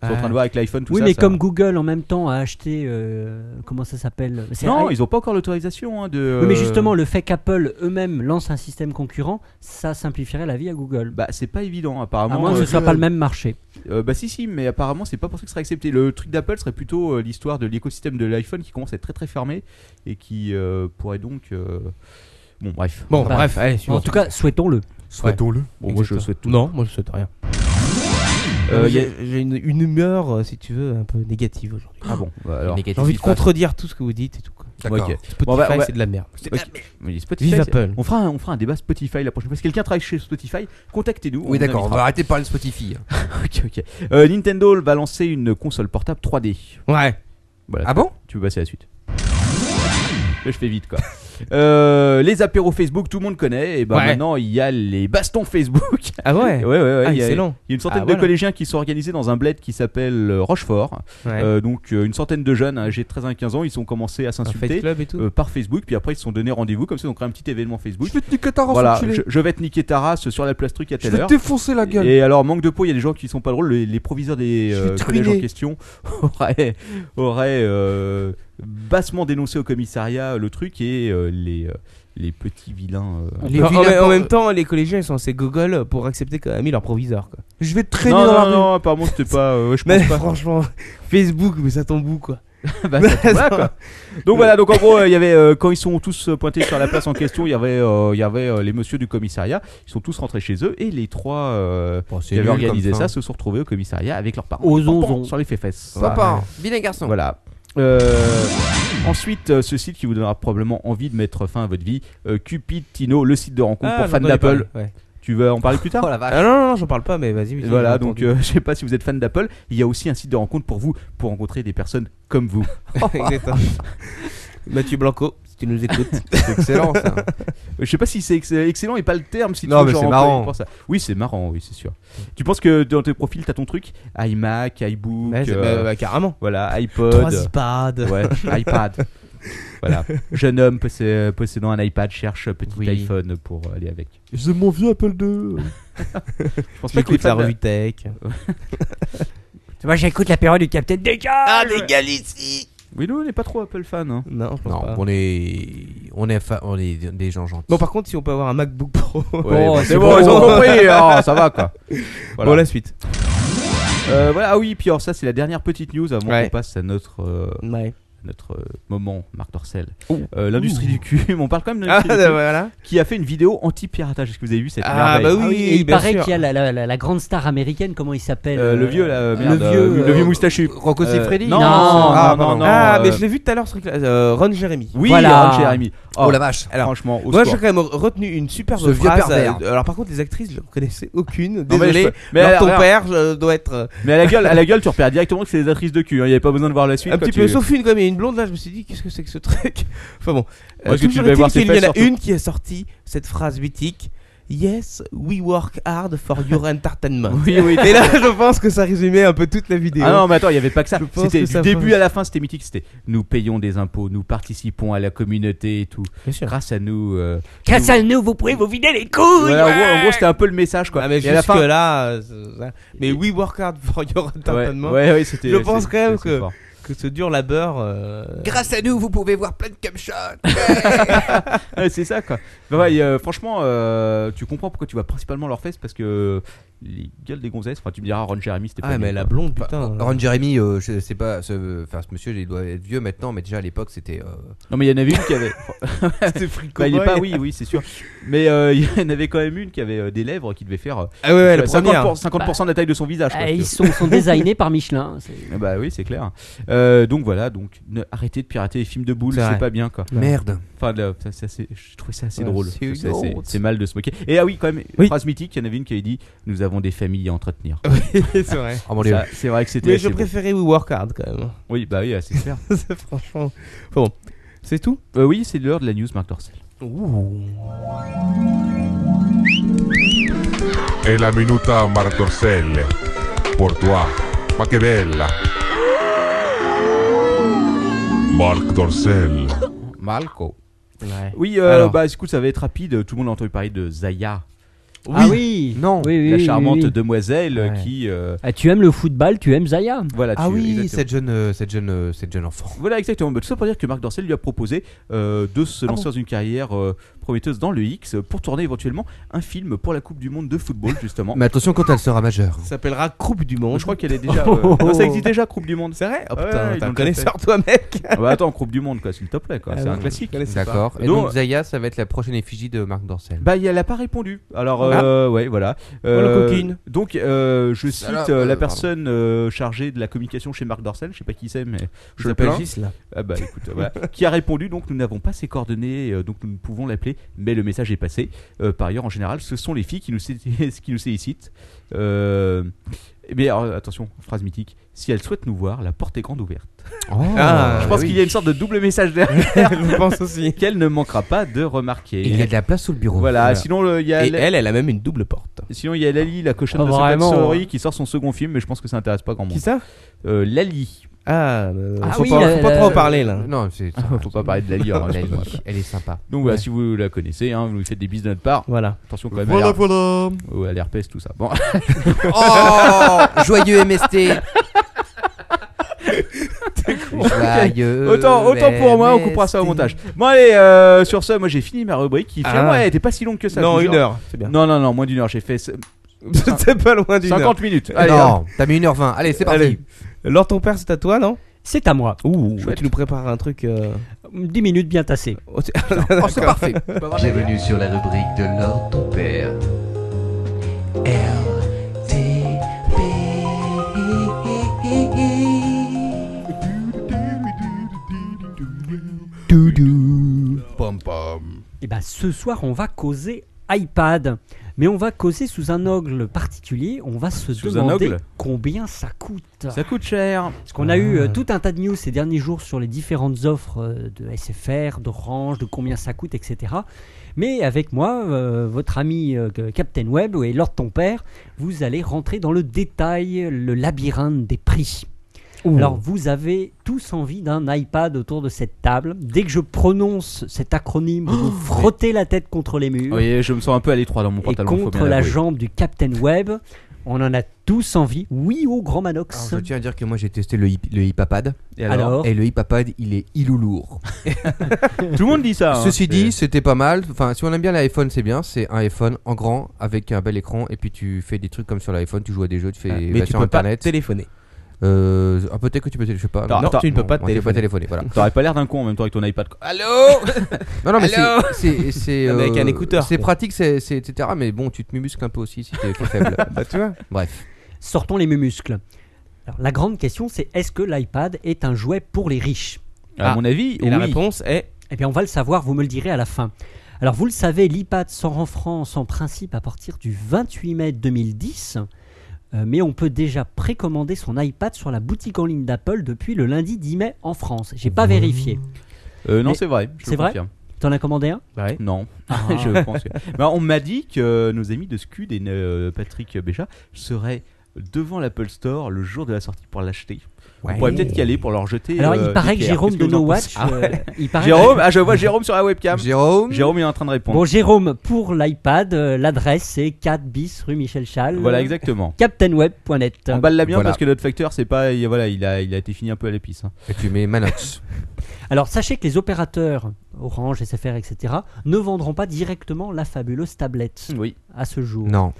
C: Ils sont en
D: Ah.
C: train de voir avec l'iPhone tout
E: oui,
C: ça.
E: mais
C: ça-
E: comme Google en même temps a acheté. euh, comment ça s'appelle C'est
C: Non,
E: i-
C: ils n'ont pas encore l'autorisation hein, de.
E: Oui, mais
C: euh,
E: justement, le fait qu'Apple eux-mêmes lance un système concurrent, ça simplifierait la vie à Google.
C: Bah, c'est pas évident
E: à
C: apparemment.
E: moins que
C: euh,
E: ce soit pas le même marché.
C: Euh, bah si si mais apparemment c'est pas pour ça que ce serait accepté le truc d'Apple serait plutôt euh, l'histoire de l'écosystème de l'iPhone qui commence à être très très fermé et qui euh, pourrait donc euh, bon bref
D: Bon,
E: Bah,
D: bref, allez,
E: En
D: suivant.
E: tout cas, souhaitons-le.
B: Souhaitons-le.
C: bon moi je
D: Exactement.
C: souhaite tout
D: Non, moi je souhaite rien.
C: Euh,
D: Euh,
C: y a-
D: J'ai j'ai une, une humeur, euh, si tu veux, un peu négative aujourd'hui.
C: ah bon bah, alors
D: J'ai envie de contredire tout ce que vous dites et tout. quoi.
B: D'accord.
C: ok.
D: Spotify,
C: Bon, bah, ouais.
D: c'est de la merde.
C: Ok. Mais les Spotify,
D: Vive
C: c'est-
D: Apple.
C: on fera un, on fera un débat Spotify la prochaine fois si quelqu'un travaille chez Spotify contactez-nous
B: Oui,
C: on
B: d'accord, on
C: invitera.
B: va arrêter de parler de Spotify.
C: ok ok Euh, Nintendo va lancer une console portable 3D
D: Ouais.
C: Voilà,
B: Ah bon
C: tu peux passer à la suite Là, je fais vite quoi Euh, les apéros Facebook, tout le monde connaît. Et ben
D: Ouais.
C: maintenant, il y a les bastons Facebook.
D: Ah
C: Ouais,
D: ouais
C: ouais, ouais.
D: Ah,
C: il, y a, il y
D: excellent.
C: a une
D: Ah,
C: centaine de
D: voilà.
C: collégiens qui sont organisés dans un bled qui s'appelle euh, Rochefort.
D: Ouais.
C: Euh, donc, euh, une centaine de jeunes, âgés de 13 à 15 ans, ils ont commencé à s'insulter
D: fight club et tout.
C: euh, par Facebook. Puis après, ils se sont donné rendez-vous. Comme ça, ils ont créé un petit événement Facebook. Je vais te
B: niquer ta race,
C: Voilà,
B: enculé.
C: je, je vais te niquer ta race sur la place truc à
B: Je
C: telle
B: vais
C: heure.
B: te défoncer la gueule.
C: Et alors, manque de peau, il y a des gens qui sont pas drôles. Les, les proviseurs des
B: Je vais
C: euh,
B: te
C: collèges en
B: ruiner.
C: question auraient, auraient, euh, bassement dénoncé au commissariat le truc et euh, les, euh, les petits vilains. euh,
D: En- en, en même temps, les collégiens ils sont assez gogoles pour accepter quand même leur proviseur. Quoi.
B: Je vais te
C: traîner Non, dans la non, rue. non, apparemment, c'était pas, euh, ouais, je
D: mais
C: pense pas.
D: franchement, Facebook, mais ça tombe où quoi
C: bah, ça tombe là, quoi. Donc voilà, donc en gros, euh, il y avait euh, quand ils sont tous euh, pointés sur la place en question, il y avait, euh, il y avait euh, les messieurs du commissariat. Ils sont tous rentrés chez eux et les trois euh,
D: Oh,
B: c'est
C: qui avaient
B: nul
C: organisé
B: comme ça.
C: ça se sont retrouvés au commissariat avec leurs parents.
B: Aux
C: Pam, pam,
B: onzons.
C: sur les fesses.
B: Pam, pam, hein. vilain garçon.
C: Voilà. Euh, ensuite, euh, ce site qui vous donnera probablement envie de mettre fin à votre vie, euh, Cupid Tino, le site de rencontre
D: Ah,
C: pour
D: j'en
C: fans
D: ai parlé,
C: d'Apple.
D: ouais.
C: Tu veux en parler plus tard
D: Oh la vache. Ah non, non, non, j'en parle pas, mais vas-y, vas-y,
C: Voilà,
D: j'ai
C: donc
D: entendu.
C: euh, je sais pas si vous êtes fan d'Apple, il y a aussi un site de rencontre pour vous, pour rencontrer des personnes comme vous.
D: Exactement. Mathieu Blanco, si tu nous écoutes.
C: C'est excellent, ça. Je sais pas si c'est ex- excellent et pas le terme. Si tu
B: Non,
C: veux,
B: mais
C: genre,
B: c'est
C: on peut-
B: marrant.
C: pour ça. Oui, c'est marrant, oui, c'est sûr. Tu penses que dans tes profils, t'as ton truc iMac, iBook. euh,
D: Ouais, c'est- bah, bah, carrément.
C: Voilà, iPod.
D: Trois iPads.
C: Ouais, iPad. voilà. Jeune homme possé- possédant un iPad cherche petit iPhone pour aller avec.
B: C'est mon vieux Apple 2.
C: Je pense
D: pas que les fans-
E: Moi, j'écoute l'apéro du Capitaine Dégage
C: Ah, dégage ici Oui, nous, on n'est pas trop Apple fan. Hein.
D: Non, je pense
B: Non,
D: pas.
B: on est, on est, fa- on est des gens gentils.
D: Bon, par contre, si on peut avoir un MacBook Pro.
B: bon, c'est bon, ils ont compris,
D: Ah,
B: oh, ça va, quoi.
C: Voilà.
D: bah, Bon, la suite.
C: Euh, voilà, ah oui, puis alors ça, c'est la dernière petite news avant
D: Ouais.
C: qu'on passe à notre, euh, notre euh, moment, Marc Dorcel.
D: Ouh.
C: Euh, l'industrie
D: Ouh.
C: du cul, on parle quand même de l'industrie
D: Ah,
C: du cul,
D: voilà.
C: qui a fait une vidéo anti-piratage. Est-ce que vous avez vu cette
D: Ah,
C: merveille
D: bah oui,
E: Et il
D: bien
E: paraît
D: sûr.
E: qu'il y a la, la- la- la grande star américaine, comment il s'appelle
C: Euh, le vieux, là, euh, merde,
E: le
C: euh,
E: vieux,
C: le vieux
E: euh,
C: moustachu. Rocco
E: euh,
C: Siffredi
E: non,
C: Non,
D: Ah,
C: Ah, non, non,
D: Ah,
C: euh,
D: mais je l'ai vu tout à l'heure, ce truc-là. Euh, Ron Jeremy.
C: Oui, Voilà. Ron Jeremy. Oh, Oh, la vache.
D: Alors,
C: franchement, au
D: moi,
C: secours.
D: j'ai quand même retenu une superbe
C: Ce vieux
D: phrase.
C: pervers.
D: euh, alors, par contre, les actrices, je ne reconnaissais aucune.
C: Non, mais
D: Désolé.
C: je
D: Mais,
C: peux- mais
D: alors,
C: alors,
D: ton
C: alors-
D: père, je dois être. euh,
C: Mais à la gueule, à la gueule, tu repères directement que c'est des actrices de cul. hein. Il n'y avait pas besoin de voir la suite.
D: un
C: quoi,
D: petit
C: tu-
D: peu, sauf une, comme il y a une blonde là, je me suis dit, qu'est-ce que c'est que ce truc Enfin bon, euh,
C: Parce que tu
D: toujours
C: devais voir
D: est-il
C: ses
D: qu'il y en a
C: fesses, surtout.
D: une qui a sorti cette phrase mythique. Yes, we work hard for your entertainment.
C: Oui, oui.
D: Et là, je pense que ça résumait un peu toute la vidéo.
C: Ah non, mais attends, il n'y avait pas que ça.
D: Je pense
C: C'était
D: que
C: du
D: ça-
C: début à la fin, c'était mythique. C'était nous payons des impôts, nous participons à la communauté et tout. Grâce à nous. euh,
E: Grâce
C: nous-
E: à nous, vous pouvez vous vider les couilles
C: Voilà, en gros, en gros, c'était un peu le message quoi.
D: Ah, mais
C: Et à la
D: jusque
C: fin,
D: là, euh, c'est- mais we work hard for your entertainment.
C: ouais, ouais, c'était-
D: Je
C: c'est-
D: pense quand
C: c'est-
D: même
C: c'est
D: que,
C: fort.
D: que ce dur labeur. euh,
I: Grâce à nous, vous pouvez voir plein de cumshots.
C: Ouais, c'est ça quoi. Bah ouais, et, euh, franchement, euh, tu comprends pourquoi tu vois principalement leurs fesses parce que euh, les gueules des gonzesses. Enfin, tu me diras, Ron Jeremy,
D: Ah,
C: c'était pas. lui, quoi.
B: Bah, Ron Jeremy, euh, je sais pas, ce, enfin, ce monsieur, il doit être vieux maintenant, mais déjà à l'époque, c'était. euh,
C: Non, mais il y en avait une qui avait.
B: C'était
C: Bah, il est pas, oui, oui, c'est sûr. Mais euh, il y en avait quand même une qui avait euh, des lèvres qui devaient faire euh,
D: Ah ouais, ouais, la
C: 50%,
D: première.
C: 50% de la taille de son visage. quoi,
E: Ah,
C: si tu
E: ils
C: veux.
E: sont, sont designés par Michelin. C'est-
C: Ah Bah oui, c'est clair. Euh, donc voilà, donc ne, arrêtez de pirater les films de boules,
B: C'est
C: c'est
B: vrai.
C: pas bien quoi.
B: Ouais. Merde.
C: Enfin, là, ça, c'est assez- je trouvais ça assez
B: Ouais,
C: drôle.
B: c'est
C: C'est assez-
B: honte.
C: c'est mal de se moquer. Et ah oui, quand même,
B: Oui.
C: phrase mythique, il y en avait une qui avait dit Nous avons des familles à entretenir.
D: c'est vrai.
C: Ça, C'est vrai que c'était.
D: Mais je
C: assez beau.
D: préférais We Work Hard quand même.
C: Oui, bah oui, c'est clair.
D: C'est franchement. Enfin bon, c'est tout
C: Euh, oui, c'est l'heure de la news, Marc Dorcel.
K: È E la minuta Marc Dorcel. Pour toi. Ma che bella. Marc Dorcel.
C: Malco.
D: Ouais.
C: Oui, euh,
D: Alors.
C: bah écoute, ça va être rapide. Tout le monde a entendu parler de Zaya.
E: Ah oui
C: Non
E: Oui, oui,
C: La
E: oui,
C: charmante
E: oui, oui.
C: demoiselle
E: Ouais.
C: qui. euh,
E: Ah, tu aimes le football, tu aimes Zaya
C: Voilà,
B: Ah
C: tu-
B: oui,
C: exactement.
B: cette jeune, euh, cette jeune, euh, cette jeune enfant.
C: Voilà, exactement. Mais Tout ça pour dire que Marc Dorcel lui a proposé euh, de se lancer dans une carrière euh, prometteuse dans le X pour tourner éventuellement un film pour la Coupe du Monde de football, justement.
B: Mais attention quand elle sera majeure.
D: Ça s'appellera Coupe du Monde.
C: Je crois qu'elle est déjà. euh, non, ça existe déjà, Coupe du Monde.
D: C'est vrai Oh
C: Ouais,
D: putain,
C: ouais, ils
D: t'es
C: l'ont
D: un
C: déjà
D: connaisseur
C: fait.
D: toi, mec
C: Ah bah attends, Coupe du Monde, quoi, s'il te plaît, quoi.
D: Ah
C: c'est
D: oui,
C: un
D: je
C: classique.
D: connaissais pas.
B: D'accord. Et
C: Donc,
B: donc, Zaya, ça va être la prochaine effigie de Marc Dorcel. Ah.
C: Bah, elle a pas répondu. Alors, euh, ouais, voilà.
B: Oh, le coquine.
C: Donc, euh, je cite
B: Salope,
C: euh, la
B: euh, pardon.
C: personne euh, chargée de la communication chez Marc Dorcel, je sais pas qui c'est, mais je le
D: s'appelle
C: plains.
D: Ghislain.
C: Ah bah écoute, voilà. qui a répondu donc nous n'avons pas ses coordonnées, euh, donc nous ne pouvons l'appeler, mais le message est passé. Euh, par ailleurs, en général, ce sont les filles qui nous sé- qui nous sollicitent. Euh, Eh bien, alors, attention, phrase mythique. Si elle souhaite nous voir, la porte est grande ouverte.
D: Ah,
C: Oh. je pense
D: oui.
C: qu'il y a une sorte de double message derrière.
D: Je pense aussi.
C: Qu'elle ne manquera pas de remarquer.
D: Il y a de la place sous le bureau.
C: Voilà,
D: Voilà.
C: sinon le- il y a.
D: Et elle, elle a même une double porte.
C: Sinon, il y a Lali, la cochonne
D: Ah,
C: de
D: vraiment.
C: Satori, qui sort son second film, mais je pense que ça intéresse pas grand monde.
D: Qui ça
C: euh, Lali.
D: Ah,
C: Ah
D: faut
C: oui,
D: pas,
C: la-
D: faut pas
C: la- Ah,
D: trop en parler là.
B: Non, c'est-
C: faut pas parler de Lali. alors,
B: Lali,
C: excuse-moi.
B: elle est sympa.
C: Donc voilà,
B: Ouais.
C: si vous la connaissez, hein, vous lui faites des bises de notre part.
D: Voilà.
C: Attention quand même.
D: Voilà,
C: à l'herp-
D: voilà.
C: Oh, à l'herpès, tout ça. Bon.
I: Oh, joyeux MST.
B: Joyeux
C: autant, autant pour moi, on
B: MST.
C: coupera ça au montage. Bon, allez, euh, sur ce, moi j'ai fini ma rubrique qui,
D: Ah.
C: finalement, elle était pas si longue que ça.
D: Non,
C: je vous
D: une
C: jure.
D: heure, c'est bien.
C: Non, non, non, moins d'une heure, j'ai fait.
D: C'était pas loin d'une
C: 50
D: heure.
C: minutes. hein.
D: Allez,
B: non,
D: hop.
B: t'as mis 1h20. Allez, c'est parti.
D: Allez. Laure, ton père, c'est à toi, non
E: C'est à moi.
D: Ouh,
E: Chouette.
D: tu nous prépares un truc. euh,
E: 10 minutes bien tassées.
D: Oh, tu- D'accord.
M: Bienvenue sur la rubrique de Lord ton père.
E: Et ben ce soir, on va causer iPad. Mais on va causer sous un angle particulier. On va se
C: Sous un
E: demander
C: angle
E: combien ça coûte.
C: Ça coûte cher.
E: Parce qu'on a eu euh, tout un tas de news ces derniers jours sur les différentes offres euh, de SFR, d'Orange, de combien ça coûte, etc. Mais avec moi, euh, votre ami euh, que- Captain Web et Lord ton père, vous allez rentrer dans le détail, le labyrinthe des prix.
D: Ouh.
E: Alors vous avez tous envie d'un iPad autour de cette table. Dès que je prononce cet acronyme, vous vous frottez la tête contre les murs
C: Oh, Oui, je me sens un peu à l'étroit dans mon
E: et
C: pantalon. faut
E: contre
C: bien
E: la
C: l'avouer.
E: jambe du Captain Web. On en a tous envie. Oui au Grand Manox.
B: Je tiens à dire que moi j'ai testé le, hip- le hippapad.
C: Et alors
B: Et le hippapad il est iloulourd.
C: Tout le monde dit ça. hein.
B: Ceci
C: C'est-
B: dit, c'était pas mal. Enfin, si on aime bien l'iPhone, c'est bien. C'est un iPhone en grand avec un bel écran et puis tu fais des trucs comme sur l'iPhone, tu joues à des jeux, tu fais
D: Ah, mais
B: bah,
D: tu
B: sur
D: peux pas
B: internet.
D: téléphoner.
B: Euh, ah, peut-être que tu peux téléphoner, je sais pas.
C: Non, tu ne
D: peux pas
B: on peut
D: téléphoner.
B: voilà.
C: T'aurais pas l'air d'un con en même temps avec ton iPad. quoi.
I: Allô
B: Non, non, mais c'est-
I: Allô
B: c'est. c'est, euh,
D: Non, mais avec un écouteur,
B: C'est
D: quoi.
B: pratique, c'est, c'est- etc. Mais bon, tu te muscles un peu aussi si t'es faible.
D: Bah, tu vois.
B: Bref.
E: Sortons les muscles. Alors, la grande question, c'est est-ce que l'iPad est un jouet pour les riches
C: À mon avis,
D: Ah. Et la
C: oui.
D: réponse est.
E: Eh bien, on va le savoir, vous me le direz à la fin. Alors, vous le savez, l'iPad sort en France en principe à partir du 28 mai 2010, euh, mais on peut déjà précommander son iPad sur la boutique en ligne d'Apple depuis le lundi 10 mai en France. J'ai
D: Mmh.
E: pas vérifié.
C: Euh, non,
E: Mais-
C: c'est vrai. je
E: C'est
C: le
E: vrai
C: confirme.
E: T'en as commandé un
D: Ouais.
C: Non,
E: Ah.
C: je pense que. Bah, on m'a dit que euh, nos amis de Scud et euh, Patrick Béja seraient devant l'Apple Store le jour de la sortie pour l'acheter.
D: Ouais.
C: On pourrait peut-être y aller pour leur jeter.
E: Alors,
C: euh,
E: il paraît
C: des
E: que
C: pierres.
E: Jérôme
C: Qu'est-ce que
E: de
C: vous en
E: No Watch.
C: pensez Ah ouais.
E: euh, il paraît-
C: Jérôme, ah, je vois Jérôme sur la webcam.
B: Jérôme.
C: Jérôme est en train de répondre.
E: Bon, Jérôme, pour l'iPad, euh, l'adresse c'est 4 bis rue Michel Chal. euh,
C: Voilà, exactement.
E: CaptainWeb.net.
C: On balle la bien
B: Voilà.
C: parce que notre facteur, c'est pas. il- Voilà, il a, il a été fini un peu à l'épice. hein.
B: Et tu mets Manox.
E: Alors sachez que les opérateurs Orange, SFR, etc. ne vendront pas directement la fabuleuse tablette
C: Oui.
E: à ce jour.
B: non.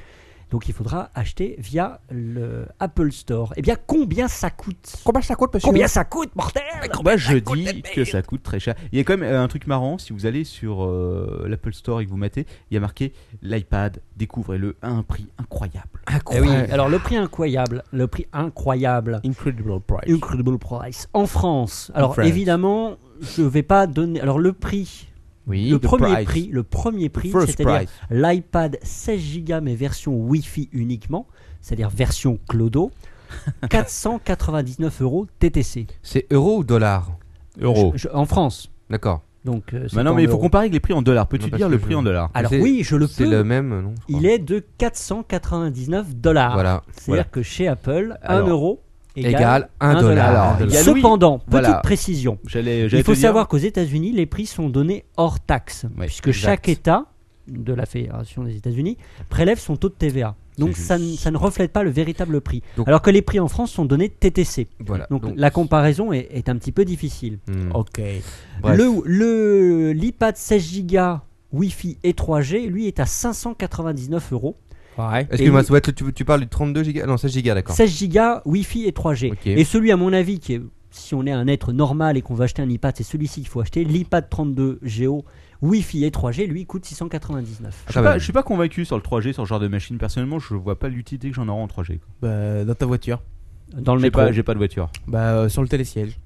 E: Donc il faudra acheter via le Apple Store. Eh bien combien ça coûte
B: Combien ça coûte, monsieur
E: Combien ça coûte, mortel
C: Bah, je dis que ça coûte très cher. Il y a quand même euh, un truc marrant, si vous allez sur euh, l'Apple Store et que vous matez, il y a marqué l'iPad, découvrez-le à un prix incroyable.
E: Eh oui, alors le prix incroyable, le prix incroyable.
D: Incredible price.
E: Incredible price. En France, alors
D: France.
E: évidemment, je vais pas donner. Alors le prix.
B: Oui,
E: le
B: the
E: premier
B: price.
E: prix, le premier prix,
D: first
E: c'est-à-dire
D: price.
E: l'iPad 16 Go mais version Wi-Fi uniquement, c'est-à-dire version clodo, 499 euros TTC.
B: C'est euro ou dollar
C: Euro.
E: Je- je- en France.
B: D'accord.
E: Donc. euh, c'est
C: Bah non,
E: en
C: mais il faut
E: euros.
C: comparer avec les prix en dollars. Peux-tu
B: Non, parce
C: dire
B: que
C: le
B: je-
C: prix en dollars
E: Alors
B: C'est-
E: oui, je le
B: C'est
E: peux.
B: le même, non je
E: Il
B: crois.
E: est de 499 dollars.
B: Voilà.
E: C'est-à-dire
C: Voilà.
E: que chez Apple, 1
C: Alors,
E: euro
B: Égale
E: égale,
B: un
E: un
B: dollar.
C: Alors, il y a Louis-
E: Cependant, petite
C: Voilà.
E: précision.
C: J'allais, j'allais
E: Il faut
C: te dire-
E: savoir qu'aux États-Unis, les prix sont donnés hors taxe,
C: Ouais,
E: puisque
C: exact.
E: chaque État de la Fédération des États-Unis prélève son taux de TVA. Donc
B: C'est
E: ça, ne- ça ne reflète pas le véritable prix.
B: Donc-
E: Alors que les prix en France sont donnés TTC.
B: Voilà.
E: Donc, la comparaison est, est un petit peu difficile.
B: Hmm.
D: Ok.
B: Bref.
E: Le- Le l'iPad 16 Go Wi-Fi et 3G, lui, est à 599 euros.
D: Ouais.
B: Excuse-moi,
E: Et-
B: ça doit être- tu, tu parles du 32 gigas Non, 16 gigas, d'accord.
E: 16 Go Wi-Fi et 3G.
B: Ok.
E: Et celui, à mon avis, qui est, si on est un être normal et qu'on veut acheter un iPad, c'est celui-ci qu'il faut acheter. L'iPad 32 Go Wi-Fi et 3G, lui, coûte 699.
C: Je
B: Ah
C: suis,
B: bah
C: pas,
B: oui.
C: je suis pas convaincu sur le 3G, sur ce genre de machine. Personnellement, je vois pas l'utilité que j'en aurai en 3G. quoi.
D: Bah, dans ta voiture.
E: Dans le
C: J'ai
E: métro,
C: pas, j'ai pas de voiture.
D: Bah, euh, sur le télésiège.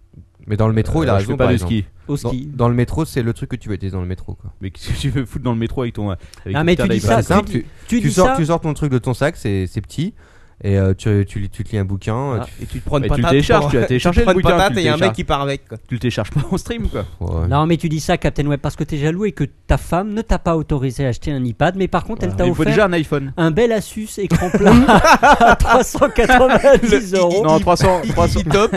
B: Mais dans le métro, il a
C: Euh, je
B: raison.
C: fais pas
B: par
C: de
B: exemple.
C: ski.
E: au
B: Dans,
E: ski.
B: dans le métro, c'est le truc que tu vas utiliser dans le métro. Quoi.
C: Mais qu'est-ce que tu veux foutre dans le métro avec ton. euh, Avec
E: Non,
C: ton
E: mais
C: putain
E: tu dis
C: d'iPad
E: ça,
B: C'est simple,
E: tu,
B: tu,
E: tu
B: tu
E: dis
B: sors,
E: ça,
B: tu sors ton truc de ton sac, c'est c'est petit. Et euh, tu, tu, lis- tu te lis un bouquin.
D: Ah, et tu te prends une
B: Mais
D: patate
B: Tu télécharges,
D: pour-
B: tu as
D: tu te
B: téléchargé
D: prends
B: le
D: une
B: bouquin.
D: patate
B: tu le
D: et il y a un mec
B: télécharges.
D: qui part avec, quoi.
C: Tu le télécharges pas en stream quoi.
E: Non, mais tu dis ça, Captain Web, parce que t'es jaloux et que ta femme ne t'a pas autorisé à acheter un iPad, mais par contre, elle
C: Voilà.
E: t'a
C: Il faut
E: offert
C: déjà un iPhone.
E: un bel Asus écran plat à 390 euros.
C: Non, 300, 300
D: top.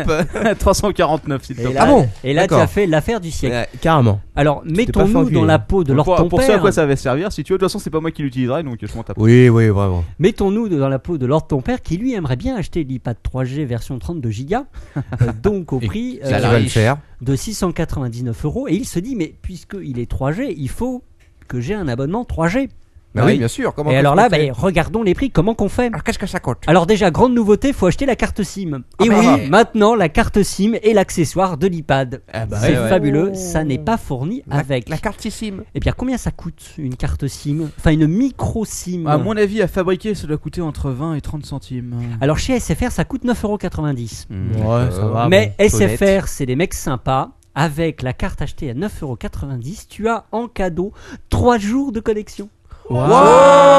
C: 349 s'il te
E: Et
C: plaît. Ah
E: là, et là, tu as fait l'affaire du siècle.
D: carrément.
E: Alors,
C: pas fait
E: mettons-nous
C: enculer.
E: dans la peau de
C: Donc,
E: leur
C: pour,
E: ton
C: pour
E: père.
C: ça, à quoi ça va servir Si tu veux, de toute façon, c'est pas moi qui l'utiliserai, donc je m'en tape.
B: Oui, oui, vraiment.
E: Mettons-nous dans la peau de Lord ton père qui lui aimerait bien acheter l'iPad 3G version 32 Go, euh, donc au prix euh,
B: ça, il va le faire.
E: de 699 euros. Et il se dit, mais puisqu'il est 3G, il faut que j'ai un abonnement 3G.
B: Bah oui, bien sûr, comment
E: et
B: est-ce
E: alors
B: qu'on
E: là,
B: fait
E: bah, regardons les prix. Comment qu'on fait Alors
B: qu'est-ce que ça coûte
E: Alors déjà, grande nouveauté, faut acheter la carte SIM. et
B: bah.
E: oui, maintenant la carte SIM est l'accessoire de l'iPad.
B: bah
E: C'est
B: ouais, ouais.
E: fabuleux. Ça n'est pas fourni avec la
I: carte SIM.
E: Eh bien, combien ça coûte une carte SIM Enfin, une micro SIM.
C: À mon avis, à fabriquer, ça doit coûter entre 20 et 30 centimes.
E: Alors chez SFR, ça coûte 9,90€.
C: Ouais, ça va,
E: Mais
C: bon, faut
E: SFR, c'est des mecs sympas. Avec la carte achetée à 9,90€, tu as en cadeau 3 jours de connexion.
I: Wow.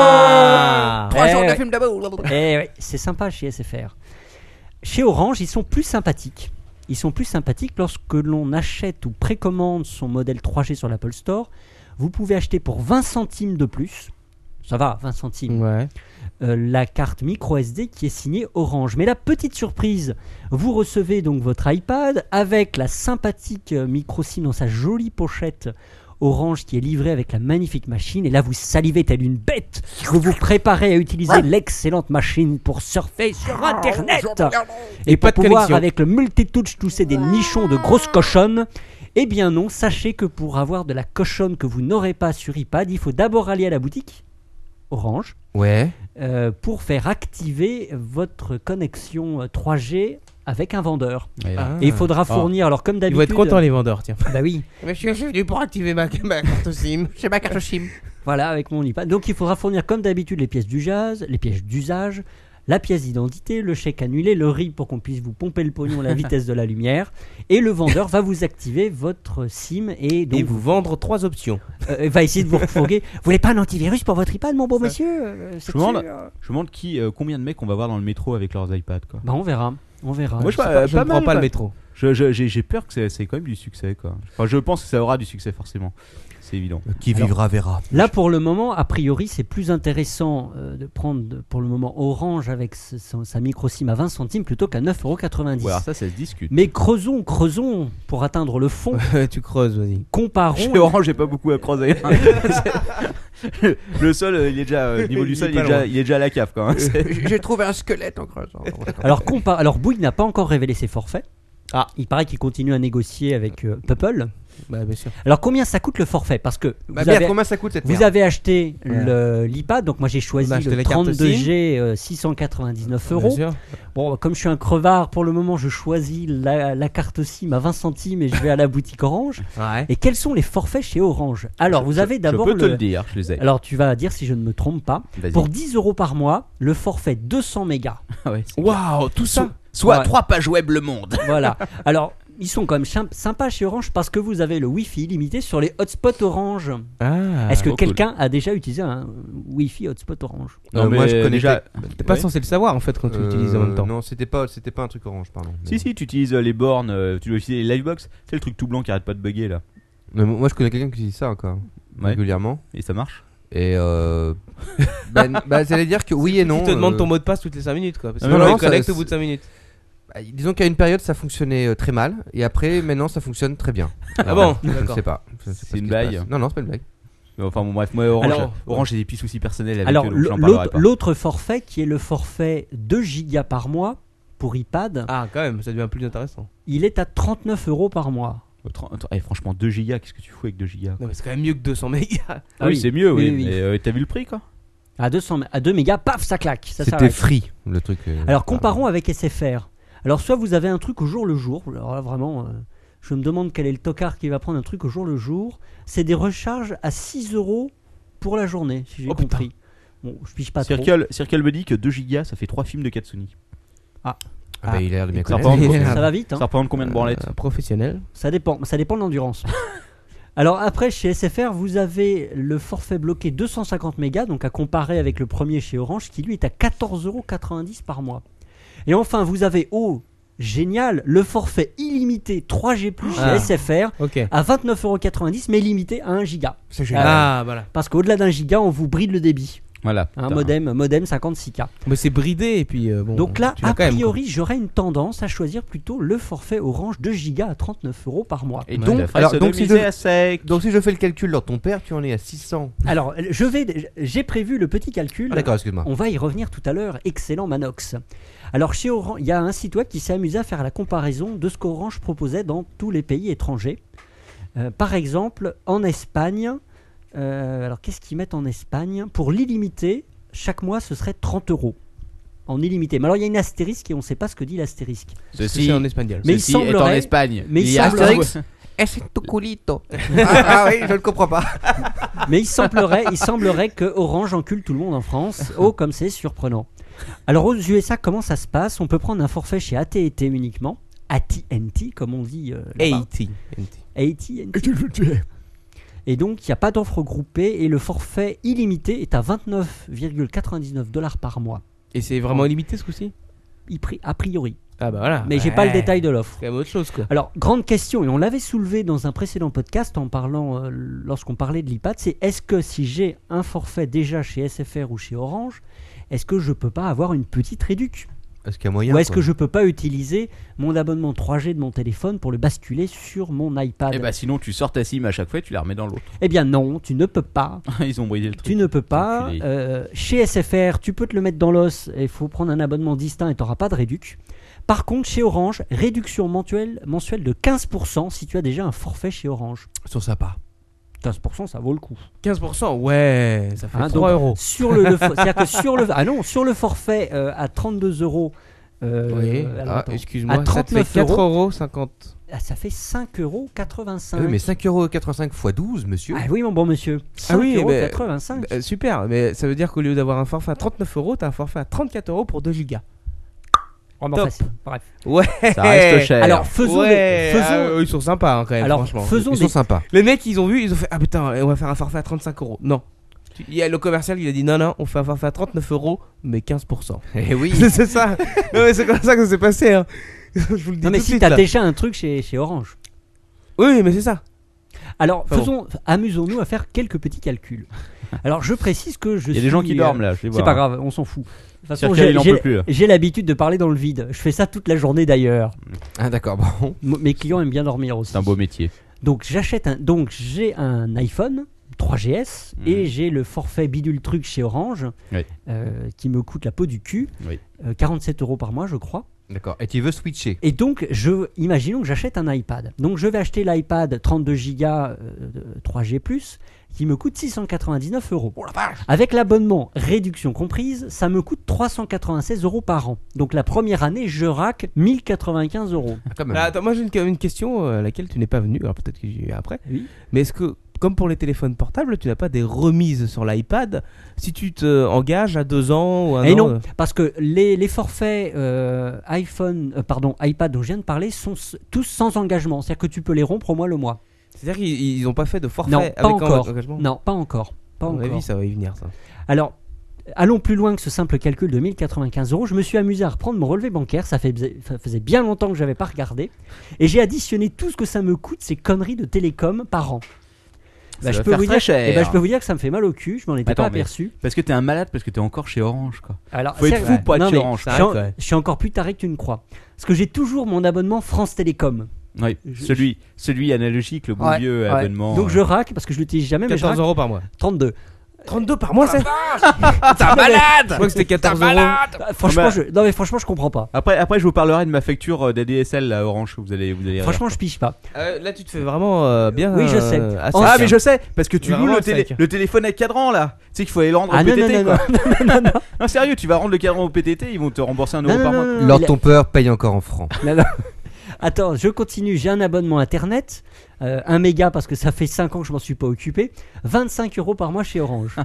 E: Trois
C: Eh
I: Trois jours de film de boule.
E: c'est sympa chez SFR. Chez Orange, ils sont plus sympathiques. Ils sont plus sympathiques lorsque l'on achète ou précommande son modèle 3G sur l'Apple Store. Vous pouvez acheter pour 20 centimes de plus. Ça va, 20 centimes. Euh, la carte micro SD qui est signée Orange. Mais la petite surprise, vous recevez donc votre iPad avec la sympathique euh, micro SIM dans sa jolie pochette Orange qui est livrée avec la magnifique machine. Et là, vous salivez telle une bête. Vous vous préparez à utiliser l'excellente machine pour surfer Ah, sur
I: Ah,
E: Internet. Et,
D: Et
E: pour
D: pas de
E: pouvoir,
D: connexion.
E: avec le multitouch, tousser des nichons de grosses cochonnes. Eh bien non, sachez que pour avoir de la cochonne que vous n'aurez pas sur iPad, il faut d'abord aller à la boutique Orange.
B: Ouais.
E: Euh, pour faire activer votre connexion euh, 3G avec un vendeur.
D: Ah.
E: Et il faudra fournir,
D: Ah.
E: alors comme
D: Ils
E: d'habitude.
D: vont être contents, les vendeurs, tiens.
E: Bah oui.
I: Monsieur, je suis venu pour activer ma, ma carte SIM. J'ai ma carte SIM.
E: Voilà, avec mon iPad. Donc il faudra fournir comme d'habitude les pièces du jazz, les pièces d'usage, la pièce d'identité, le chèque annulé, le RIB pour qu'on puisse vous pomper le pognon à la vitesse de la lumière. Et le vendeur va vous activer votre SIM et donc.
D: Et vous vendre trois options.
E: Euh, il va essayer de vous refourguer. vous voulez pas un antivirus pour votre iPad, mon beau monsieur Euh,
C: Je
E: c'est
C: me demande,
E: dessus, euh.
C: je me demande qui, euh, combien de mecs on va voir dans le métro avec leurs iPads. Quoi.
E: Bah on verra. On verra.
C: Moi, je,
E: sais pas,
C: pas- pas
E: ne
C: mal,
E: prends pas le
C: quoi.
E: métro.
C: Je- je- J'ai j'ai peur que c'est- c'est quand même du succès. Quoi. Enfin, je pense que ça aura du succès, forcément. C'est évident.
B: Euh, Qui vivra, verra.
E: Là, pour le moment, a priori, c'est plus intéressant euh, de prendre de- pour le moment Orange avec ce- son- sa micro SIM à 20 centimes plutôt qu'à 9,90€.
C: Ouais, alors ça, ça se discute.
E: Mais creusons, creusons pour atteindre le fond.
D: tu creuses, vas-y.
E: Comparons.
C: Chez Orange, j'ai pas beaucoup à creuser. le sol, euh, il est déjà, euh, au niveau du
E: Il
C: sol,
E: est
C: il est,
E: pas
C: déjà,
E: loin.
C: il est déjà à la cave. Quoi, hein.
I: Euh,
C: C'est-
I: J'ai trouvé un squelette en creusant.
E: Alors, compa- alors Bouygues n'a pas encore révélé ses forfaits.
D: Ah.
E: Il paraît qu'il continue à négocier avec euh, Pupple.
D: Bah, bien sûr.
E: Alors combien ça coûte le forfait Parce que
D: Bah, merde, combien ça coûte, cette
E: vous
D: merde
E: avez acheté
D: Ouais.
E: le- l'iPad, donc moi j'ai choisi
D: On a acheté
E: le
D: la carte
E: 32G euh, 699
D: Bien
E: euros.
D: sûr.
E: Bon, comme je suis un crevard, pour le moment je choisis la, la carte SIM à 20 centimes et je vais à la boutique Orange.
D: Ouais.
E: Et quels sont les forfaits chez Orange Alors vous avez d'abord
C: je peux te le dire, je les ai.
E: Alors tu vas dire si je ne me trompe pas.
C: Vas-y.
E: Pour 10 euros par mois, le forfait 200 mégas.
C: Ah ouais, c'est
L: Waouh, tout ça Soit trois pages web le monde.
E: Voilà. Alors, ils sont quand même chim- sympas chez Orange parce que vous avez le Wi-Fi illimité sur les hotspots Orange.
D: Ah,
E: Est-ce que
D: trop
E: quelqu'un a déjà utilisé un Wi-Fi hotspot Orange
D: Non, Euh, mais moi, je connais déjà-
B: T'es
D: T'es pas censé le savoir en fait quand tu l'utilises en même temps.
B: Non, c'était pas, c'était pas un truc orange, pardon.
C: Euh, Si, si, tu utilises euh, les bornes, euh, tu dois utiliser les livebox. C'est le truc tout blanc qui arrête pas de bugger là.
B: Mais mo- moi, je connais quelqu'un qui dit ça encore
C: Ouais.
B: régulièrement.
C: Et ça marche
B: Et euh... ben, bah, ça veut dire que oui et non.
D: Tu te demandes
B: euh,
D: ton mot de passe toutes les 5 minutes quoi. Parce que
B: Non,
D: non,
B: non,
D: il connecte
B: ça-
D: au bout de 5 minutes.
B: bah, disons qu'à une période ça fonctionnait euh, très mal et après maintenant ça fonctionne très bien.
D: Ah bon
B: Je ne
D: D'accord.
B: sais pas. Je ne sais pas
C: C'est
B: ce
C: une
B: qui se passe.
C: blague
B: Non non c'est pas une blague.
C: Mais Enfin bon, bref, moi Orange,
B: Alors-
C: Orange j'ai des petits soucis personnels avec
E: Alors,
C: eux, donc
E: l'au-
C: j'en parlerai
E: l'autre
C: pas.
E: l'autre forfait qui est le forfait 2 gigas par mois pour iPad,
D: Ah, quand même, ça devient plus intéressant.
E: il est à 39 euros par mois.
C: Autre- autre- eh, franchement, 2 gigas, qu'est-ce que tu fous avec 2
E: Bah,
C: gigas
D: Non, mais c'est quand même mieux que 200 mégas.
E: Ah
C: oui,
E: oui.
C: c'est mieux, oui.
E: Oui, oui.
C: Mais euh, t'as vu le prix quoi
E: À 200, à 2 mégas, paf, ça claque. ça
B: C'était
E: s'arrête.
B: free, le truc, euh,
E: Alors comparons avec SFR. Alors soit vous avez un truc au jour le jour. Alors là, vraiment, euh, je me demande quel est le tocard qui va prendre un truc au jour le jour. C'est des recharges à 6 euros pour la journée, si j'ai compris. Bon, je pige pas trop.
C: Circle, Circle me dit Oh, que 2 gigas ça fait 3 films de Katsuni.
E: Ah.
B: Ah, bah, il a l'air de bien
C: Ça
B: connaître.
C: représente-
B: Il a l'air-
E: Ça va vite, hein.
C: Ça représente combien de branlettes
D: Professionnel.
E: Ça dépend, ça dépend de l'endurance. Alors après, chez SFR, vous avez le forfait bloqué 250 mégas, donc à comparer avec le premier chez Orange, qui lui est à 14,90€ par mois. Et enfin, vous avez, oh, génial, le forfait illimité 3G+, chez
D: Ah.
E: SFR,
D: Ok.
E: à 29,90€, mais limité à 1 giga.
D: C'est génial. Ah, voilà.
E: Parce qu'au-delà d'un giga, on vous bride le débit.
C: Voilà.
E: Un
D: putain.
E: modem, modem 56K.
D: Mais c'est bridé et puis euh, bon.
E: Donc là,
D: tu l'as
E: a
D: quand même,
E: priori, j'aurais une tendance à choisir plutôt le forfait Orange 2 gigas à 39 euros par mois.
B: Et donc, alors, donc, si je, donc si je fais le calcul dans ton père, tu en es à 600.
E: Alors, je vais, j'ai prévu le petit calcul.
B: Ah, d'accord, excuse-moi.
E: On va y revenir tout à l'heure. Excellent Manox. Alors, chez Orange, il y a un site web qui s'est amusé à faire la comparaison de ce qu'Orange proposait dans tous les pays étrangers. Euh, par exemple, en Espagne, euh, alors qu'est-ce qu'ils mettent en Espagne Pour l'illimité, chaque mois, ce serait 30 euros. En illimité. Mais alors, il y a une astérisque et on ne sait pas ce que dit l'astérisque.
L: Ceci- C'est en espagnol.
E: Mais
L: ceci
E: il
L: est en
E: semblerait-
L: Espagne.
E: Mais il,
L: Il y a
E: semblerait-
L: Astérix.
B: Es tu culito. ah, ah oui, je ne comprends pas.
E: Mais il semblerait, il semblerait que Orange encule tout le monde en France. Oh, comme c'est surprenant. Alors aux USA, comment ça se passe On peut prendre un forfait chez AT&T uniquement, AT&T comme on dit. euh, là-bas.
D: AT&T.
E: AT&T. Et donc il n'y a pas d'offre groupée et le forfait illimité est à 29,99 dollars par mois.
D: Et c'est vraiment illimité ce coup-ci
E: Il pri- A priori.
D: Ah bah voilà.
E: Mais j'ai pas le
D: Ouais.
E: détail de l'offre.
D: C'est quand même autre chose quoi.
E: Alors, grande question, et on l'avait soulevé dans un précédent podcast en parlant, euh, lorsqu'on parlait de l'IPAD, c'est est-ce que si j'ai un forfait déjà chez SFR ou chez Orange, est-ce que je peux pas avoir une petite réduc
B: Est-ce qu'il y a moyen
E: Ou est-ce
B: quoi
E: que je peux pas utiliser mon abonnement 3G de mon téléphone pour le basculer sur mon iPad
C: Et bah sinon tu sors ta sim à chaque fois et tu la remets dans l'autre.
E: Eh bien non, tu ne peux pas.
C: Ils ont brisé le truc.
E: Tu ne peux pas.
C: Enculé.
E: Euh, chez SFR, tu peux te le mettre dans l'os et il faut prendre un abonnement distinct et tu n'auras pas de réduc. Par contre, chez Orange, réduction mensuelle, mensuelle de 15% si tu as déjà un forfait chez Orange.
B: Sur ça pas.
E: 15% ça vaut le coup.
D: 15% ouais, ça fait
E: Hein,
D: 3
E: donc,
D: euros.
E: Sur le, le for- c'est-à-dire que sur le, ah non, sur le forfait euh, à 32 euros. euh,
D: Oui,
E: euh,
D: ah,
E: attends,
D: excuse-moi,
E: à
D: ça te fait
E: 39 euros,
D: 4,50
E: ah, ça fait 5,85 euros.
B: Ah Oui, mais 5,85€ x 12, monsieur.
E: Ah oui, mon bon monsieur. 5,85
D: Ah oui, mais-
E: €.
D: bah, super, mais ça veut dire qu'au lieu d'avoir un forfait à 39 euros, t'as un forfait à 34 euros pour 2 gigas.
E: Vraiment
D: Top.
E: facile. Bref.
D: Ouais.
E: Ça reste cher. Alors, faisons
D: Ouais,
E: des- faisons-
D: ah, eux, ils sont sympas hein, quand même.
E: Alors,
D: franchement.
E: faisons
D: ils
E: des-
D: sont sympas. Les mecs, ils ont vu, ils ont fait ah putain, on va faire un forfait à 35 euros. Non. Il y a le commercial qui a dit non non, on fait un forfait à 39 euros, mais 15%.
B: Eh oui.
D: c'est ça. non mais c'est comme ça que ça s'est passé. hein. Je vous le dis
E: Non mais
D: tout de
E: si
D: suite,
E: t'as
D: là.
E: déjà un truc chez, chez Orange.
D: Oui, mais c'est ça.
E: Alors,
D: Enfin,
E: faisons, amusons-nous à faire quelques petits calculs. Alors, je précise que je
C: Il y a des
E: suis,
C: gens qui
E: euh,
C: dorment, là, je vais
E: C'est
C: voir.
E: pas grave, on s'en fout. De toute façon,
C: Circa,
E: j'ai-
C: il en
E: j'ai-
C: peut plus, là.
E: j'ai l'habitude de parler dans le vide. Je fais ça toute la journée d'ailleurs.
B: Ah d'accord, bon.
E: M- Mes clients aiment bien dormir aussi.
C: C'est un beau métier.
E: Donc j'achète un donc j'ai un iPhone 3GS
C: Mhm.
E: et j'ai le forfait bidule truc chez Orange
C: Oui.
E: euh, qui me coûte la peau du cul,
C: Oui.
E: euh, 47 euros par mois je crois.
B: D'accord. Et tu veux switcher
E: Et donc je imaginons que j'achète un iPad. Donc je vais acheter l'iPad euh, 32 Go 3G+ qui me coûte 699 euros.
D: Oh
E: Avec l'abonnement réduction comprise, ça me coûte 396 euros par an. Donc la première année je rack 1095 euros.
D: Alors, Ah, Bah, attends, moi j'ai une, une question euh, à laquelle tu n'es pas venu, alors peut-être que j'y vais après.
E: Oui.
D: Mais est-ce que, comme pour les téléphones portables, tu n'as pas des remises sur l'iPad si tu te engages à deux ans ou un
E: Et Eh
D: an euh,
E: non, parce que les, les forfaits euh, iPhone, euh, pardon, iPad dont je viens de parler sont s- tous sans engagement. C'est-à-dire que tu peux les rompre au mois le mois.
D: C'est-à-dire qu'ils n'ont pas fait de forfait
E: non,
D: avec
E: pas
D: un
E: encore.
D: engagement
E: Non, pas encore. Pas
D: À mon
E: encore.
D: avis, ça va y venir
C: Hein.
D: ça.
E: Alors, allons plus loin que ce simple calcul de 1095 euros. Je me suis amusé à reprendre mon relevé bancaire. Ça, fait, ça faisait bien longtemps que je n'avais pas regardé. Et j'ai additionné tout ce que ça me coûte, ces conneries de télécom par an.
C: Ça
E: je
C: va
E: peux
C: faire
E: vous
C: très
E: dire,
C: cher.
E: eh ben, je peux vous dire que ça me fait mal au cul. Je m'en étais
C: Attends,
E: pas
C: mais-
E: aperçu.
C: Parce que t'es un malade, parce que t'es encore chez Orange quoi.
E: Alors,
C: Faut être
E: c'est-
C: fou pour être hein,
E: non,
C: chez
E: mais
C: Orange.
E: Je suis, en- je suis encore plus taré que tu ne crois. Parce que j'ai toujours mon abonnement France Télécom.
C: Oui, celui, celui analogique, le bon
E: Ouais,
C: vieux
E: ouais.
C: abonnement.
E: Donc
C: euh,
E: je rack parce que je l'utilise jamais. mais je
D: 14
E: rack.
D: euros par mois.
E: 32.
D: 32 par mois, c'est
E: T'as
D: malade Je crois que c'était 14 euros.
E: Franchement,
C: Ah bah-
E: je... Non, mais franchement, je comprends pas.
C: Après, après, je vous parlerai de ma facture euh, d'ADSL là, Orange. Vous allez, vous allez.
E: Franchement, je pige pas.
D: Euh, là, tu te fais vraiment euh, bien.
E: Oui, je
D: euh,
E: sais.
D: assez
E: En-
C: Ah, mais
D: bien.
C: je sais, parce que tu
D: Vraiment
C: loues le,
D: assez
C: télé-
D: sec.
C: le téléphone à cadran là. Tu sais qu'il faut aller le rendre
E: Ah,
C: au
E: non,
C: PTT
E: non,
C: quoi. Non, sérieux, tu vas rendre le cadran au PTT, ils vont te rembourser un euro
E: Non,
C: par
E: non,
C: mois.
E: non, non,
B: Lord
E: il a-
B: ton peur paye encore en francs.
E: Non, non. Attends, je continue. J'ai un abonnement internet, euh, 1 méga parce que ça fait 5 ans que je m'en suis pas occupé. 25 euros par mois chez Orange.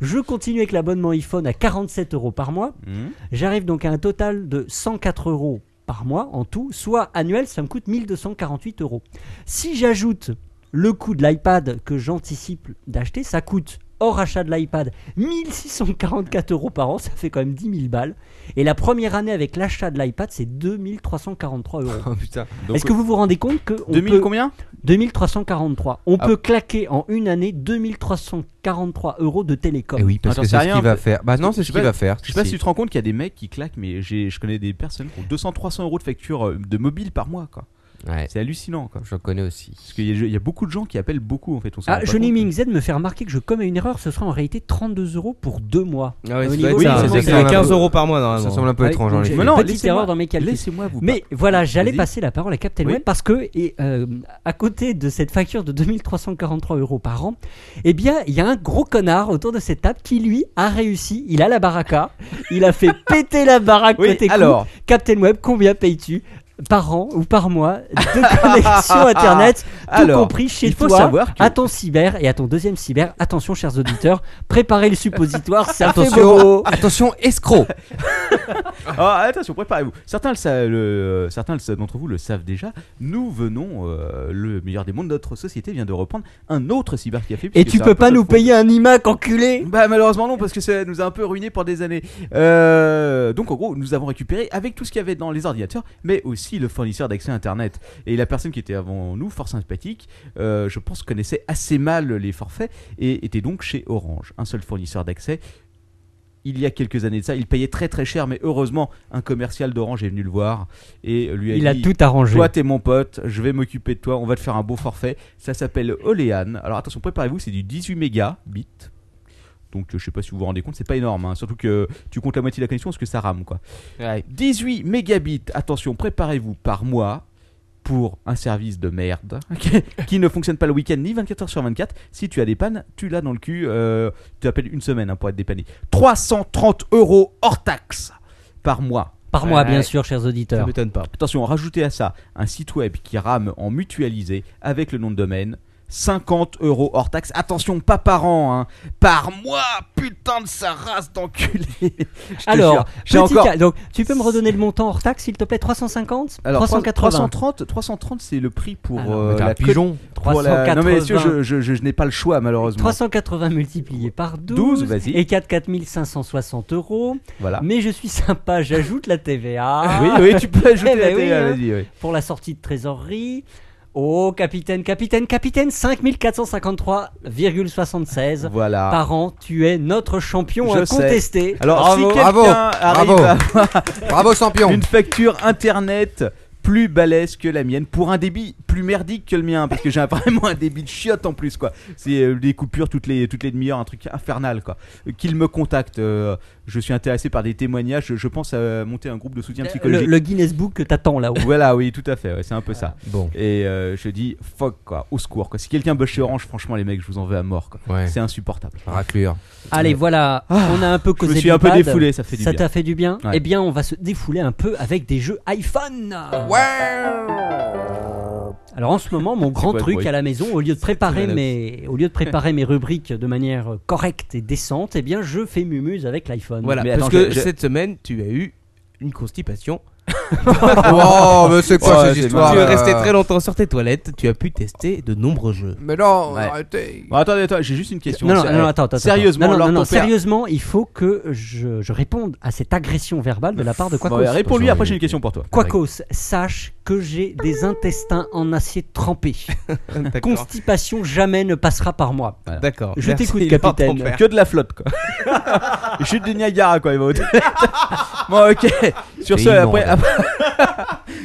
E: je continue avec l'abonnement iPhone à 47 euros par mois.
C: Mhm.
E: J'arrive donc à un total de 104 euros par mois en tout, soit annuel, ça me coûte 1248 euros. Si j'ajoute le coût de l'iPad que j'anticipe d'acheter, ça coûte hors achat de l'iPad 1644 euros par an, ça fait quand même 10 000 balles. Et la première année avec l'achat de l'iPad, c'est 2343 euros.
C: Oh,
B: Donc,
E: Est-ce que vous vous rendez compte que... on
B: 2000
E: peut-
B: combien
E: 2343. On
B: Ah.
E: peut claquer en une année 2343 euros de télécom.
B: Eh oui, parce
C: Attends,
B: que c'est ce
C: c'est Ah, rien,
B: qu'il
C: en
B: va
C: fait.
B: faire. Bah non, c'est
C: Je
B: ce
C: sais
B: qu'il
C: pas-
B: va faire.
C: Je sais pas si
B: C'est-
C: tu te rends compte qu'il y a des mecs qui claquent, mais j'ai- je connais des personnes qui ont 200-300 euros de facture euh, de mobile par mois, quoi. C'est hallucinant, quoi.
B: Je connais aussi.
C: Parce qu'il y, a- il y a beaucoup de gens qui appellent beaucoup, en fait. On s'en
E: Ah,
C: rend pas
E: Johnny
C: compte.
E: Mingz me fait remarquer que je commets une erreur, ce sera en réalité 32 euros pour deux mois.
D: Ah ouais,
E: Au
D: ça
E: niveau
D: doit être
E: du
D: ça,
E: financement.
D: c'est ça, semble 15 un peu- euros par mois, normalement. ça semble un peu
E: Ah,
D: étrange,
B: hein,
D: hein,
E: donc
D: en
E: j'ai
D: effet.
E: une
D: Mais
B: Bah,
D: non,
E: petite
D: laissez-moi-
E: erreur dans mes calculs.
D: laissez-moi vous
E: Mais
D: par-
E: voilà, j'allais
D: Vas-y.
E: passer la parole à Captain
D: Oui.
E: Web parce que, et, euh, à côté de cette facture de 2343 euros par an, eh bien, il y a un gros connard autour de cette table qui, lui, a réussi. Il a la baraka. il a fait péter la baraque
C: Oui,
E: côté coût.
C: alors.
E: Captain Web, combien payes-tu par an ou par mois de connexion internet, tout
C: Alors,
E: compris chez
C: il faut
E: toi,
C: savoir que-
E: à ton cyber et à ton deuxième cyber. Attention, chers auditeurs, préparez le suppositoire, ça fait
C: Attention,
E: bobo.
B: Attention, escroc
C: Ah, attention, préparez-vous. Certains, le sa- le- certains le sa- d'entre vous le savent déjà. Nous venons, euh, le meilleur des mondes de notre société vient de reprendre un autre cybercafé.
E: Et
C: puisque
E: tu
C: c'est un
E: peux
C: peu
E: pas
C: notre
E: nous
C: faute.
E: payer un imac enculé
C: Bah malheureusement non parce que ça nous a un peu ruiné pour des années. Euh, donc en gros nous avons récupéré avec tout ce qu'il y avait dans les ordinateurs mais aussi le fournisseur d'accès internet et la personne qui était avant nous fort sympathique euh, je pense connaissait assez mal les forfaits et était donc chez Orange un seul fournisseur d'accès il y a quelques années de ça, il payait très très cher, mais heureusement, un commercial d'Orange est venu le voir et lui a
E: Il
C: dit
E: a tout arrangé.
C: Toi, t'es mon pote, je vais m'occuper de toi, on va te faire un beau forfait. Ça s'appelle Olean. Alors attention, préparez-vous, c'est du 18 mégas bits. Donc euh, je sais pas si vous vous rendez compte, c'est pas énorme, hein. surtout que tu comptes la moitié de la connexion parce que ça rame quoi. 18 mégabits, attention, préparez-vous par mois pour un service de merde qui- qui ne fonctionne pas le week-end ni 24 heures sur 24. Si tu as des pannes, tu l'as dans le cul, euh, tu appelles une semaine hein, pour être dépanné. 330 euros hors taxe par mois.
E: Par mois, bien sûr, chers auditeurs.
C: Ça m'étonne pas. Attention, rajoutez à ça un site web qui rame en mutualisé avec le nom de domaine. 50 euros hors taxe. Attention, pas par an, hein. Par mois, putain de sa race d'enculé. Je te jure,
E: Alors,
C: j'ai
E: petit
C: encore.
E: cas- donc, tu peux me redonner le montant hors taxe, s'il te plaît 350
C: Alors,
E: 380
C: 330, 330 c'est le prix pour
E: Alors,
C: euh,
E: Ah mais t'es un
C: la
E: pigeon.
C: cote- pour la- Non mais messieurs,
E: 380.
C: je, je- je- je n'ai pas le choix malheureusement.
E: 380 multiplié par 12,
C: 12, vas-y.
E: et 4 4560 euros.
C: Voilà.
E: Mais je suis sympa, j'ajoute la TVA.
C: Oui, oui, tu peux ajouter
E: Eh ben
C: la TVA,
E: hein.
C: vas-y, oui.
E: Pour la sortie de trésorerie. Oh, capitaine, capitaine, capitaine, 5453,76
C: Voilà.
E: par an. Tu es notre champion
C: Je sais.
E: incontesté.
C: Alors si quelqu'un
B: bravo,
C: arrive
B: bravo.
C: à avoir
B: Bravo, champion.
C: une facture internet plus balèze que la mienne pour un débit plus merdique que le mien parce que j'ai vraiment un débit de chiotte en plus quoi. C'est euh, des coupures toutes les toutes les demi-heures, un truc infernal quoi. Euh, Qu'il me contacte, euh, je suis intéressé par des témoignages, je, je pense à monter un groupe de soutien
E: Le,
C: psychologique.
E: le Guinness Book que t'attends là-haut.
C: Voilà, oui, tout à fait, ouais, c'est un peu ça.
B: Bon.
C: Et euh, je dis, fuck quoi, au secours quoi. Si quelqu'un bosse chez Orange, franchement les mecs, je vous en veux à mort quoi.
B: Ouais.
C: C'est insupportable.
B: Raclure.
E: Allez, voilà,
C: Ah,
E: on a un peu
C: je me
E: causé.
C: suis
E: du
C: un peu
E: bad.
C: défoulé, ça fait du bien.
E: t'a fait du bien
C: Ouais.
E: Eh bien, on va se défouler un peu avec des jeux iPhone. euh, Alors en ce moment, mon grand
C: quoi le
E: truc
C: bruit
E: à la maison, au lieu de préparer
C: Relax.
E: mes, au lieu de préparer mes rubriques de manière correcte et décente, eh bien, je fais mumuse avec l'iPhone.
D: Voilà, parce que cette semaine, tu as eu une constipation.
E: Eh
B: Oh, mais c'est quoi euh
D: Ouais,
B: ces
D: c'est
B: histoires,
D: marrant. Tu es
B: là
D: resté très longtemps sur tes toilettes, tu as pu tester de nombreux jeux.
B: Mais non, euh,
D: Ouais.
B: arrêtez.
C: Bon, attendez, attendez, j'ai juste une question.
E: Non, non,
C: C'est-
E: non, attends, attends.
C: Sérieusement,
E: non, non,
C: Laure,
E: non, non,
C: ton père-
E: sérieusement, il faut que je, je réponde à cette agression verbale de la part de Quacos.
C: Bon, ouais, Bah, réponds-lui, après, j'ai une question pour toi.
E: Quacos, sache que j'ai des intestins en acier trempé. Constipation jamais ne passera par moi.
C: Voilà.
E: Je t'écoute, capitaine.
C: Que de la flotte, quoi. Chute du Niagara, quoi, il va au Bon, ok. Sur
B: C'est
C: ce, après,
B: immonde.
C: après...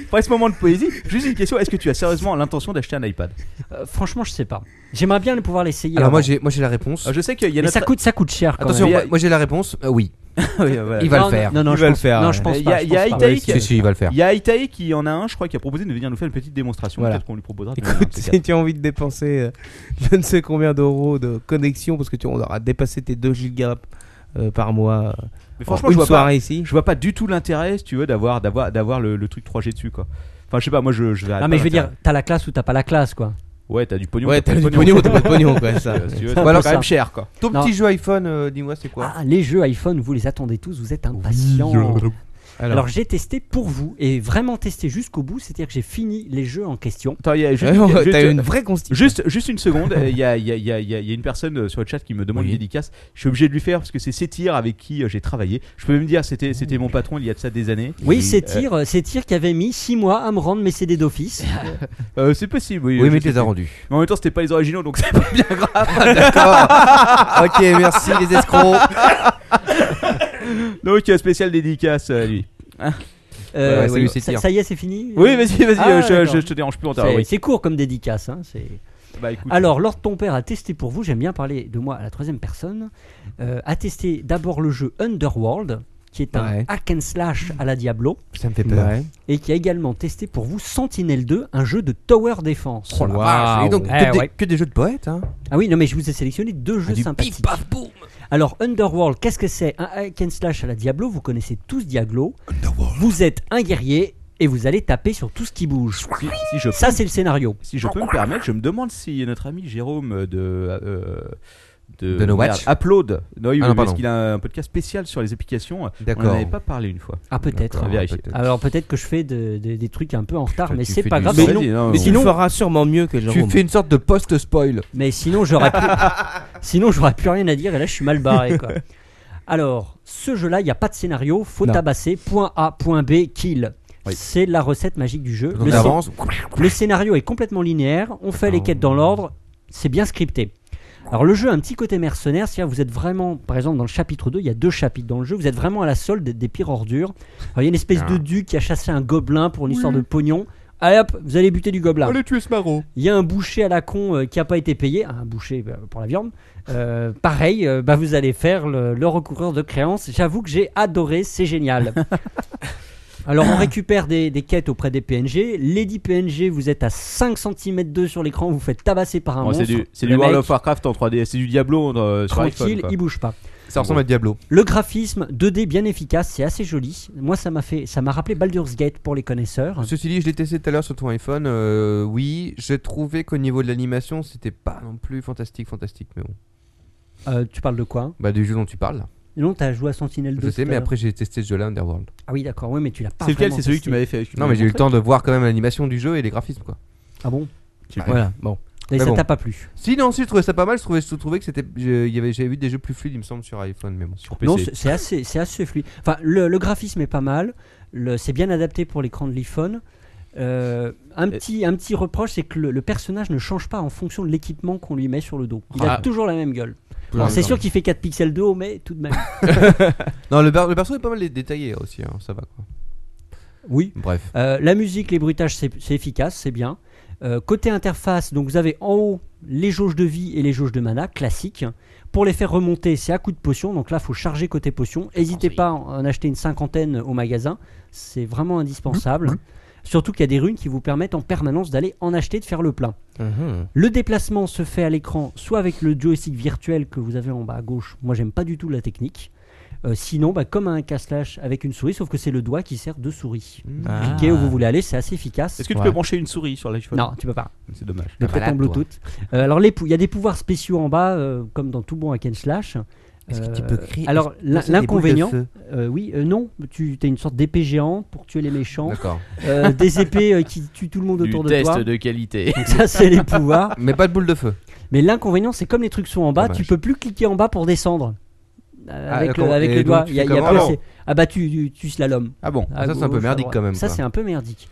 C: après ce moment de poésie, juste une question. Est-ce que tu as sérieusement l'intention d'acheter un iPad
E: Euh, franchement, je sais pas. J'aimerais bien le pouvoir l'essayer.
B: Alors moi
E: avant.
B: j'ai moi j'ai la réponse.
C: Ah, je sais qu'il y a
E: Mais
C: notre-
E: ça coûte ça coûte cher. Quand
B: Attention,
E: même.
B: moi, moi, j'ai la réponse. euh, oui.
C: Oui, voilà.
B: Il va
E: Non,
B: le faire. Ah
E: non, non, Il je va le pense- faire, non, je ouais. pense
C: Il y
E: pas,
C: a,
E: je
C: il y a
E: pense pas.
C: Aitaï
E: Oui,
C: qui...
B: si, si, il va le faire.
C: Il y a Aitaï qui en a un, je crois, qui a proposé de venir nous faire une petite démonstration.
D: Voilà.
C: Peut-être qu'on lui proposera. de venir, un
D: Écoute,
C: de ces
D: si
C: quatre.
D: tu as envie de dépenser euh, je ne sais combien d'euros de connexion, parce que tu on aura dépassé tes 2 gigas euh, par mois. euh,
C: Mais
D: en
C: franchement,
D: une
C: je vois
D: soirée
C: pas,
D: ici.
C: Je vois pas du tout l'intérêt, si tu veux, d'avoir d'avoir d'avoir le, le truc 3G dessus, quoi. Enfin, je sais pas, moi, je, je verrais
E: Non
C: pas
E: mais je veux
C: Ah, l'intérêt.
E: dire, t'as la classe ou t'as pas la classe quoi.
C: Ouais, t'as du pognon.
D: Ouais,
C: pas
D: t'as
C: de
D: du pognon, t'as pas de pognon, quoi, ça.
C: Euh, si tu veux,
D: C'est
C: ça
D: un peu
C: coûte quand
D: ça.
C: même cher, quoi.
B: Ton
E: Non.
B: petit jeu iPhone, euh, dis-moi c'est quoi
E: Ah, les jeux iPhone, vous les attendez tous, vous êtes impatients. Alors,
C: Alors.
E: j'ai testé pour vous et vraiment testé jusqu'au bout, c'est-à-dire que j'ai fini les jeux en question.
C: Attends, il y a juste, il y a juste- Juste, juste une seconde, euh, il y a, il y a- il y a- il y a- il y a une personne euh, sur le chat qui me demande une dédicace. Je suis obligé de lui faire parce que c'est Sétir avec qui euh, j'ai travaillé. Je peux même dire, c'était c'était mon patron il y a de ça des années.
E: Oui, c'est
C: Euh,
E: Tyr, c'est Tyr qui avait mis 6 mois à me rendre mes CD d'office.
C: Euh, c'est possible, oui.
E: Oui, mais
C: je
E: tu les
C: sais
E: as
C: plus.
E: rendus.
C: Mais en même temps, c'était pas les originaux, donc c'est pas bien grave.
L: d'accord. Ok, merci, les escrocs.
C: donc, euh, spécial dédicace à lui. Hein
E: Euh,
C: Voilà,
E: oui,
C: salut,
E: ça-
C: Sétir.
E: ça, y est, c'est fini
C: Oui, vas-y, vas-y,
E: Ah,
C: euh, je- je,
E: d'accord.
C: je te dérange plus en
E: C'est c'est court comme dédicace. hein, c'est-
C: Bah, écoute.
E: Alors, Lord Ton Père a testé pour vous, j'aime bien parler de moi à la troisième personne, euh, a testé d'abord le jeu Underworld, qui est un
D: Ouais.
E: hack and slash à la Diablo.
B: Ça me fait peur. Ouais.
E: Et qui a également testé pour vous Sentinel 2, un jeu de tower defense.
B: Oh la Waouh. vache, et donc que des- que jeux de poètes.
E: Eh
B: hein. Ah,
E: Ah oui, non mais je vous ai sélectionné deux jeux
B: du
E: sympathiques. Alors Underworld, qu'est-ce que c'est Un hack and slash à la Diablo, vous connaissez tous Diablo. Vous êtes un guerrier et vous allez taper sur tout ce qui bouge.
C: si je
E: Ça c'est le scénario.
C: Si je peux me permettre, je me demande si notre ami Jérôme de. euh, de,
B: De No
C: merde,
B: Watch
C: Upload. Non, oui,
B: Ah non,
C: oui, parce
B: pardon.
C: qu'il a un podcast spécial sur les applications. On
B: D'accord.
C: n'en avait pas parlé une fois.
E: Ah peut-être.
C: On va vérifier.
E: Alors peut-être que je fais de- de- des trucs un peu en retard, mais
C: tu
E: c'est
C: fais
E: pas
C: du
E: grave.
C: sang.
E: sinon,
C: Vas-y, non,
E: mais
C: on-
E: sinon-
C: Tu feras
D: sûrement mieux que
B: Tu fais une sorte de post-spoil.
E: Mais sinon j'aurais pu... sinon j'aurais plus rien à dire et là je suis mal barré quoi. Alors ce jeu-là, il n'y a pas de scénario, faut
B: Non.
E: tabasser. Point A, point B, kill. C'est la recette magique du jeu.
B: Donc
E: Le
B: t'avances.
E: scén- le scénario est complètement linéaire. On fait les quêtes dans l'ordre. C'est bien scripté. Alors le jeu a un petit côté mercenaire, c'est-à-dire vous êtes vraiment, par exemple dans le chapitre 2, il y a deux chapitres dans le jeu, vous êtes vraiment à la solde des pires ordures. Alors, il y a une espèce de duc qui a chassé un gobelin pour une histoire de pognon. Allez hop, vous allez buter du gobelin.
D: Allez tuer ce maraud.
E: Il y a un boucher à la con euh, qui n'a pas été payé, un boucher bah, pour la viande. Euh, pareil, euh, bah, vous allez faire le, le recouvreur de créances. J'avoue que j'ai adoré, c'est génial. Alors on récupère des, des quêtes auprès des PNG. Les 10 PNG, vous êtes à 5 cm 2 sur l'écran, vous faites tabasser par un
C: Bon, c'est
E: monstre.
C: du, c'est
E: Le
C: du World
E: mec,
C: of Warcraft en 3D, c'est du Diablo euh, sur iPhone,
E: tranquille,
C: quoi.
E: il bouge pas.
B: Ça ressemble à Diablo.
E: Le graphisme 2D bien efficace, c'est assez joli. Moi, ça m'a fait, ça m'a rappelé Baldur's Gate pour les connaisseurs.
B: Ceci dit, je l'ai testé tout à l'heure sur ton iPhone. euh, oui, j'ai trouvé qu'au niveau de l'animation, c'était pas non plus fantastique, fantastique, mais bon.
E: Euh, tu parles de quoi
B: Bah, du jeu dont tu parles. là.
E: Non, t'as joué à Sentinel 2.
B: Je sais,
E: tout à
B: mais
E: l'heure.
B: après, j'ai testé ce jeu-là, Underworld.
E: Ah oui, d'accord, oui, mais tu l'as pas.
C: C'est lequel
E: vraiment
C: C'est celui que
E: testé.
C: tu m'avais fait- tu
B: Non, mais j'ai eu le temps de voir quand même l'animation du jeu et les graphismes, quoi.
E: Ah bon
B: Bah,
E: Voilà,
B: bon.
E: Et
B: Mais
E: ça
B: bon.
E: t'a pas plu
B: Si, non, si, je trouvais ça pas mal. Je trouvais, je trouvais que c'était. je- il y avait- J'avais vu des jeux plus fluides, il me semble, sur iPhone, mais bon. Sur
E: Non, c'est c'est assez, c'est assez fluide. Enfin, le, le graphisme est pas mal. le- C'est bien adapté pour l'écran de l'iPhone. Euh, un, petit, un petit reproche, c'est que le, le personnage ne change pas en fonction de l'équipement qu'on lui met sur le dos. Il a
B: Ah.
E: toujours la même gueule.
B: Toujours
E: Alors,
B: la
E: c'est
B: même
E: sûr
B: gueule.
E: qu'il fait 4 pixels de haut, mais tout de même.
B: Non, le, bar- le perso est pas mal dé- détaillé aussi, hein, ça va, quoi.
E: Oui.
B: Bref.
E: Euh, la musique, les bruitages, c'est c'est efficace, c'est bien. Euh, côté interface, donc vous avez en haut les jauges de vie et les jauges de mana classiques. Pour les faire remonter, c'est à coup de potion. Donc là, faut charger côté potion. N'hésitez pas à en acheter une cinquantaine au magasin. C'est vraiment indispensable. Surtout qu'il y a des runes qui vous permettent en permanence d'aller en acheter, de faire le plein. Le déplacement se fait à l'écran, soit avec le joystick virtuel que vous avez en bas à gauche. Moi, j'aime pas du tout la technique. Euh, sinon, bah, comme un casse-lâche avec une souris, sauf que c'est le doigt qui sert de souris.
C: Ah.
E: Cliquez où vous voulez aller, c'est assez efficace.
C: Est-ce que tu peux brancher une souris sur l'iPhone
E: Non, tu peux pas.
C: C'est dommage.
E: Mais peut-être en Bluetooth. Euh, alors, les pou- il y a des pouvoirs spéciaux en bas, euh, comme dans tout bon hack and slash.
B: Est-ce que tu
E: Euh,
B: peux créer-
E: Alors,
B: est-ce que
E: l'in-
B: c'est des boules de
E: l'inconvénient,
B: feu
E: euh, oui, euh, non, tu as une sorte d'épée géante pour tuer les méchants.
B: D'accord.
E: Euh, des épées euh, qui tuent tout le monde
C: Du
E: autour de
C: test
E: toi.
C: de qualité.
E: Donc ça, c'est les pouvoirs.
B: Mais pas de boule de feu.
E: Mais l'inconvénient, c'est comme les trucs sont en bas,
B: Dommage.
E: tu peux plus cliquer en bas pour descendre. Euh,
B: Ah,
E: avec le,
B: d'accord.
E: avec
B: Et
E: le
B: donc,
E: doigt.
B: tu
E: Il y a-
B: fais
E: il y a
B: comment
E: pas
B: alors
E: ces- Ah bah tu, tu, tu slalom.
B: Ah bon,
E: À
B: ça, c'est un peu
E: gauche, à
B: merdique
E: droite.
B: quand même,
E: Ça
B: quoi.
E: c'est un peu merdique.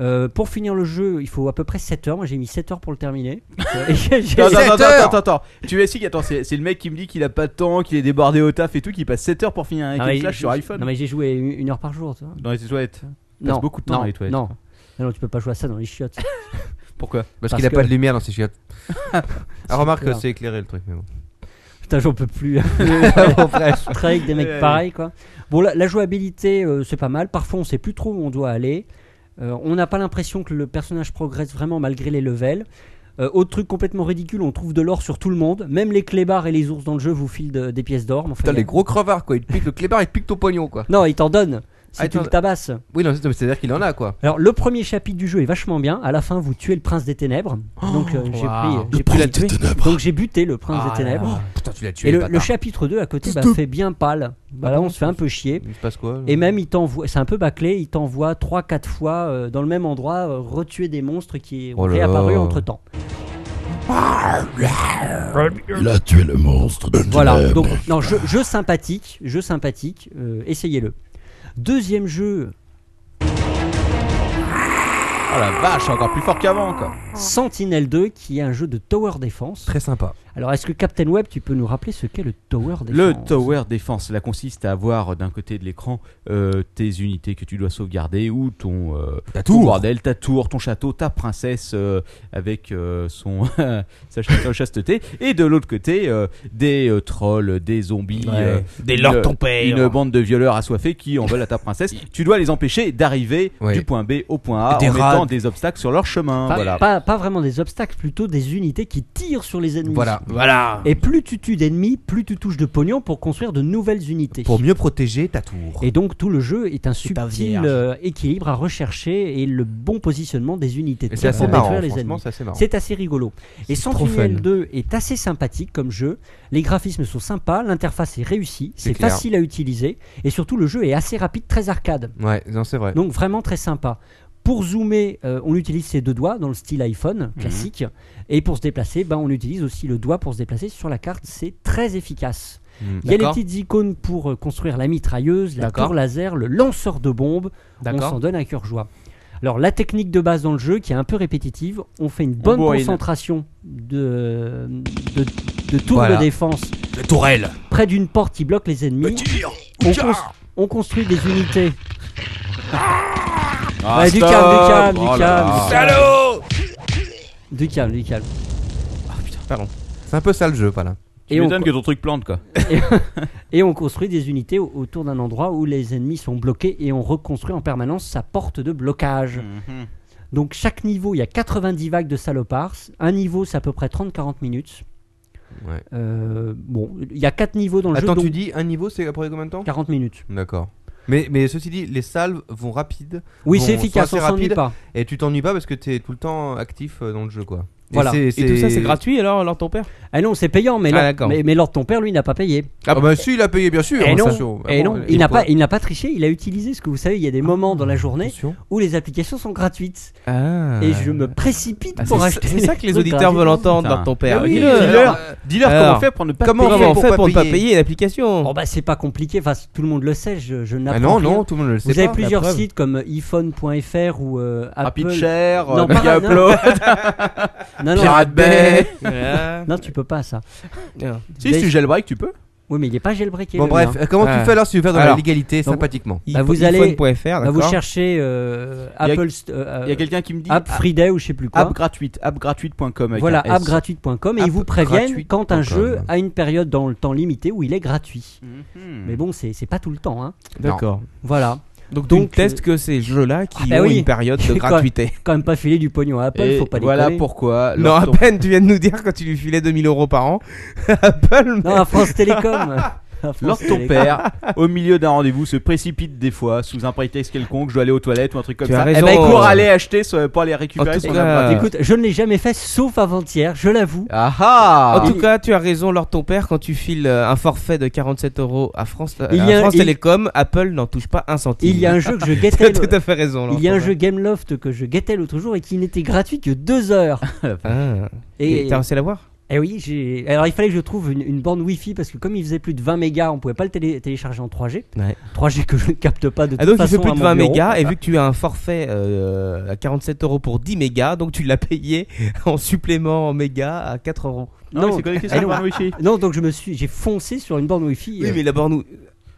E: Euh, pour finir le jeu, il faut à peu près 7 heures. Moi j'ai mis 7 heures pour le terminer. Et j'ai- j'ai-
C: Attends, attends, attends, attends, attends. Tu es que attends, c'est c'est le mec qui me dit qu'il a pas de temps, qu'il est débordé au taf et tout, qui passe 7 heures pour finir un
E: Ah,
C: Hack and
E: mais
C: slash
E: j'ai-
C: sur iPhone.
E: Non mais j'ai joué une une heure par jour. tu vois.
C: Dans les toilettes. Tu
E: Non,
C: passes beaucoup de temps
E: non,
C: dans les toilettes.
E: Non. Ah non, tu peux pas jouer à ça dans les chiottes.
C: Pourquoi
B: Parce, qu'il a
E: que-
B: pas de lumière dans ses chiottes. ah, remarque,
E: clair.
B: c'est éclairé le truc, mais bon.
E: Putain, j'en peux plus.
B: Bon, bref.
E: Je travaille avec des mecs
B: Ouais.
E: pareils, quoi. Bon, la, la jouabilité, euh, c'est pas mal. Parfois, on sait plus trop où on doit aller. Euh, on n'a pas l'impression que le personnage progresse vraiment malgré les levels. Euh, autre truc complètement ridicule, on trouve de l'or sur tout le monde. Même les clébards et les ours dans le jeu vous filent de- des pièces d'or. mais enfin,
B: Putain,
E: y a-
B: les gros crevards, quoi. Ils te piquent le clébard, ils te piquent ton pognon, quoi.
E: Non, ils t'en donnent. Si
B: Ah, ils
E: tu
B: t'en-
E: le tabasses.
B: Oui, non, c'est- c'est-à-dire qu'il en a, quoi.
E: Alors, le premier chapitre du jeu est vachement bien. À la fin, vous tuez le prince des ténèbres. Donc, euh, j'ai
B: Oh, Waouh.
E: pris- j'ai pris
B: Le prince
E: la-
B: des ténèbres.
E: Donc, j'ai buté le prince
B: Ah
E: des
B: là là.
E: ténèbres.
B: Putain, tu tu l'as tué,
E: Et le,
B: bâtard.
E: le chapitre 2 à côté bah, fait bien pâle. Bah, là, on se fait un peu chier.
B: Il se passe quoi, là
E: Et même, il t'envoie, c'est un peu bâclé, il t'envoie 3-4 fois euh, dans le même endroit euh, retuer des monstres qui ont
B: Oh là
E: réapparu
B: là.
E: entre temps.
N: Il a tué le monstre de
E: Voilà,
N: ténèbres.
E: donc non, jeu, jeu sympathique, jeu sympathique, euh, essayez-le. Deuxième jeu.
C: Oh la vache, encore plus fort qu'avant quoi.
E: Sentinel 2 qui est un jeu de tower defense.
B: Très sympa.
E: Alors est-ce que Captain Web, tu peux nous rappeler ce qu'est le tower defense
C: Le Tower Defense, là, consiste à avoir d'un côté de l'écran euh, tes unités que tu dois sauvegarder ou ton, euh, ton
B: tour.
C: bordel, ta tour, ton château, ta princesse euh, avec euh, son sa ch- sa chasteté. Et de l'autre côté, euh, des euh, trolls, des zombies,
D: Ouais.
C: euh,
D: Des
C: une-
D: lords ton père.
C: une bande de violeurs assoiffés qui en veulent à ta princesse. tu dois les empêcher d'arriver
B: Ouais.
C: du point B au point A
B: Des
C: en mettant
B: rats.
C: des obstacles sur leur chemin.
E: Pas,
C: voilà.
E: pas- pas vraiment des obstacles, plutôt des unités qui tirent sur les ennemis.
B: Voilà. Voilà.
E: Et plus tu tues d'ennemis, plus tu touches de pognon pour construire de nouvelles unités.
B: Pour mieux protéger ta tour.
E: Et donc tout le jeu est un
B: pas
E: subtil
B: vierge.
E: euh, équilibre à rechercher et le bon positionnement des unités.
B: Et
E: de
B: c'est
E: type
B: assez
E: pour
B: marrant,
E: détruire les
B: franchement,
E: ennemis.
B: c'est assez marrant.
E: C'est assez rigolo. Et
B: C'est trop
E: Sentinel
B: fun.
E: 2 est assez sympathique comme jeu. Les graphismes sont sympas, l'interface est réussie,
B: C'est
E: c'est
B: clair.
E: facile à utiliser et surtout le jeu est assez rapide, très arcade.
B: Ouais, non, c'est vrai.
E: Donc vraiment très sympa. Pour zoomer, euh, on utilise ses deux doigts dans le style iPhone
B: Mhm.
E: classique. Et pour se déplacer, ben, on utilise aussi le doigt pour se déplacer sur la carte. C'est très efficace.
B: Mhm.
E: Il y a les
B: D'accord.
E: petites icônes pour euh, construire la mitrailleuse, la
B: D'accord.
E: tour laser, le lanceur de bombes. On
B: D'accord.
E: s'en donne un cœur joie. Alors la technique de base dans le jeu qui est un peu répétitive, on fait une bonne
B: bourrine.
E: concentration de, de, de tours
B: Voilà.
E: de défense.
B: La tourelle.
E: Près d'une porte qui bloque les ennemis. On, cons- on construit des unités.
C: Ah,
E: Ouais, du
C: stop.
E: calme, du calme,
C: Oh là
E: du calme.
C: là.
E: du calme. Du calme, du calme.
B: Pardon. C'est un peu ça le jeu, pas là.
C: Tu m'étonnes que ton truc plante quoi.
E: Et, et on construit des unités au- autour d'un endroit où les ennemis sont bloqués et on reconstruit en permanence sa porte de blocage. Donc chaque niveau, il y a 90 vagues de salopards. Un niveau, c'est à peu près 30-40 minutes.
B: Ouais.
E: Euh, bon, il y a 4 niveaux dans le jeu.
B: Attends, tu
E: donc-
B: dis un niveau, c'est après combien de temps
E: 40 minutes.
B: D'accord. Mais, mais ceci dit, les salves vont rapides.
E: Oui,
B: vont-
E: c'est
B: sont
E: efficace,
B: assez
E: on s'ennuie
B: rapides,
E: pas.
B: Et tu t'ennuies pas parce que t'es tout le temps actif euh, dans le jeu, quoi.
E: Voilà.
B: c'est-
E: Et tout
B: c'est-
E: ça, c'est gratuit.
D: Gratuit alors, alors ton père
E: Ah non, c'est payant, mais,
B: Ah,
E: Lord-
B: d'accord.
E: mais, mais Lord ton père, lui, n'a pas payé.
B: Ah bah si, il a payé, bien sûr.
E: Et
B: hein,
E: non,
B: ça, sûr. Ah
E: et
B: bon,
E: non,
B: et
E: il n'a
B: pourquoi
E: pas, il n'a pas triché. Il a utilisé ce que vous savez. Il y a des moments dans la journée où les applications sont gratuites.
D: Ah.
E: Et je me précipite
D: Ah,
E: pour
D: c'est-
E: acheter.
D: c'est ça que
E: des
D: les
E: trucs
D: auditeurs veulent
E: gratuits.
D: entendre dans ton père.
E: Ah oui,
D: Dis-le.
E: dis-leur.
D: Alors,
E: Dis-leur
D: alors,
E: comment on fait pour ne pas
D: comment
E: payer.
D: on fait pour,
E: Pour
D: ne pas
E: payer.
D: payer l'application
E: Bon bah c'est pas compliqué, enfin tout le monde le sait, je, je n'apprends
B: non,
E: rien.
B: non, tout le monde le sait
E: Vous avez
B: pas.
E: plusieurs
B: La preuve.
E: sites comme iphone.fr ou euh, Apple.
C: Share, euh,
E: non, pas-
C: Media
E: non.
C: Upload.
E: non, non.
C: Pirate Bay.
E: non, tu peux pas ça.
C: Si, si tu jailbreak, tu peux.
E: Oui, mais il n'est pas jailbreaké.
B: Bon,
E: le
B: bref,
E: mien.
B: euh, comment tu fais alors si tu veux faire dans la légalité,
E: Donc,
B: sympathiquement
E: bah,
B: Iphone-
E: vous allez,
B: iPhone.fr,
E: bah, vous
B: d'accord.
E: cherchez euh,
C: Il y a-
E: Apple. st- euh,
C: Il y a quelqu'un qui me dit
E: App Friday ou je sais plus quoi.
C: App gratuite, appgratuite.com. avec
E: Voilà,
C: un S.
E: appgratuite.com et ils vous préviennent quand un
C: Appgratuite.com.
E: jeu a une période dans le temps limité où il est gratuit.
C: Mhm.
E: Mais bon, c'est c'est pas tout le temps. hein.
D: D'accord.
E: Voilà.
D: Donc,
E: Donc, euh, Ah, bah
D: tu testes que ces jeux-là qui ont une période de
E: Quand-
D: gratuité.
E: Quand, même pas filer du pognon à Apple,
D: Et
E: faut pas
D: voilà
E: déconner.
D: pourquoi Non, à peine tu viens de nous dire quand tu lui filais 2000 euros par an. Apple.
E: Non, à France Télécom. À France
C: Lors de ton
E: Télécom.
C: père, au milieu d'un rendez-vous, se précipite des fois sous un prétexte quelconque, je dois aller aux toilettes ou un truc comme
D: Tu as
C: ça.
D: raison.
C: Eh ben, il court
D: Euh,
C: aller acheter ce- pour aller
D: Oh,
C: récupérer son
E: Euh,
C: appart.
E: Écoute, je ne l'ai jamais fait sauf avant-hier, je l'avoue.
C: Ah ah
D: En tout cas, tu as raison, lors de ton père, quand tu files euh, un forfait de 47 euros à France, euh, à
E: Il y a-
D: France
E: il-
D: Télécom, Apple n'en touche pas un centime.
E: Il y a un jeu que je
D: Tu as
E: guettais.
D: tout à fait raison. Lord
E: Il y a un
D: Tomber.
E: jeu Gameloft que je guettais l'autre jour et qui n'était gratuit que deux heures.
D: Ah. Et t'as réussi à l'avoir
E: Eh oui, j'ai. Alors il fallait que je trouve une, une bande Wi-Fi parce que comme il faisait plus de 20 mégas, on pouvait pas le télé- télécharger en 3G.
D: Ouais.
E: 3G que je ne capte pas de
D: Ah,
E: toute
D: donc il
E: façon.
D: fait plus
E: à
D: de
E: mon
D: 20
E: bureau.
D: mégas et vu que tu as un forfait euh, à 47 euros pour 10 mégas, donc tu l'as payé en supplément en mégas à 4 euros. Ah,
C: Non, mais c'est connecté sur
E: eh
C: une
E: non.
C: borne Wi-Fi.
E: Non, donc je me suis, j'ai foncé sur une borne Wi-Fi.
D: Oui,
E: euh,
D: mais la borne.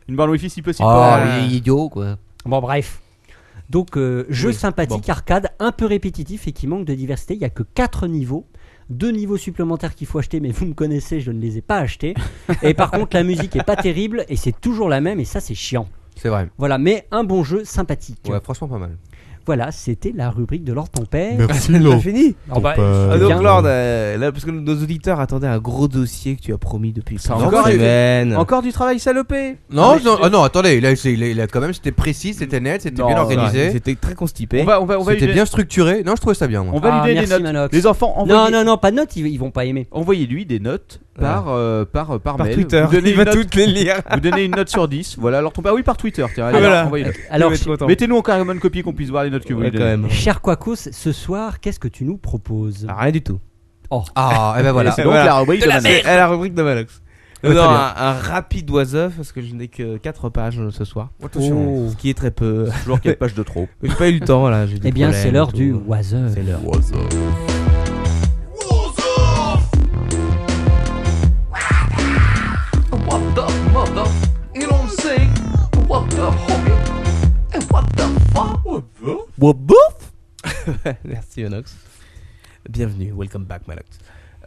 C: Une borne wifi si possible.
B: Ah,
C: Pas- euh,
B: il est idiot, quoi.
E: Bon, bref. Donc, euh, jeu
B: Oui,
E: sympathique, arcade, un peu répétitif et qui manque de diversité. Il n'y a que 4 niveaux. Deux niveaux supplémentaires qu'il faut acheter, mais vous me connaissez, je ne les ai pas achetés. Et par contre, la musique est pas terrible et c'est toujours la même et ça, c'est chiant.
B: C'est vrai.
E: Voilà, mais un bon jeu sympathique.
B: Ouais, franchement, pas mal.
E: Voilà, c'était la rubrique de Lord ton père.
D: C'est pas fini.
E: Ah bah,
D: Ah,
E: c'est
D: donc
E: bien.
D: Lord, euh, là, parce que nos auditeurs attendaient un gros dossier que tu as promis depuis plusieurs
B: encore arrivé.
D: semaines.
C: Encore du travail salopé.
B: Non,
C: mais-
B: non, ah non, attendez, là, c'est- il a, il a quand même, c'était précis, c'était net, c'était
C: Non,
B: bien
C: ça,
B: organisé.
D: C'était très constipé.
C: On va- on va- on va
B: C'était
C: lui-
B: bien structuré. Non, je trouvais ça bien, moi.
C: On va
E: Ah,
C: lui donner
E: merci,
C: des notes.
E: Manox.
C: Les enfants,
E: Non,
C: envoyez-
E: non, non, pas de notes, ils, ils vont pas aimer.
C: envoyez-lui des notes par, euh, par, par,
D: Par
C: mail.
D: Twitter.
C: Vous donnez
D: Il
C: une
D: va
C: note-
D: toutes les lire.
C: Vous donnez une note sur 10. Voilà, alors ton père, oui, par Twitter. Tiens, allez,
D: Voilà.
C: envoyez-le.
D: Alors,
C: Mettez-
D: je- trop temps.
C: mettez-nous en carrément une copie qu'on puisse voir les notes que vous
D: Ouais,
C: lui
D: quand
C: donnez.
D: même.
E: Cher Quacos, ce soir, qu'est-ce que tu nous proposes
D: Rien du tout.
E: Oh.
B: Ah, et ben voilà.
D: Et voilà. De la merde. C'est la rubrique de Malox.
C: Ah
D: Non,
B: Ouais,
D: non,
B: très
D: un,
B: bien.
D: un rapide oiseuf parce que je n'ai que 4 pages euh, ce soir.
C: Oh,
E: Attention.
D: Ce qui est très peu.
C: Toujours quatre pages de trop.
D: J'ai pas eu le temps là. j'ai des
E: Eh bien,
D: problèmes
E: c'est
D: et
E: l'heure
D: tout.
E: du oiseuf.
D: C'est l'heure.
M: What the mother? You don't say what the hobby? And what the fuck?
D: Merci Manox. Bienvenue, welcome back Manox.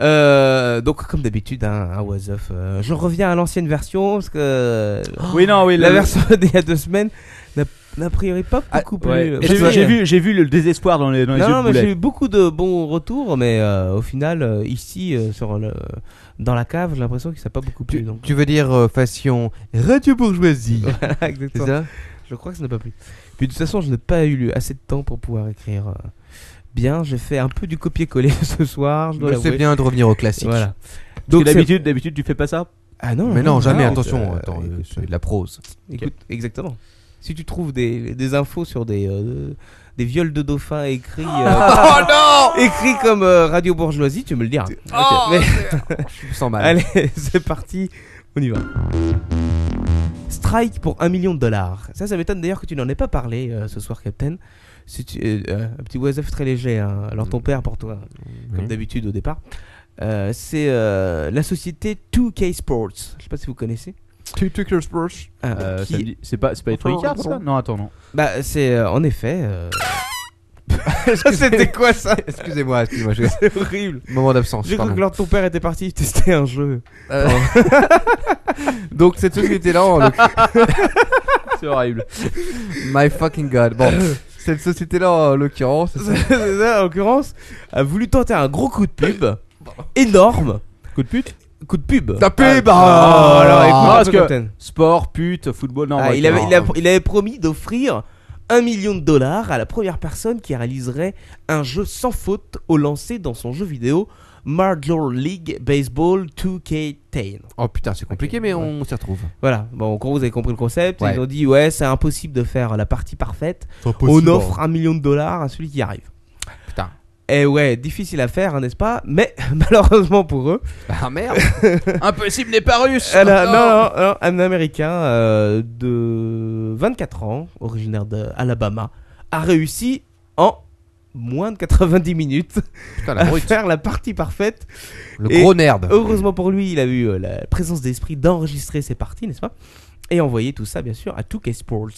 D: Euh, donc comme d'habitude, hein, un was of. euh, je reviens à l'ancienne version parce que
C: Oui, non, oui,
D: la
C: le-
D: version d'il y a deux semaines n'a n'a priori pas beaucoup
C: Ah, Ouais.
D: plu. Euh,
C: J'ai vu-
D: Parce que-
C: J'ai vu, j'ai vu le désespoir dans les, dans les
D: non,
C: yeux
D: non,
C: de
D: mais
C: Boulet.
D: j'ai eu beaucoup de bons retours, mais euh, au final, euh, ici, euh, sur le- dans la cave, j'ai l'impression que ça n'a pas beaucoup plu. donc.
B: Tu veux dire euh, fashion radio bourgeoisie
D: Voilà,
B: C'est
D: exactement.
B: ça
D: Je crois que ça n'a pas plu. Puis de toute façon, je n'ai pas eu le- assez de temps pour pouvoir écrire euh, bien. J'ai fait un peu du copier-coller ce soir. je dois
B: Mais c'est
D: l'avouer.
B: bien de revenir au classique.
D: Voilà.
C: Donc
D: c'est-
C: d'habitude, d'habitude, tu fais pas ça
D: Ah non,
B: Mais non, jamais,
D: écoute,
B: attention,
D: euh,
B: attends,
D: écoute,
B: euh, c'est de la prose.
D: Écoute, exactement. Si tu trouves des, des infos sur des, euh, des viols de dauphins écrits.
B: Oh
D: non Écrits comme euh, Radio Bourgeoisie, tu me le diras.
B: Oh,
D: Ok, mais-
B: Je me sens mal.
D: Allez, c'est parti, on y va. Strike pour un million de dollars. Ça, ça m'étonne d'ailleurs que tu n'en aies pas parlé euh, ce soir, Captain. Si tu- euh, euh, un petit oiseuf très léger, hein. alors ton père pour toi, comme d'habitude au départ. Euh, c'est euh, la société 2K Sports. Je sais pas si vous connaissez.
B: 2K Sports
D: Ah,
C: Euh, ça me dit- C'est pas, c'est pas Electronic Arts, ça Non, attends, non.
D: Bah, c'est euh, en effet. euh,
B: C'était quoi ça Excusez-moi, excusez-moi. je-
D: C'est horrible.
B: Moment d'absence.
D: J'ai cru
B: pardon.
D: que lors de ton père était parti tester un jeu.
B: Euh,
D: Pardon.
B: Donc cette société-là, en l'occurrence-
C: C'est horrible.
B: My fucking god. Bon, cette société-là, en l'occurrence,
D: C'est ça, en l'occurrence, a voulu tenter un gros coup de pub énorme.
C: Coup de pute
D: Coup de pub.
B: Ta pub,
D: ah,
B: ah,
D: alors, écoute
C: Ah,
D: un
C: parce
D: peu,
C: que
D: Captain.
C: sport, pute, football, non.
D: Ah,
C: moi,
D: il,
C: je-
D: avait,
C: non.
D: il a- il avait promis d'offrir un million de dollars à la première personne qui réaliserait un jeu sans faute au lancer dans son jeu vidéo Major League Baseball 2K10.
B: Oh putain, c'est compliqué, mais on s'y retrouve.
D: Voilà, bon, en gros, vous avez compris le concept.
B: Ouais.
D: Ils ont dit, ouais, c'est impossible de faire la partie parfaite.
B: C'est impossible. hein.
D: On offre un million de dollars à celui qui y arrive.
B: Putain.
D: Et ouais, difficile à faire, hein, n'est-ce pas Mais malheureusement pour eux.
B: Ah merde Impossible n'est pas russe
D: un-
C: Oh.
D: non, non, non, un Américain euh, de 24 ans, originaire de Alabama, a réussi en moins de 90 minutes
B: la
D: à
B: brute.
D: faire la partie parfaite.
B: Le gros nerd.
D: Heureusement pour lui, il a eu euh, la présence d'esprit d'enregistrer ses parties, n'est-ce pas Et envoyer tout ça, bien sûr, à 2K Sports.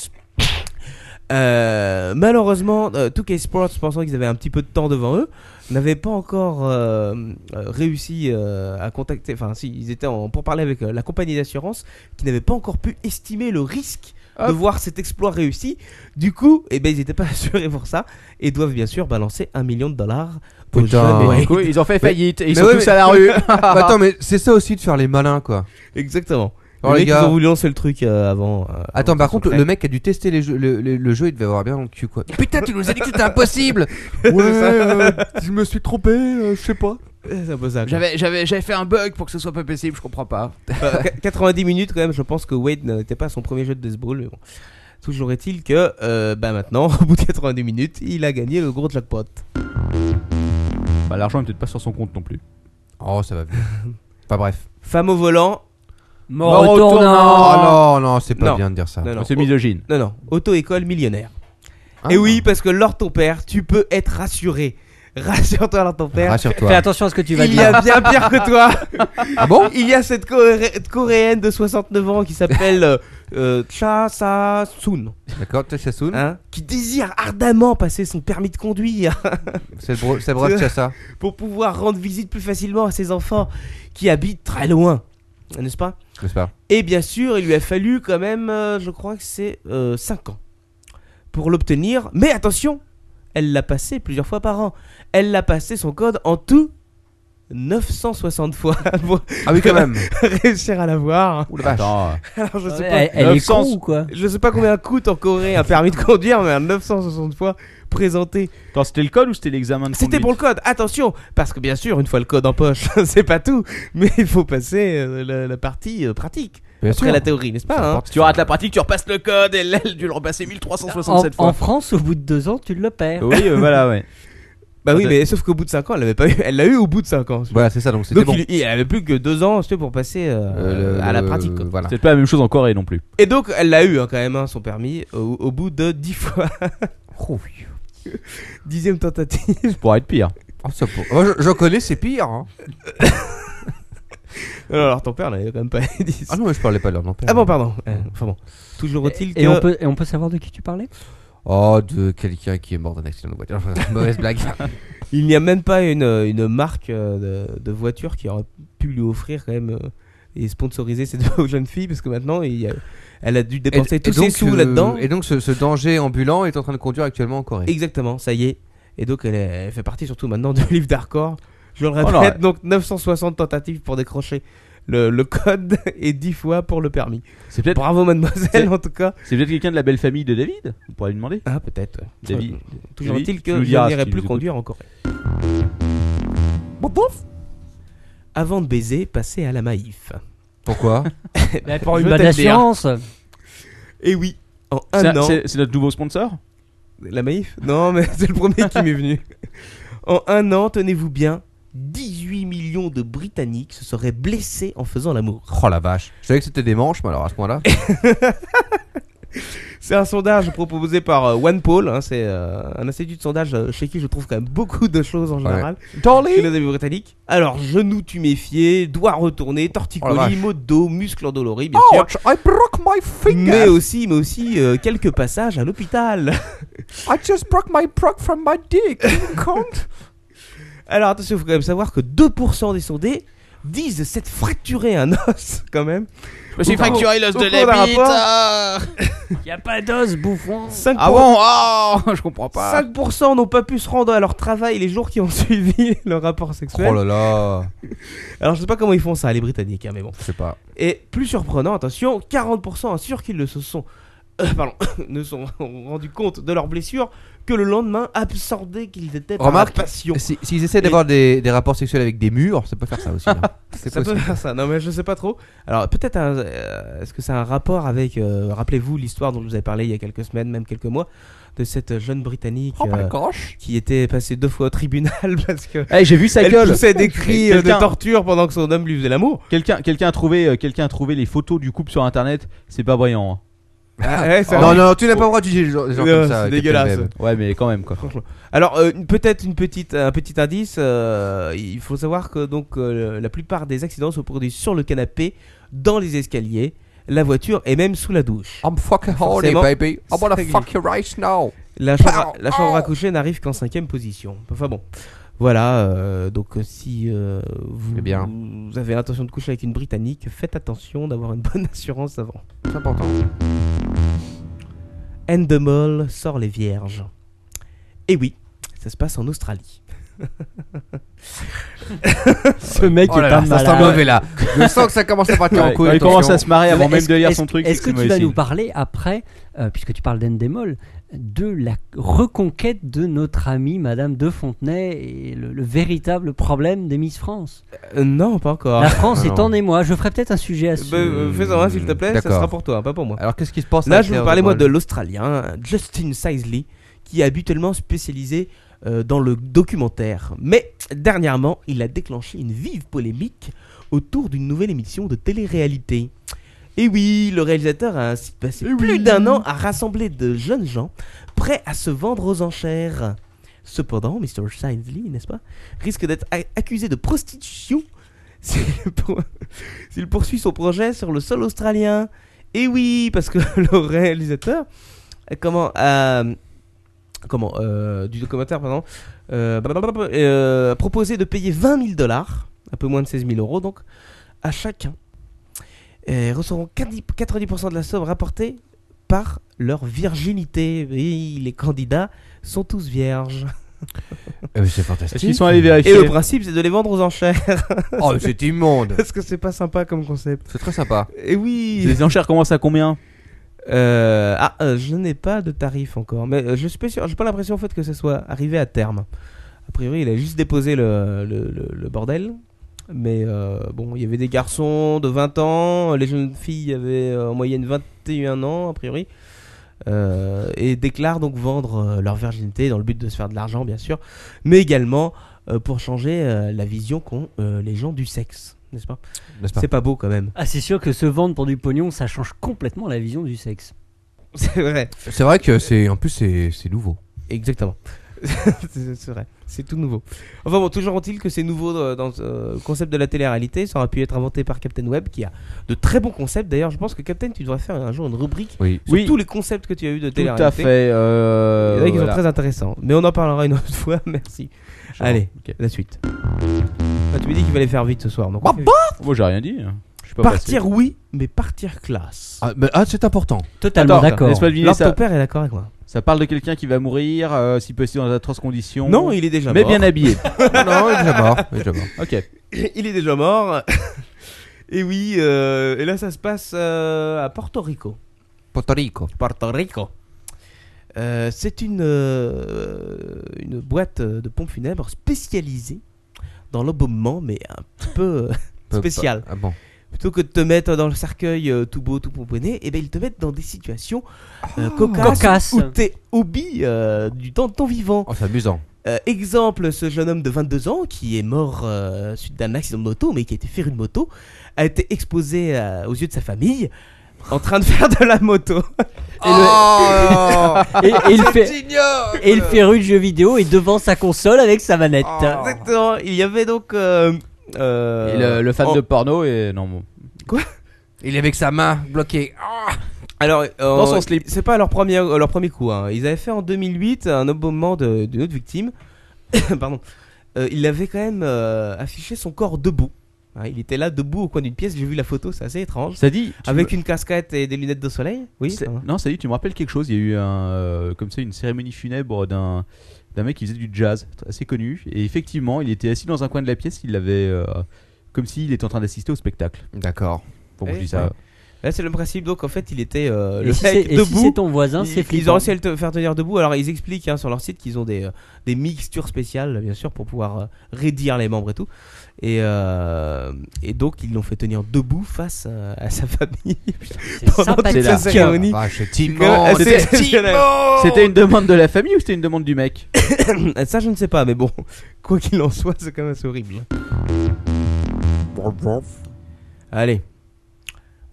D: Euh, malheureusement, euh, 2K Sports, pensant qu'ils avaient un petit peu de temps devant eux, n'avaient pas encore euh, euh, réussi euh, à contacter. Enfin, si, ils étaient en, pour parler avec euh, la compagnie d'assurance qui n'avait pas encore pu estimer le risque de voir cet exploit réussi. Du coup, eh ben, ils n'étaient pas assurés pour ça et doivent bien sûr balancer un million de dollars au
B: Putain.
D: jeune
B: Du coup,
C: ils ont fait
D: Mais-
C: faillite et ils
D: mais
C: sont
D: ouais,
C: tous
D: mais-
C: à la rue.
B: Bah, attends, mais c'est ça aussi de faire les malins, quoi.
D: Exactement.
B: Alors,
D: les
B: les
D: mecs,
B: gars-
D: ils ont voulu lancer le truc euh, avant. euh,
B: Attends,
D: avant
B: par
D: qu'ils
B: contre,
D: soient
B: le
D: prêts.
B: mec a dû tester les jeux- le, le- le jeu, il devait avoir bien dans le cul, quoi. Putain, tu nous as dit que c'était impossible Ouais, euh, je me suis trompé, euh, je sais pas.
D: C'est un peu ça, quoi.
L: J'avais, j'avais, j'avais fait un bug pour que ce soit pas possible, je comprends pas.
D: Euh, qu- 90 minutes quand même, je pense que Wade n'était pas à son premier jeu de baseball, mais bon. Toujours est-il que, euh, bah maintenant, au bout de 90 minutes, il a gagné le gros jackpot.
C: Bah, L'argent est peut-être pas sur son compte non plus.
B: Oh, ça va bien. Pas bref.
D: Femme au volant. Ah
E: Mort
C: au
E: au
C: tournant.
E: tournant.
B: Oh non, non, c'est pas
D: Non.
B: bien de dire ça.
D: Non, non.
C: C'est misogyne.
D: Non, non, auto-école millionnaire.
B: Ah.
D: Et oui, parce que lors ton père, tu peux être rassuré. Rassure-toi, lors ton père.
E: Fais
B: Rassure-toi.
E: attention à ce que tu vas
D: Il y
E: dire.
D: a bien pire que toi.
B: Ah bon
D: Il y a cette Coré- coréenne de 69 ans qui s'appelle euh, euh, Cha Sa Soon,
B: D'accord, Tashasun,
D: hein, qui désire ardemment passer son permis de conduire.
B: c'est le bro- c'est le bras de Chassa.
D: pour pouvoir rendre visite plus facilement à ses enfants qui habitent très loin, n'est-ce pas
B: N'est-ce pas
D: Et bien sûr, il lui a fallu quand même, euh, je crois que c'est 5 ans pour l'obtenir. Mais attention, elle l'a passé plusieurs fois par an. Elle l'a passé son code en tout 960 fois pour
B: Ah oui, quand même.
D: réussir à l'avoir.
B: Ouh la vache. Attends.
D: Alors, je sais
E: Ouais,
D: pas.
E: elle- elle est 900 con ou quoi
D: Je sais pas combien coûte en Corée un permis de conduire, mais un 960 fois présenté.
C: Attends, c'était le code ou c'était l'examen de
D: C'était pour le code, attention Parce que bien sûr, une fois le code en poche, c'est pas tout, mais il faut passer euh, la, la partie euh, pratique.
C: Bien
D: Après
C: sûr.
D: la théorie, n'est-ce
C: Ça
D: pas hein
C: importe. Tu rates la pratique, tu repasses le code et l'aile, tu le repasses 1367
E: en,
C: fois.
E: en France, au bout de deux ans, tu le perds.
C: Oui, euh, voilà, ouais.
D: Bah oui,
C: Peut-être.
D: mais sauf qu'au bout de 5 ans, elle l'avait pas eu. Elle l'a eu au bout de 5 ans.
B: Voilà, c'est ça, donc c'était bon.
D: il- il- elle avait plus que 2 ans c'était pour passer euh,
B: Euh, le-
D: à la
B: le-
D: pratique. quoi.
B: voilà.
C: C'est pas la même chose en Corée non plus.
D: Et donc, elle l'a eu hein, quand même, hein, son permis, au, au bout de 10 fois.
B: Oh
D: Dixième tentative.
C: Pour être pire.
B: Oh, J'en connais, c'est pire. hein.
D: Alors, alors, ton père l'avait quand même pas eu 10.
B: Ah non, mais je parlais pas de leur nom.
D: Ah bon, pardon. Euh, Enfin bon. Toujours est-il que.
E: Et, on peut, et on peut savoir de qui tu parlais
B: Oh, de quelqu'un qui est mort d'un accident de voiture. Enfin, Mauvaise blague.
D: Il n'y a même pas une, une marque euh, de, de voiture qui aurait pu lui offrir quand même euh, et sponsoriser cette jeune fille parce que maintenant il y a- elle a dû dépenser tous ses
B: donc,
D: sous
B: euh,
D: là-dedans.
B: Et donc, ce, ce danger ambulant est en train de conduire actuellement en Corée.
D: Exactement, ça y est. Et donc elle, est- elle fait partie surtout maintenant du livre d'Arcor. Je le
B: Oh
D: répète,
B: là.
D: donc 960 tentatives pour décrocher le, le code et 10 fois pour le permis.
C: C'est peut-être.
D: Bravo mademoiselle en tout cas.
C: C'est peut-être quelqu'un de la belle famille de David On pourrait lui demander.
D: Ah, peut-être. ouais.
C: David.
D: Toujours
C: David,
D: est-il
C: tu
D: que
C: nous
D: je
C: diras
D: n'irai
C: si tu
D: plus
C: nous
D: conduire en Corée. Avant de baiser, passez à la maïf.
B: Pourquoi
E: Bah, pour une
D: Je
E: bonne
D: t'aime
E: assurance.
D: Et Eh oui, en
C: C'est
D: un
C: un-
D: an.
C: C'est c'est notre nouveau sponsor
D: La Maïf Non, mais c'est le premier qui m'est venu. En un an, tenez-vous bien, 18 millions de Britanniques se seraient blessés en faisant l'amour.
B: Oh la vache. Je savais que c'était des manches, mais alors à ce point-là.
D: C'est un sondage proposé par euh, OnePoll, hein, c'est euh, un institut de sondage euh, chez qui je trouve quand même beaucoup de choses en général.
B: Dans les-
D: Chez les amis britanniques. Alors, genou tuméfié, doigt retourné,
B: Oh la
D: torticolis,
B: vache.
D: maux de dos, muscles endoloris, bien
B: Ouch,
D: sûr.
B: I broke my finger.
D: Mais aussi, mais aussi euh, quelques passages à l'hôpital.
B: I just broke my broke from my dick.
D: Alors attention, il faut quand même savoir que 2% des sondés disent s'être fracturé un os quand même.
C: Je me suis
D: Au cours-
C: fracturé l'os
D: au
C: de
D: cours
C: la
D: d'un
C: bite,
D: rapport,
E: Y a pas d'os, bouffon.
D: 5
C: Ah bon Oh, je comprends pas.
D: 5% n'ont pas pu se rendre à leur travail les jours qui ont suivi leur rapport sexuel.
B: Oh là là.
D: Alors je sais pas comment ils font ça, les Britanniques, hein, mais bon.
B: Je sais pas.
D: Et plus surprenant, attention, 40% assurent qu'ils ne se sont, euh, pardon, ne sont rendus compte de leur blessure que le lendemain, absorbés qu'ils étaient par la
B: Remarque,
D: passion.
B: si- s'ils essaient d'avoir des, des rapports sexuels avec des murs, ça peut faire ça aussi. hein. C'est
D: Ça peut
B: possible.
D: faire ça, non mais je sais pas trop. Alors peut-être un- euh, est-ce que ça a un rapport avec, euh, rappelez-vous l'histoire dont je vous avais parlé il y a quelques semaines, même quelques mois, de cette jeune Britannique
B: Oh my
D: euh,
B: gosh.
D: qui était passée deux fois au tribunal parce que
C: Eh, j'ai vu sa
D: elle
C: gueule.
D: poussait des cris
C: Et
D: euh, de
C: quelqu'un-
D: torture pendant que son homme lui faisait l'amour.
C: Quelqu'un quelqu'un a trouvé euh, quelqu'un a trouvé les photos du couple sur internet, c'est pas brillant. hein.
D: Ah, ouais, c'est
B: non,
D: vrai.
B: non, tu n'as pas le droit de juger les gens, les gens
D: Non,
B: comme ça.
D: c'est
B: Captain
D: dégueulasse.
B: Webb.
C: Ouais, mais quand même quoi.
D: Alors euh, une- peut-être une petite un petit indice. euh, il faut savoir que donc euh, la plupart des accidents se produisent sur le canapé, dans les escaliers, la voiture et même sous la douche.
B: I'm fucking horny,
D: Forcément,
B: baby. I wanna
D: c'est
B: fuck you right now.
D: La chambre, la chambre à coucher n'arrive qu'en cinquième position. Enfin bon. Voilà, euh, donc euh, si euh, vous,
B: Eh bien.
D: vous avez l'intention de coucher avec une Britannique, faites attention d'avoir une bonne assurance avant.
B: C'est important.
D: Endemol sort les vierges. Et oui, ça se passe en Australie.
E: Ce mec
B: Oh là
E: est
B: là,
E: un
B: ça sent
E: malade.
B: mauvais là. Je sens que ça commence à partir en
C: Ouais,
B: couille.
C: quand il commence
B: attention.
C: à se marrer avant
E: Non, mais
C: même
E: est-ce-
C: de lire
E: est-ce-
C: son truc,
E: Est-ce que
C: c'est
E: tu vas
C: mauvais
E: nous
C: signe.
E: parler après, euh, puisque tu parles d'Endemol, de la reconquête de notre amie Madame de Fontenay et le, le véritable problème des Miss France
D: Euh, non, pas encore.
E: La France
B: Ah non.
E: est en émoi. Je ferai peut-être un sujet à ce
D: Bah, euh, Fais-en un s'il te plaît, ça
B: D'accord.
D: sera pour toi, pas pour moi.
B: Alors qu'est-ce qui se passe
D: Là,
B: avec
D: je vais vous
B: Claire
D: parler moi de
B: Debol
D: l'Australien Justin Sisley, qui est habituellement spécialisé euh, dans le documentaire. Mais dernièrement, il a déclenché une vive polémique autour d'une nouvelle émission de télé-réalité. Et oui, le réalisateur a ainsi passé plus d'un an à rassembler de jeunes gens prêts à se vendre aux enchères. Cependant, Mr. Sisley, n'est-ce pas, risque d'être a- accusé de prostitution s'il pour- s'il poursuit son projet sur le sol australien. Et oui, parce que le réalisateur, euh, comment, euh, comment, euh, du documentaire, pardon, euh, blablabla, euh, a proposé de payer 20 000 dollars, un peu moins de 16 000 euros donc, à chacun. Et recevront 40 90% de la somme rapportée par leur virginité. Oui, les candidats sont tous vierges.
B: Ah, c'est fantastique.
C: Est-ce qu'ils sont allés vérifier
D: Et le principe, c'est de les vendre aux enchères.
B: Oh, c'est immonde.
D: Parce que c'est pas sympa comme concept.
B: C'est très sympa.
D: Et oui.
C: Les enchères commencent à combien
D: Euh, ah, euh, je n'ai pas de tarif encore, mais euh, je suis pas sûr, j'ai pas l'impression en fait que ça soit arrivé à terme. A priori, il a juste déposé le, le- le- le bordel. Mais euh, bon, il y avait des garçons de 20 ans, les jeunes filles avaient euh, en moyenne 21 ans, a priori, Euh, et déclarent donc vendre euh, leur virginité dans le but de se faire de l'argent, bien sûr, mais également euh, pour changer euh, la vision qu'ont euh, les gens du sexe, n'est-ce pas
B: N'est-ce pas
D: C'est pas beau quand même.
E: Ah, c'est sûr que se vendre pour du pognon, ça change complètement la vision du sexe.
D: C'est vrai.
B: C'est vrai que c'est. En plus, c'est c'est nouveau.
D: Exactement. c'est c'est vrai, c'est tout nouveau. Enfin bon, toujours est-il que c'est nouveau euh, dans euh, le concept de la télé-réalité. Ça aurait pu être inventé par Captain Web, qui a de très bons concepts. D'ailleurs, je pense que Captain, tu devrais faire un jour une rubrique
B: Oui.
D: sur
C: Oui.
D: tous les concepts que tu as eu de
C: Tout
D: télé-réalité.
C: à fait. euh,
D: Il y en a qui
C: voilà.
D: sont très intéressants. Mais on en parlera une autre fois, merci.
C: Genre,
D: Allez,
C: ok. Bah,
D: la suite. Ah, tu me dis qu'il fallait faire vite ce soir. Donc on fait vite.
C: Moi, j'ai rien dit. hein. Je suis pas
D: partir, oui, mais partir classe.
B: Ah, mais- ah, c'est important.
E: Totalement
C: Attends,
E: d'accord.
C: laisse-moi deviner
D: Alors,
C: ça.
D: ton père est d'accord avec moi.
C: Ça parle de quelqu'un qui va mourir, euh, si possible dans d'atroces conditions.
D: Non, il est déjà
C: mais
D: mort.
C: Mais bien habillé.
B: non, il est déjà mort. Il est déjà mort.
C: Ok.
D: Il est déjà mort. et oui, euh, et là ça se passe euh, à Porto Rico.
B: Puerto Rico.
D: Porto Rico. Euh, c'est une, euh, une boîte de pompes funèbres spécialisée dans l'embaumement, mais un petit peu euh,
B: Peu-
D: spécial.
B: Ah bon.
D: Plutôt que de te mettre dans le cercueil euh, tout beau, tout pomponné, eh ben, ils te mettent dans des situations euh,
E: Oh.
D: cocasses,
E: Cocasses.
D: où t'es hobby du temps de ton vivant.
B: Oh, c'est amusant.
D: Euh, exemple, ce jeune homme de 22 ans qui est mort euh, suite d'un accident de moto, mais qui a été féru de moto, a été exposé euh, aux yeux de sa famille en train de faire de la moto.
E: Et,
C: Oh.
E: le... et, et le fait... et le féru de jeux vidéo est devant sa console avec sa manette.
D: Exactement. Il y avait donc. euh, euh,
C: Et le, le fan
D: en-
C: de porno et non. bon.
B: Il est avec sa main bloquée. Ah.
D: Alors, euh,
C: son slip.
D: C'est pas leur premier, euh, leur premier coup. hein. Ils avaient fait en 2008 un embaumement de- d'une autre victime. Pardon. Euh, il avait quand même euh, affiché son corps debout. Hein, il était là debout au coin d'une pièce. J'ai vu la photo, c'est assez étrange.
C: Ça dit. tu
D: Avec
C: me-
D: une casquette et des lunettes de soleil. Oui.
C: C'est-
D: ça va.
C: Non, ça dit. Tu me rappelles quelque chose Il y a eu un, euh, comme ça une cérémonie funèbre d'un d'un mec qui faisait du jazz, tr- assez connu. Et effectivement, il était assis dans un coin de la pièce. Il avait euh, comme s'il était en train d'assister au spectacle.
B: D'accord.
C: Bon,
D: Eh,
C: je dis ça.
D: ouais. Là, c'est le principe. Donc, en fait, il était euh,
E: Et
D: le
E: si
D: mec
E: c'est- et si
D: debout.
E: c'est ton voisin,
D: Ils-
E: c'est
D: Ils ont
E: flippant.
D: réussi à le te- faire tenir debout. Alors, ils expliquent hein, sur leur site qu'ils ont des, euh, des mixtures spéciales, bien sûr, pour pouvoir euh, raidir les membres et tout. Et, euh, et donc, ils l'ont fait tenir debout face euh, à sa famille. pendant toute
E: sympathique.
D: la
E: C'est
D: cérémonie.
B: Ah, c'est
D: C'est quand même
B: immense.
D: assez
B: C'était-
D: exceptionnel.
C: C'était une demande de la famille ou c'était une demande du mec
D: Ça, je ne sais pas, mais bon, quoi qu'il en soit, c'est quand même assez horrible. Allez,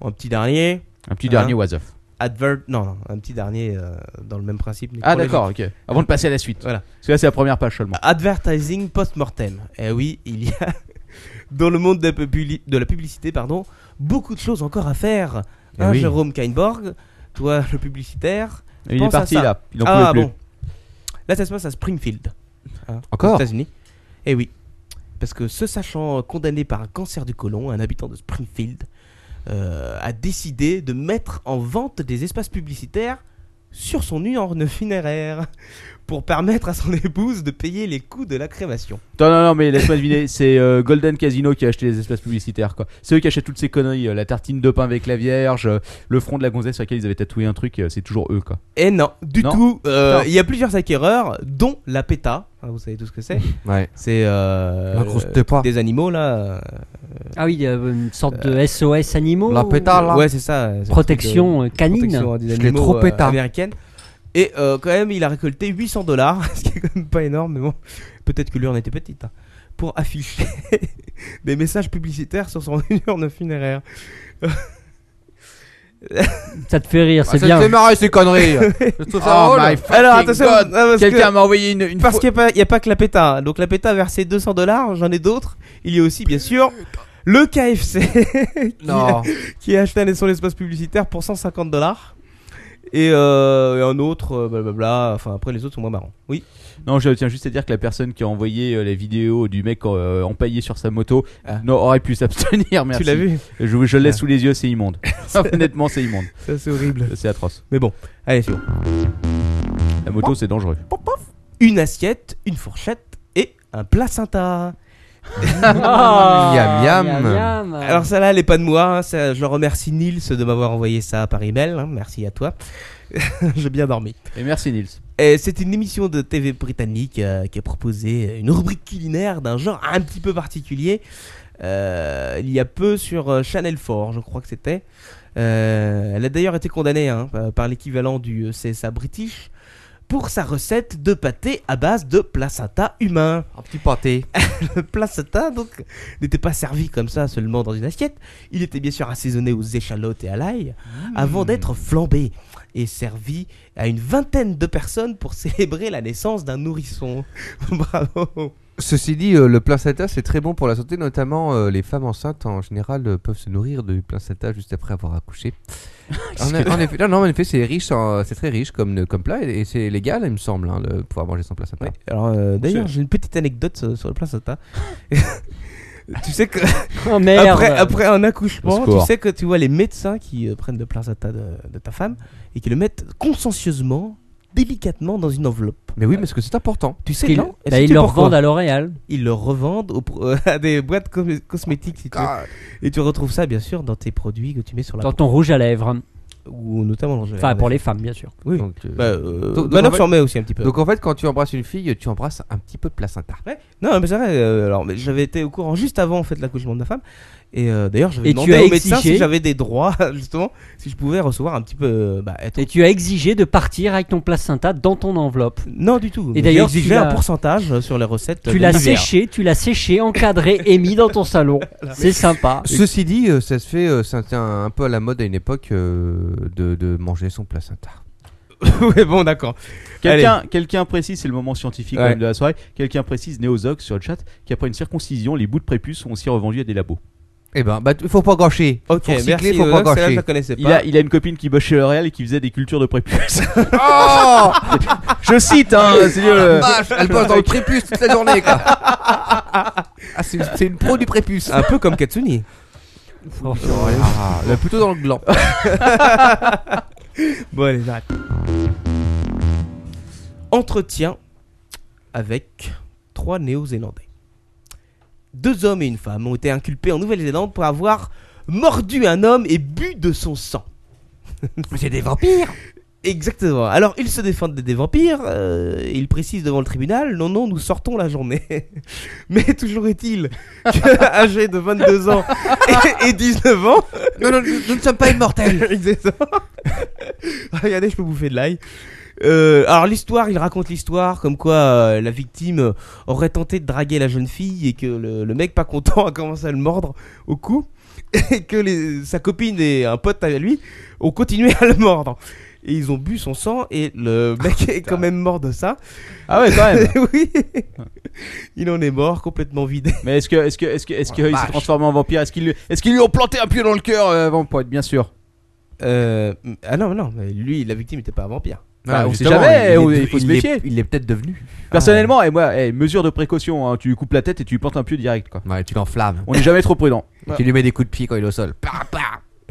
D: un petit dernier.
C: Un petit dernier
D: Hein
C: was off.
D: Advert, non, non, un petit dernier euh, dans le même principe. mais
C: Ah
D: pour les
C: d'accord, ok. Avant de passer à la suite.
D: Voilà.
C: Parce que là c'est la première page seulement.
D: Advertising post-mortem. Eh oui, il y a dans le monde de, la publi- de la publicité, pardon, beaucoup de choses encore à faire.
B: Eh
D: Hein,
B: oui.
D: Jérôme Kainborg, toi le publicitaire.
C: Il est
D: pense à
C: parti,
D: ça.
C: là. Il en
D: ah,
C: pouvait plus.
D: bon. Là, ça se passe à Springfield. hein,
B: Encore
D: Aux États-Unis. Eh oui. Parce que se sachant condamné par un cancer du côlon, un habitant de Springfield euh, a décidé de mettre en vente des espaces publicitaires sur son urne funéraire pour permettre à son épouse de payer les coûts de la crémation.
C: Non non non mais laisse-moi deviner, c'est euh, Golden Casino qui a acheté les espaces publicitaires quoi. C'est eux qui achètent toutes ces conneries, euh, la tartine de pain avec la Vierge, euh, le front de la gonzesse sur laquelle ils avaient tatoué un truc, euh, c'est toujours eux quoi.
D: Et Eh non, du
C: Non.
D: tout. euh,
C: Non.
D: Il y a plusieurs acquéreurs, dont la PETA. hein, vous savez tout ce que c'est.
B: Ouais.
D: C'est euh,
B: La grosse
D: euh,
B: tépa.
D: des animaux là. euh,
E: Ah oui, il y a une sorte de SOS animaux.
B: La pétale, là.
D: Ouais, c'est ça. c'est un
E: Protection,
D: truc de-
E: euh, canine.
D: protection des
B: Je l'ai
D: animaux,
B: trop
D: euh,
B: pétard.
D: américaine. Et euh, quand même, il a récolté 800 dollars, ce qui est quand même pas énorme, mais bon, peut-être que l'urne était petite, hein, pour afficher des messages publicitaires sur son urne funéraire.
E: Ça te fait rire, c'est
B: Ah, ça
E: bien.
B: te fait marrer ces conneries. Je trouve ça
L: Oh
B: drôle.
L: my fucking
D: Alors attention,
L: god.
D: ah, parce
L: Quelqu'un
D: que-
L: m'a envoyé une, une
D: parce
L: fois-
D: qu'il n'y a, pas que la PETA. hein. Donc la PETA a versé 200 dollars, j'en ai d'autres. Il y a aussi, bien sûr, le KFC qui,
B: Non.
D: qui a acheté un- son espace publicitaire pour 150 dollars. Et, euh, et un autre, euh, blablabla. Enfin, après, les autres sont moins marrants. Oui.
C: Non, je tiens juste à dire que la personne qui a envoyé euh, la vidéo du mec euh, empaillé sur sa moto
D: Ah.
C: non, aurait pu s'abstenir, merci.
D: l'as vu
C: Je, je le laisse
D: Ah.
C: sous les yeux, c'est immonde.
B: Ah,
C: Honnêtement, c'est immonde.
D: Ça, c'est horrible.
C: C'est atroce.
D: Mais bon, allez, c'est bon.
C: La moto, c'est dangereux.
D: une assiette, une fourchette et un placenta.
B: Miam, miam. Miam, Ah, miam.
D: Alors celle-là, elle n'est pas de moi. hein. Ça, je remercie Nils de m'avoir envoyé ça par email. hein. Merci à toi. J'ai bien dormi.
C: Et merci Nils.
D: Et C'est une émission de TV britannique euh, qui a proposé une rubrique culinaire d'un genre un petit peu particulier. Euh, il y a peu sur euh, Channel 4, je crois que c'était. Euh, elle a d'ailleurs été condamnée hein, par- par l'équivalent du CSA british pour sa recette de pâté à base de placenta humain. Un petit pâté. le placenta, donc, n'était pas servi comme ça seulement dans une assiette. Il était bien sûr assaisonné aux échalotes et à l'ail avant d'être flambé et servi à une vingtaine de personnes pour célébrer la naissance d'un nourrisson. Bravo.
B: Ceci dit, euh, le placenta, c'est très bon pour la santé, notamment euh, les femmes enceintes en général euh, peuvent se nourrir du placenta juste après avoir accouché. en,
C: Qu'est-ce que-
B: en effet, non, non, en effet, c'est riche, en- c'est très riche comme, comme plat et, et c'est légal, il me semble, hein, de pouvoir manger son placenta.
D: Alors euh, D'ailleurs, j'ai une petite anecdote euh, sur le placenta. tu sais que
E: Oh, merde.
D: après, après un
E: Au
D: accouchement, tu
E: secours.
D: sais que tu vois les médecins qui euh, prennent le placenta de, de ta femme et qui le mettent consciencieusement, délicatement dans une enveloppe.
B: Mais oui, parce que c'est important.
D: Tu sais,
E: Qu'ils-
D: non
E: bah, ils le revendent à L'Oréal.
D: Ils le revendent au pro- à des boîtes cosmé- cosmétiques si tu veux. Et tu retrouves ça bien sûr dans tes produits que tu mets sur la
E: Dans
D: peau.
E: ton rouge à lèvres.
D: Ou notamment le rouge à
E: Enfin,
D: lèvres.
E: pour les femmes, bien sûr.
D: Oui.
B: Donc, euh,
D: Bah, euh,
B: donc- donc, en
D: Manoff
B: fait-
D: s'en met aussi un petit peu.
B: Donc en fait, quand tu embrasses une fille, tu embrasses un petit peu de placenta.
D: Non, mais c'est vrai. euh, alors, mais j'avais été au courant juste avant en fait l'accouchement de ma femme. Et euh, d'ailleurs, j'avais
E: Et tu
D: demandé
E: as
D: au médecin
E: exigé-
D: si j'avais des droits, justement, si je pouvais recevoir un petit peu. euh, bah, être-
E: Et tu as exigé de partir avec ton placenta dans ton enveloppe.
D: Non, du tout.
E: Et
D: J'ai
E: d'ailleurs, tu
D: exigé
E: l'as-
D: un pourcentage euh, sur les recettes.
E: Tu
D: de
E: l'as
D: l'hiver.
E: séché, tu l'as séché, encadré et mis dans ton salon. C'est sympa.
B: Ceci dit, euh, ça se fait, euh, c'était un, un peu à la mode à une époque euh, de, de manger son placenta.
D: ouais, bon, d'accord.
C: Quelqu'un, quelqu'un précise, c'est le moment scientifique quand
B: Ouais.
C: même de la soirée. Quelqu'un précise, Néozox sur le chat, qu'après une circoncision, les bouts de prépuce sont aussi revendus à des labos.
B: Eh ben, bah, t- faut pas gâcher.
D: Ok,
B: faut recycler,
D: merci,
B: faut
D: euh,
B: pas
D: celle-là,
B: gâcher.
D: je la connaissais
C: Il
D: pas.
C: a, il a une copine qui bosse chez L'Oréal et qui faisait des cultures de prépuce.
B: Oh
C: Je cite, hein,
D: Ah,
C: c'est euh,
B: Vache, elle bosse dans le prépuce toute la journée, quoi. Ah, c'est c'est une pro du prépuce.
D: Un peu comme Katsuni.
E: Oh,
B: Ah, là, plutôt dans le gland.
D: bon, allez, j'arrête. Entretien avec trois Néo-Zélandais. Deux hommes et une femme ont été inculpés en Nouvelle-Zélande pour avoir mordu un homme et bu de son sang. C'est des vampires Exactement. Alors, ils se défendent des vampires. euh, ils précisent devant le tribunal Non, non, nous sortons la journée. Mais toujours est-il que, âgés de 22 ans et, et 19 ans. Non, non, nous, ne sommes pas immortels. Exactement. Regardez, je peux bouffer de l'ail. Euh, alors l'histoire, il raconte l'histoire comme quoi euh, la victime aurait tenté de draguer la jeune fille et que le, le mec pas content a commencé à le mordre au cou et que les- sa copine et un pote à lui ont continué à le mordre. Et ils ont bu son sang et le mec est quand même mort de ça.
C: Ah ouais, quand même.
D: oui. Il en est mort, complètement vidé.
C: Mais est-ce que, est-ce que, est-ce que, est-ce
D: Oh,
C: qu'il s'est
D: vache.
C: transformé en vampire Est-ce qu'ils, lui- est-ce qu'ils lui ont planté un pieu dans le cœur euh, avant pour être bien sûr
D: Euh,
C: mm,
D: ah non, non, mais lui, la victime n'était pas un vampire.
C: Bah, on sait
D: justement,
C: jamais,
D: il
C: on-
D: est-
C: il faut se
D: il est-
C: méfier.
B: Il est peut-être devenu.
C: Ah. Personnellement, et moi, eh, mesure de précaution, hein, tu lui coupes la tête et tu lui plantes un pieu direct. Quoi.
B: Ouais, tu l'enflammes.
C: On n'est jamais trop prudent.
B: Tu lui mets des coups de pied quand il est au sol.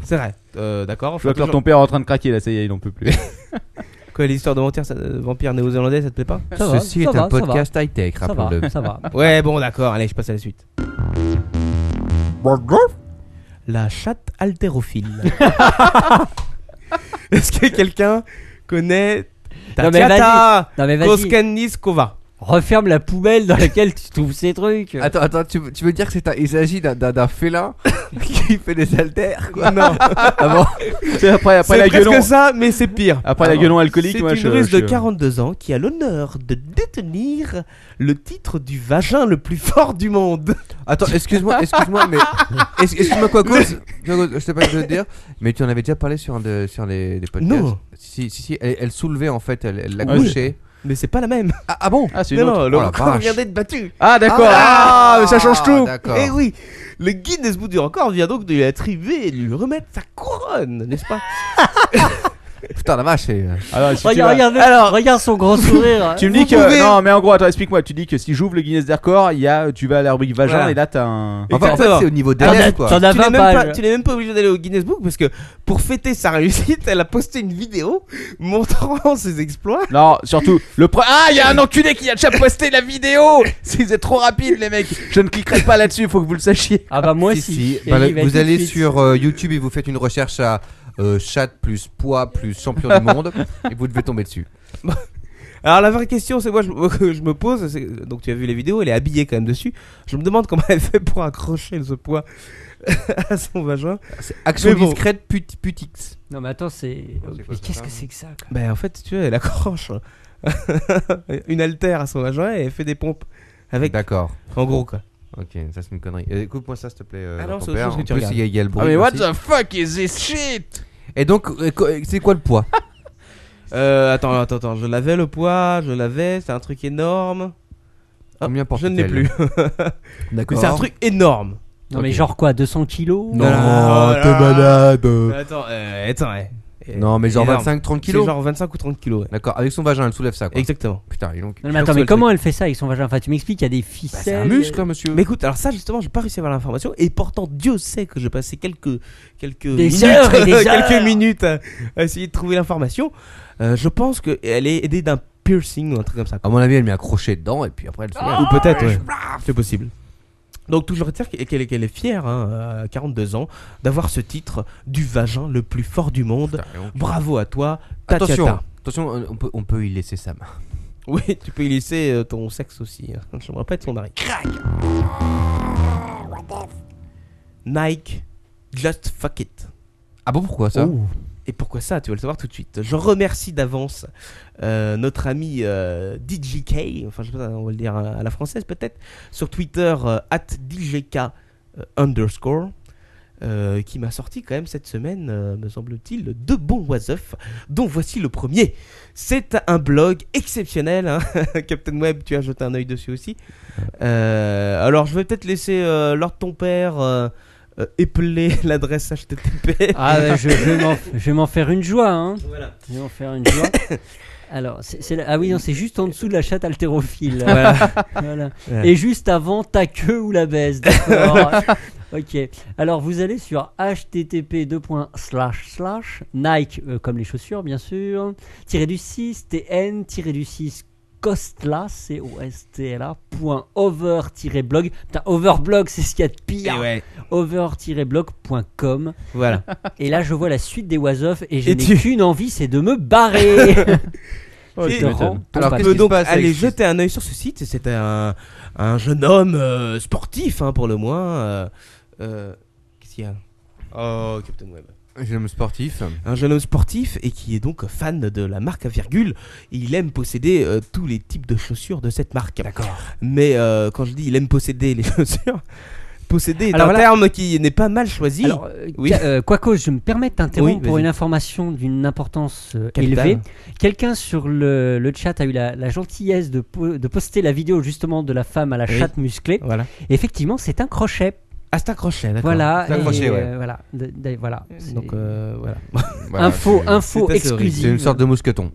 D: C'est vrai. Euh, D'accord.
C: Je vois que
D: toujours-
C: ton père est en train de craquer là, ça y est, il n'en peut plus.
D: Quoi, l'histoire de vampire, ça- euh, vampire néo-zélandais, ça te plaît pas
B: Ça va, Ceci ça est va, un ça podcast va. high-tech, Ça rappelons-le. va, ça va.
D: Ouais, bon, d'accord, allez, je passe à la suite. La chatte haltérophile. Est-ce que quelqu'un connaît
E: Non, mais
D: Tatiana
E: vas-y. Non, mais vas-y.
D: Koskaniskova
E: Referme la poubelle dans laquelle tu trouves ces trucs.
B: Attends, attends, tu, veux- tu veux dire que c'est un- il s'agit d'un- d'un d'un félin qui fait des haltères quoi
D: Non.
B: Ah bon
C: C'est après, après
D: C'est
C: la
D: presque
C: gueulon.
D: ça, mais c'est pire.
C: Après la
D: Alors,
C: gueulon alcoolique,
D: c'est
C: moi,
D: une
C: je-
D: russe
C: je-
D: de 42 ans qui a l'honneur de détenir le titre du vagin le plus fort du monde.
B: Attends, excuse-moi, excuse-moi, mais est-ce- excuse-moi quoi cause Je sais pas ce que je veux te dire, mais tu en avais déjà parlé sur un de, sur les, les podcasts.
D: Non.
B: Si si si, elle, elle soulevait en fait, elle elle
D: Oui.
B: l'accouchait.
D: Mais c'est pas la même.
B: Ah, ah bon
C: Ah, c'est une
D: non,
C: autre.
D: non,
C: Oh
D: le
C: la
D: record
C: vache.
D: vient d'être battu.
C: Ah, d'accord. Ah, mais ça change tout.
B: d'accord.
D: Eh oui, le Guinness Book du record vient donc de lui attribuer et de lui remettre sa couronne, n'est-ce pas
B: Putain, la vache, c'est.
C: Alors, si tu
E: Regarde-
C: vas-
E: regarde-le, regarde son grand sourire.
C: tu me
E: Hein Vous
C: dis que
E: pouvez-
C: non, mais en gros, attends, explique-moi. Tu dis que si j'ouvre le Guinness des records, il y a, tu vas à la rubrique vagin
D: Voilà.
C: et là t'as un.
D: Exactement. Ah, t'as- hein. tu n'es même pas- Tu n'es même pas obligé d'aller au Guinness Book parce que pour fêter sa réussite, elle a posté une vidéo montrant ses exploits.
C: Non, surtout le pre- Ah, il y a un enculé qui a déjà posté la vidéo. Si vous êtes trop rapide, les mecs, je ne cliquerai pas là-dessus. Faut que vous le sachiez.
E: Ah bah moi
B: Si, bah, vous allez sur euh, YouTube et vous faites une recherche à euh, chat plus poids plus champion du monde et vous devez tomber dessus.
D: Alors la vraie question, c'est moi je, me- je me pose, c'est- donc tu as vu la vidéo, elle est habillée quand même dessus. Je me demande comment elle fait pour accrocher ce poids à son vagin.
B: action
D: Mais bon.
B: discrète put- putix.
E: Non, mais attends, c'est.
B: quoi,
E: Mais
B: ça,
E: qu'est-ce
B: ça
E: que c'est que ça quoi
D: Ben en fait, tu vois, elle accroche une haltère à son vagin et elle fait des pompes avec.
B: D'accord.
D: En gros quoi.
B: Ok, ça c'est une connerie. Euh, Coupe-moi ça s'il te plaît. euh,
D: Ah
B: dans
D: non,
B: ton
D: c'est autre
B: père.
D: chose que
B: En
D: tu
B: plus,
D: regardes.
B: il y a- il y a le bruit.
C: Ah, mais what
B: merci.
C: the fuck is this shit?
B: Et donc, euh, co- euh, c'est quoi le poids
D: Euh, attends, attends, attends, je l'avais le poids, je l'avais, c'est un truc énorme. Ah,
B: Combien
D: Je ne l'ai
B: porte-t-elle
D: plus.
B: D'accord.
D: Mais c'est un truc énorme.
E: Non, mais genre quoi 200 kilos
B: Non, t'es malade.
D: Attends, euh, attends, ouais.
B: Non, mais genre
D: Énorme.
B: 25-30
D: Eh, C'est
B: kilos.
D: genre 25 ou 30 kilos, ouais.
B: D'accord, avec son vagin, elle soulève ça quoi.
D: Exactement.
B: Putain, il est donc.
E: Non, mais attends, mais comment elle fait ça avec son vagin Enfin, tu m'expliques, il y
B: Bah,
E: a des ficelles.
D: C'est un
E: hein,
B: hein,
D: muscle, monsieur. Mais écoute, alors ça, justement, j'ai pas réussi à avoir l'information. Et pourtant, Dieu sait que j'ai passé quelques, quelques
E: Des
D: minutes,
E: heures et des
D: quelques
E: heures.
D: minutes à, à essayer de trouver l'information. Euh, je pense qu'elle est aidée d'un piercing ou un truc comme ça.
B: À mon avis, elle met accroché dedans et puis après elle soulève.
D: Ou peut-être, ouais. C'est possible. Donc, toujours est-il qu'elle- qu'elle qu'elle est fière, hein, à 42 ans, d'avoir ce titre du vagin le plus fort du monde. Bravo à toi, Tatiana.
B: Attention, attention, on peut, on peut y laisser sa main.
D: Oui, tu peux y laisser euh, ton sexe aussi. hein. Je me répète son mari. Nike, just fuck it. Oh.
B: Ah bon, pourquoi ça Ouh.
D: Et pourquoi ça Tu vas le savoir tout de suite. Je remercie d'avance euh, notre ami euh, DJK, enfin je sais pas, on va le dire à à la française peut-être, sur Twitter, euh, at DJK euh, underscore. euh, qui m'a sorti quand même cette semaine, euh, me semble-t-il, deux bons oiseufs, dont voici le premier. C'est un blog exceptionnel, hein. Captain Web, tu as jeté un œil dessus aussi. Euh, alors je vais peut-être laisser euh, Lord ton père euh, euh, épeler l'adresse HTTP.
E: Ah, ouais, je, je vais m'en- je vais m'en faire une joie. Hein. Je vais m'en faire une joie. Alors, c'est c'est la- ah oui, non, c'est juste en dessous de la chatte haltérophile.
D: Voilà.
E: Voilà.
D: Ouais.
E: Et juste avant ta queue ou la baisse. D'accord. ok. Alors, vous allez sur http Nike, euh, comme les chaussures, bien sûr, tiré du 6, tn, tiré du 6, costla, c o s t l -A, point over blog. Putain, overblog, c'est ce qu'il y a de pire.
D: Eh ouais.
E: Over-blog.com.
D: Voilà.
E: Et là, je vois la suite des Wasoff et je
D: Et
E: n'ai
D: tu- Oh,
E: qu'une envie, c'est de me barrer. Je te rends ton
D: Alors,
E: papier.
D: peut donc aller jeter un œil sur ce site. C'était un, un jeune homme euh, sportif, hein, pour le moins. euh, euh, Qu'est-ce qu'il y a Oh, Captain Web.
B: Un jeune homme sportif.
D: Un jeune homme sportif et qui est donc fan de la marque à virgule. Il aime posséder euh, tous les types de chaussures de cette marque. D'accord. Mais euh, quand je dis il aime posséder les chaussures, posséder est
E: Alors
D: un
E: là-
D: terme qui n'est pas mal choisi.
E: Alors, euh, Ca- euh, Quaco, je me permets de t'interrompre
D: Oui,
E: pour
D: vas-y.
E: une information d'une importance euh,
D: Capitale.
E: élevée. Quelqu'un sur le, le chat a eu la, la gentillesse de, po- de poster la vidéo justement de la femme à la
D: Oui.
E: chatte musclée.
D: Voilà.
E: Et effectivement, c'est un crochet.
D: Ah, c'est un crochet, d'accord.
E: Voilà.
D: C'est un
E: et,
D: crochet, ouais.
E: euh, voilà. de- de- voilà.
D: Donc,
E: C'est-
D: euh, voilà.
B: Voilà,
E: info,
B: c'est-
E: info
D: c'est assez horrible.
E: exclusive.
B: C'est une sorte de mousqueton.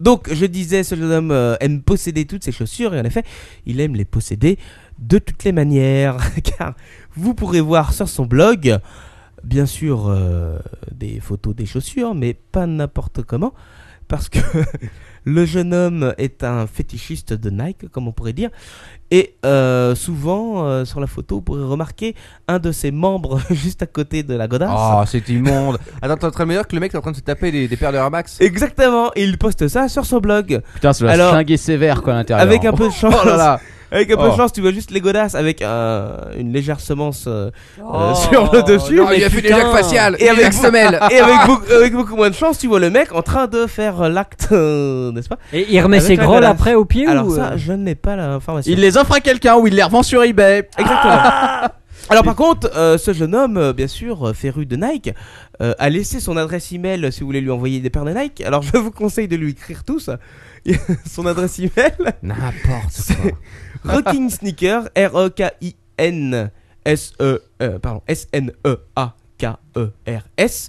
D: Donc, je disais, ce jeune homme euh, aime posséder toutes ses chaussures, et en effet, il aime les posséder de toutes les manières, car vous pourrez voir sur son blog, bien sûr, euh, des photos des chaussures, mais pas n'importe comment, parce que le jeune homme est un fétichiste de Nike, comme on pourrait dire, et euh, souvent, euh, sur la photo, vous pourrez remarquer un de ses membres juste à côté de la godasse.
B: Ah, c'est immonde. Attends, t'es en train de me dire que le mec est en train de se taper des, des paires de Air Max
D: Exactement, et il poste ça sur son blog.
C: Putain, ça doit
D: Alors,
C: flinguer sévère quoi à l'intérieur.
D: Avec un peu de chance.
C: Oh là là.
D: Avec un peu de
C: Oh.
D: chance, tu vois juste les godasses avec euh, une légère semence euh, euh,
B: Oh.
D: sur le dessus.
B: Non, il a fait des
D: putain.
B: jacques faciales, des jacques
D: beaucoup-
B: semelles.
D: Et avec beaucoup, avec beaucoup moins de chance, tu vois le mec en train de faire euh, l'acte, euh, n'est-ce pas
E: Et il remet
D: Avec
E: ses
D: la
E: grolles
D: godasse.
E: après au pied
D: Alors
E: ou,
D: ça,
E: euh,
D: je n'ai pas l'information.
C: Il les offre à quelqu'un ou il les revend sur eBay.
D: Exactement. Alors par contre, euh, ce jeune homme, euh, bien sûr, euh, féru de Nike, euh, a laissé son adresse email euh, si vous voulez lui envoyer des paires de Nike. Alors je vous conseille de lui écrire tous son adresse email.
B: N'importe
D: quoi. Rocking Sneaker, E, R-E-K-I-N S-E, euh, pardon, S-N-E-A-K-E-R-S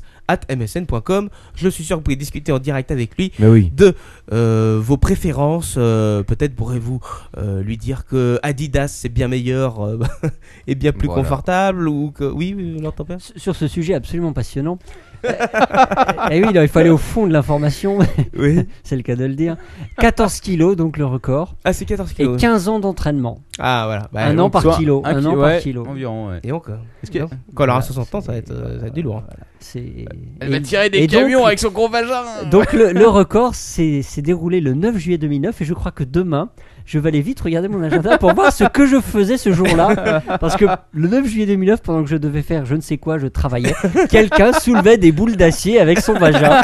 D: E at msn.com. Je suis sûr que vous pouvez discuter en direct avec lui
B: Mais oui.
D: de euh, vos préférences. Euh, Peut-être pourrez-vous euh, lui dire que Adidas c'est bien meilleur euh, et bien plus
E: Voilà.
D: confortable ou que oui, oui, Lord Tempère
E: Sur ce sujet absolument passionnant. Et oui, non, il faut aller au fond de l'information. c'est le cas de le dire. 14 kilos, donc le record.
D: Ah, c'est 14
E: Et
D: kilos.
E: 15 ans d'entraînement.
D: Ah voilà. Bah,
E: un
D: donc,
E: an par
D: soit
E: kilo.
D: un
E: Un,
D: ki-
E: an
D: ouais,
E: par kilo.
C: Environ, ouais.
D: Et donc, euh,
C: Est-ce que-
D: donc, quand elle aura 60 ans, ça va être, euh, ça va être du lourd.
E: C'est.
L: Elle va
E: Et-
L: tirer des
E: et donc-
L: camions avec son gros vagin.
E: Donc le, le record s'est s'est déroulé le 9 juillet 2009 et je crois que demain, je vais aller vite regarder mon agenda pour voir ce que je faisais ce jour-là. Parce que le 9 juillet 2009, pendant que je devais faire je ne sais quoi, je travaillais, quelqu'un soulevait des boules d'acier avec son vagin.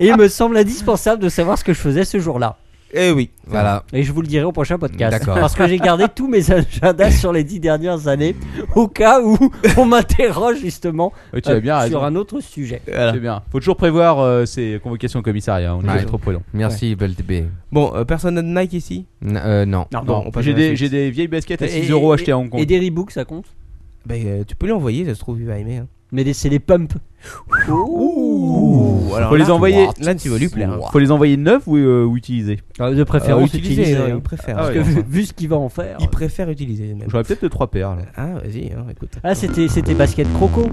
E: Et il me semble indispensable de savoir ce que je faisais ce jour-là.
D: Eh oui,
B: voilà.
E: Et je vous le dirai au prochain podcast.
B: D'accord.
E: Parce que j'ai gardé tous mes agendas sur les dix dernières années au cas où on m'interroge justement
C: Oui, tu as bien
E: euh,
C: raison.
E: sur un autre sujet.
C: C'est bien. Faut toujours prévoir euh, ces convocations au commissariat. hein. On est
B: Ouais.
C: trop prudent.
B: Merci, BLTB.
D: Bon, euh, personne n'a de Nike ici
B: N- euh, non.
C: Non, non, on passe J'ai à la des- suite. j'ai des vieilles baskets à
E: Et-
C: 6 euros
E: et-
C: achetées à Hong Kong.
E: Et des Reebok, ça compte
D: Bah, euh, tu peux lui envoyer, ça se trouve, il va aimer. hein.
E: Mais des- c'est des pumps.
D: Ouh, alors
C: Faut
D: là,
C: les envoyer.
D: ouah, Là, tu vas lui plaire. hein.
C: Faut les envoyer neufs ou, euh, ou Euh, utilisés
E: Ah, De préférence,
D: utiliser,
E: utiliser,
D: hein,
E: hein.
D: il préfère.
E: Parce
D: Ah ouais,
E: que
D: enfin.
E: vu, vu ce qu'il va en faire.
D: Il préfère utiliser. Même.
C: J'aurais peut-être deux trois paires. là.
D: Ah, vas-y, hein, écoute.
E: Ah, c'était c'était basket croco.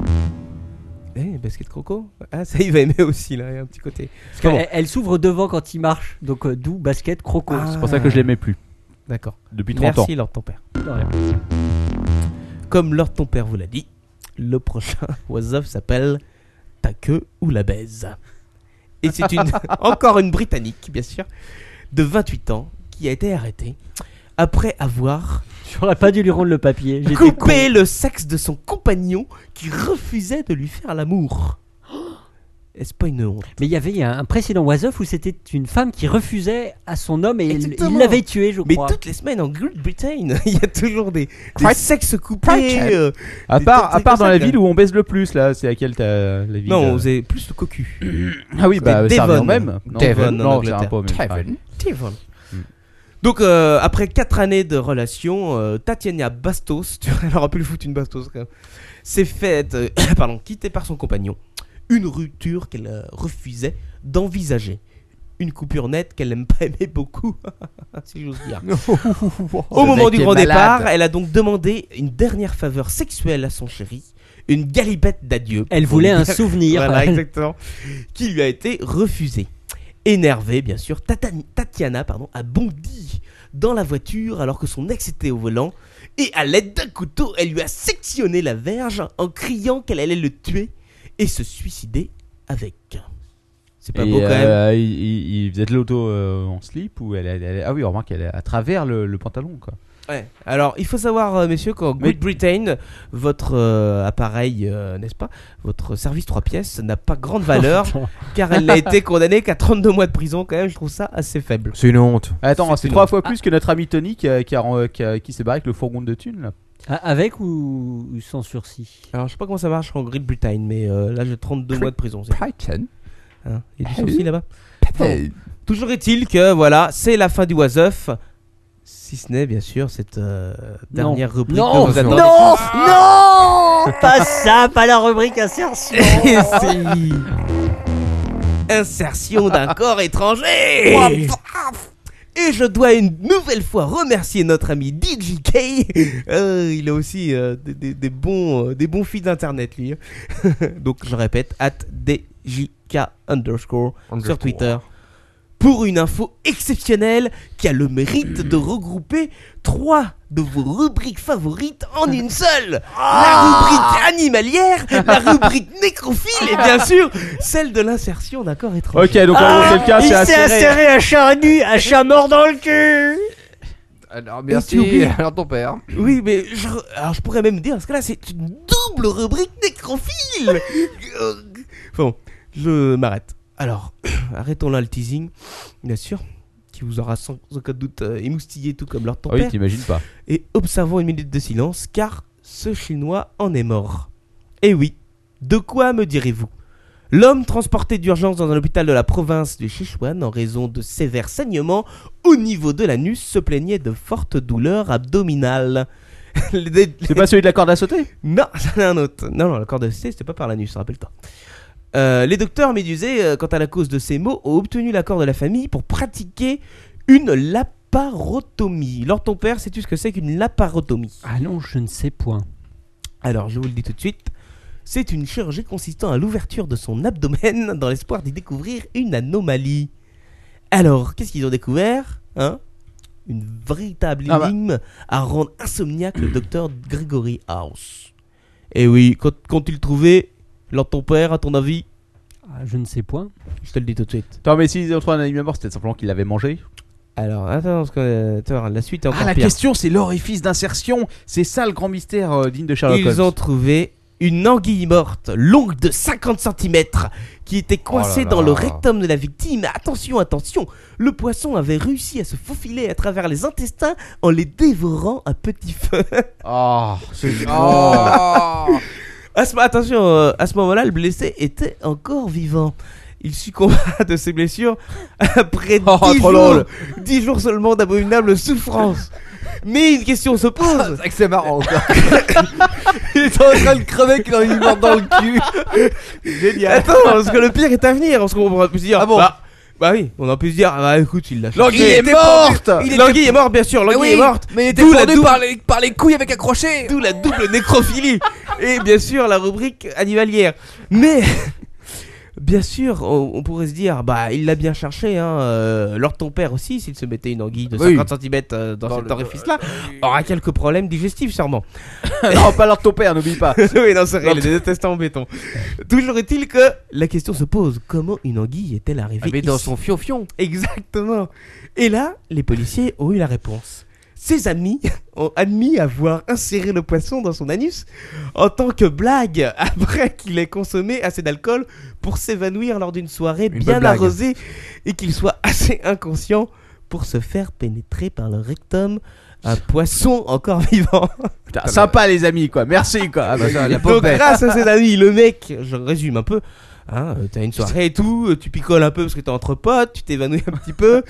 D: Eh, basket croco Ah, ça, il va aimer aussi, là, il y a un petit côté.
E: Parce
D: Enfin, bon.
E: qu'elle elle s'ouvre devant quand il marche. Donc, euh, d'où basket croco.
C: C'est pour ça que je l'aimais plus.
D: Ah. D'accord.
C: Depuis 30 ans.
D: Merci, Lord ton père. Comme Lord ton père vous l'a dit, le prochain What's Up s'appelle Ta queue ou la baise. Et c'est une, encore une Britannique, bien sûr, de 28 ans, qui a été arrêtée après avoir
E: J'aurais pas dû lui rendre le papier. J'étais
D: coupé le sexe de son compagnon qui refusait de lui faire l'amour. Est-ce pas une honte
E: Mais il y avait un, un précédent Wasoff où c'était une femme qui refusait à son homme et il- il
D: Exactement.
E: l'avait tué, je crois.
D: Mais toutes les semaines en Grande-Bretagne, il y a toujours des, des
E: Fright-
D: sexes
E: Fright-
D: coupés. euh,
C: À
D: des
C: part,
D: trucs
C: à part
D: comme
C: dans
D: ça,
C: la
D: quoi.
C: ville où on baise le plus, là, c'est à quelle t'as- la ville
D: Non,
C: euh,
D: on faisait plus le cocu.
C: Ah oui, bah,
D: C'était
C: ça revient
D: Devon.
C: au même. Non,
D: Devon,
C: non,
D: en
C: c'est un
D: Angleterre.
C: peu au même.
D: Devon.
C: Ouais.
D: Devon. Donc, euh, après 4 années de relation, euh, Tatiana Bastos, tu vois, elle aurait pu le foutre une Bastos quand même, s'est faite, euh, pardon, quittée par son compagnon. Une rupture qu'elle euh, refusait d'envisager. Une coupure nette qu'elle n'aime pas aimer beaucoup, si j'ose dire. Au moment
L: mec
D: du
L: est
D: grand
L: malade.
D: départ, elle a donc demandé une dernière faveur sexuelle à son chéri, une galipette d'adieu.
E: Elle
D: Pour
E: voulait
D: lui
E: un
D: dire-
E: souvenir.
D: voilà, exactement. Qui lui a été refusé. Énervée, bien sûr, Tatani- Tatiana pardon, a bondi dans la voiture alors que son ex était au volant et à l'aide d'un couteau, elle lui a sectionné la verge en criant qu'elle allait le tuer et se suicider avec. C'est pas
C: Et,
D: beau quand même.
C: euh, il, il- il faisait de l'auto euh, en slip ou elle, elle- elle- Ah oui, remarque, elle est à travers le, le pantalon, quoi.
D: Ouais. Alors, il faut savoir, euh, messieurs, qu'en
C: Mais-
D: Great Britain, votre euh, appareil, euh, n'est-ce pas, votre service trois pièces n'a pas grande valeur,
C: Attends.
D: car elle n'a été condamnée qu'à 32 mois de prison. Quand même, je trouve ça assez faible.
B: C'est une honte.
C: Attends,
D: C'est
C: c'est
D: une
C: trois
D: honte.
C: fois
E: Ah.
C: plus que notre ami Tony qui, a- qui, a- qui a- qui s'est barré avec le fourgon de thunes, là.
E: A- Avec ou ou sans sursis
D: Alors, je sais pas comment ça marche en Great Britain, mais euh, là, j'ai 32 mois de prison. c'est- Hein, Il y a du sursis là-bas. Bon. Toujours est-il que, voilà, c'est la fin du was Up. Si ce n'est, bien sûr, cette euh,
E: Non.
D: dernière rubrique
E: Non,
D: que vous attendez
E: non,
D: tous.
C: Ah.
E: non, pas ça, pas la rubrique insertion.
D: Insertion d'un corps étranger Et je dois une nouvelle fois remercier notre ami DJK. Euh, il a aussi euh, des, des- des bons, euh, des bons feeds d'internet, lui. hein. Donc je répète, at DJK underscore sur
B: Underscore.
D: Twitter. Pour une info exceptionnelle qui a le mérite de regrouper trois de vos rubriques favorites en une seule. La rubrique animalière, la rubrique nécrophile et bien sûr celle de l'insertion d'un corps étranger.
C: Ok, donc en gros, c'est le cas, c'est
E: Ah, il s'est
C: assez rare.
E: inséré un chat nu, un chat mort dans le cul.
B: Alors,
D: Et tu oublies-
B: merci. Alors, ton père.
D: Oui, mais je, re- alors je pourrais même dire, parce que là, c'est une double rubrique nécrophile. Euh, bon, je m'arrête. Alors, arrêtons là le teasing, bien sûr, qui vous aura sans aucun doute euh, émoustillé, tout comme leur ton
C: Ah oui,
D: père.
C: t'imagines pas.
D: Et observons une minute de silence, car ce Chinois en est mort. Eh oui, de quoi me direz-vous L'homme transporté d'urgence dans un hôpital de la province du Sichuan en raison de sévères saignements au niveau de l'anus se plaignait de fortes douleurs abdominales. C'est
C: pas celui de la corde à sauter
D: Non, c'est un autre. Non, non, la corde à sauter, c'était pas par l'anus, rappelle-toi. Euh, les docteurs médusés, euh, quant à la cause de ces maux, ont obtenu l'accord de la famille pour pratiquer une laparotomie. Lors ton père, sais-tu ce que c'est qu'une laparotomie
E: Ah non, je ne sais point.
D: Alors, je vous le dis tout de suite. C'est une chirurgie consistant à l'ouverture de son abdomen dans l'espoir d'y découvrir une anomalie. Alors, qu'est-ce qu'ils ont découvert hein Une véritable
L: Ah bah.
D: énigme à rendre insomniaque le docteur Gregory House. Et oui, quand, quand il trouvait, lors ton père, à ton avis
E: Ah, Je ne sais point.
D: Je te le dis tout de suite.
C: Attends, mais s'ils ont trouvé un animal mort, c'était simplement qu'il l'avait mangé
D: Alors, attends, parce que, euh, attends, la suite est encore
C: Ah, la
D: pire.
C: question, c'est l'orifice d'insertion. C'est ça le grand mystère euh, digne de Sherlock
D: Ils
C: Holmes.
D: ont trouvé une anguille morte, longue de 50 cm, qui était coincée
C: Oh là
D: dans
C: là.
D: le rectum de la victime. Attention, attention, le poisson avait réussi à se faufiler à travers les intestins en les dévorant à petit feu. Ah.
C: Oh, c'est
D: À ce- attention, euh, à ce moment-là, le blessé était encore vivant. Il succomba de ses blessures après 10,
L: trop
D: jours,
L: drôle.
D: 10 jours seulement d'abominables souffrances. Mais une question se pose. C'est
O: vrai que c'est marrant.
D: Il est en train de crever quand il mord dans le cul. Génial. Attends, parce que le pire est à venir. Parce qu'on pourrait plus dire. Ah bon bah, bah oui, on a pu se dire. ah bah écoute, il l'a
O: L'anguille
D: cherché.
O: est
D: Il était
O: morte.
D: pendu.
O: Il était-
D: L'anguille est morte, bien sûr. L'anguille
O: Mais oui,
D: est morte.
O: mais il était
D: D'où la
O: pendu
D: double-
O: par les, par les couilles avec un crochet.
D: D'où la double nécrophilie et bien sûr la rubrique animalière. Mais bien sûr, on, on pourrait se dire, bah il l'a bien cherché, hein. euh, Lord ton père aussi, s'il se mettait une anguille de
L: Oui.
D: 50 cm euh, dans,
L: Dans
D: cet
L: le-
D: orifice-là, aura quelques problèmes digestifs sûrement.
C: non, pas Lord ton père, n'oublie pas.
D: oui, non, c'est vrai,
C: Non,
D: il est détestant en béton. Toujours est-il que la question se pose comment une anguille est-elle arrivée
L: Mais dans
D: ici
L: son
D: fion-fion. Exactement. Et là, les policiers ont eu la réponse. Ses amis ont admis avoir inséré le poisson dans son anus en tant que blague après qu'il ait consommé assez d'alcool pour s'évanouir lors d'une soirée bien
L: bonne blague.
D: arrosée et qu'il soit assez inconscient pour se faire pénétrer par le rectum un poisson encore vivant.
O: Ah,
C: Putain,
O: bah.
C: sympa, les amis, quoi. Merci, quoi. Ah, bah, ça, la pauvre
D: Donc
C: bête.
D: grâce à ses amis, le mec, je résume un peu, hein, euh, t'as une soirée et tout, euh, tu picoles un peu parce que t'es entre potes, tu t'évanouis un petit peu,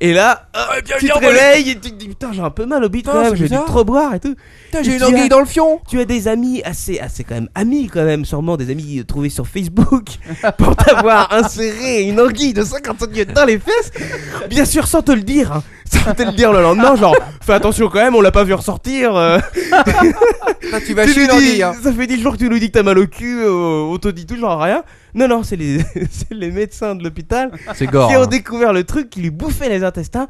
D: et là, euh, tu
O: Ah, viens,
D: te
O: on va
D: réveilles et tu te dis putain j'ai un peu mal au bide
O: Putain,
D: quand même,
O: c'est
D: j'ai dû
O: bizarre.
D: trop boire et tout.
O: Putain,
D: Et
O: j'ai une
D: tu
O: anguille
D: as-
O: dans le fion.
D: Tu as des amis assez, assez quand même amis quand même, sûrement des amis euh, trouvés sur Facebook pour t'avoir inséré une anguille de 50 cm dans les fesses, bien sûr sans te le dire, hein, sans te le dire le lendemain, genre fais attention quand même, on l'a pas vu ressortir. euh.
O: tu vas
D: Tu
O: chier
D: nous
O: une
D: dis-
O: anguille. hein.
D: Ça fait 10 jours que tu nous dis que t'as mal au cul, euh, on te dit toujours rien. Non, non, c'est les, c'est les médecins de l'hôpital
B: C'est gore,
D: qui ont
B: hein.
D: découvert le truc qui lui bouffait les intestins.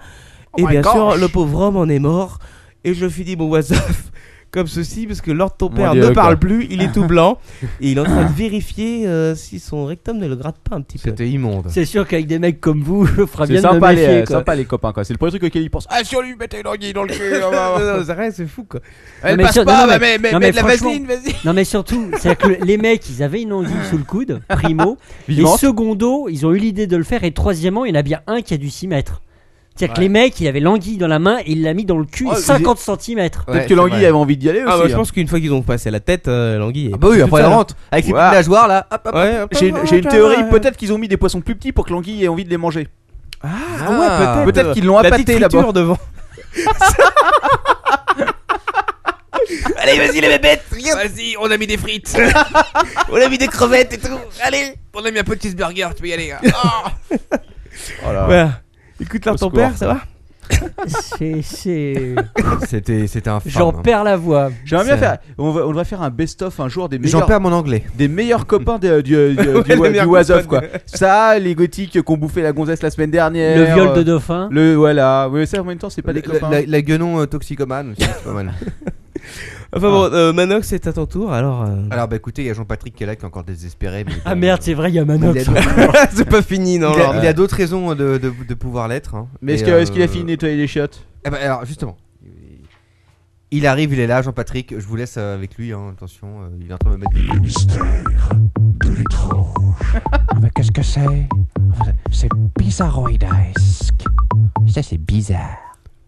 L: Oh
D: et
L: my
D: bien sûr,
L: gosh.
D: le pauvre homme en est mort. Et je finis mon whatsapp comme ceci, parce que Lord ton
L: Mon
D: père
L: Dieu,
D: ne
L: quoi.
D: parle plus, il est tout blanc. et il est en train de vérifier euh, si son rectum ne le gratte pas un petit peu.
B: C'était immonde.
E: C'est sûr qu'avec des mecs comme vous, je ferais
C: C'est
E: bien de me
C: sympa, les,
E: méfier.
C: euh,
E: quoi.
C: sympa, les copains, quoi. C'est le premier truc auquel ils pensent.
O: Ah, si on lui mettait une anguille dans le cul. ah, bah, bah.
D: non, non, c'est vrai, c'est fou quoi.
O: Elle
E: mais
O: passe
E: sur-
O: pas,
E: non,
O: bah,
E: mais-
O: mais- mais-
E: non,
O: mais
E: mais
O: de la
E: franchement-
O: vaseline, vas-y.
E: Non, mais surtout, c'est-à-dire que les mecs, ils avaient une anguille sous le coude, primo. et
O: Vivante.
E: secondo, ils ont eu l'idée de le faire. Et troisièmement, il y en a bien un qui a dû s'y mettre. C'est-à-dire que
C: Ouais.
E: les mecs, il avait l'anguille dans la main et il l'a mis dans le cul
C: Oh, il est-
E: 50 cm.
C: Peut-être que l'anguille avait envie d'y aller aussi.
D: Ah, bah, je
C: hein.
D: pense qu'une fois qu'ils ont passé la tête, euh, l'anguille. est
C: bah oui,
D: toute
C: après, elle
D: seule, hein.
C: rentre.
L: Avec les
C: Ouais.
L: petites nageoires là. Hop, hop,
D: Ouais,
L: hop.
C: J'ai une, j'ai une théorie, peut-être qu'ils ont mis des poissons plus petits pour que l'anguille ait envie de les manger.
D: Ah ouais, peut-être.
C: Peut-être qu'ils l'ont
D: La petite
C: appâté là-bas.
D: friture devant.
O: Allez, vas-y, les bébêtes. Vas-y, on a mis des frites. on a mis des crevettes et tout. Allez, on a mis un peu de cheeseburger, tu peux y aller. hein. Oh.
D: Voilà. Écoute, là, ton père, ça va
E: C'est- C'est.
B: C'était c'était un hein.
E: J'en perds la voix.
C: J'aimerais bien
E: C'est-
C: faire. On, va- on devrait faire un best-of un jour des
B: J'en
C: meilleurs.
B: perds mon anglais.
C: Des meilleurs copains des- du, du, du,
B: Ouais, les
C: du
B: meilleurs
C: was
B: copains
C: of, quoi.
B: de-
C: Ça, les gothiques qui ont bouffé la gonzesse la semaine dernière.
E: Le viol
C: euh,
E: de dauphin.
C: Le
B: Ah,
C: voilà. Oui, ça en même temps, c'est pas des
B: La- la-
C: copains.
B: La, la guenon euh, toxicomane aussi, c'est pas mal.
D: Enfin bon, euh, Manox, c'est à ton tour, alors. euh,
B: Alors bah écoutez, il y a Jean-Patrick qui est là qui est encore désespéré. mais
E: Ah
B: bon,
E: merde, c'est vrai, il y a Manox.
B: il a-
D: C'est pas fini, non,
B: Il a,
D: alors.
B: il a d'autres raisons de, de- de pouvoir l'être. hein.
C: Mais est-ce
B: Et,
C: que- est-ce qu'il a
B: euh,
C: fini de nettoyer les chiottes
B: Eh ben, alors justement, il arrive, il est là, Jean-Patrick. Je vous laisse euh, avec lui. hein, Attention, euh, il est en train de me mettre. Des...
N: Mais qu'est-ce que c'est C'est bizarroidesque. Ça, c'est bizarre.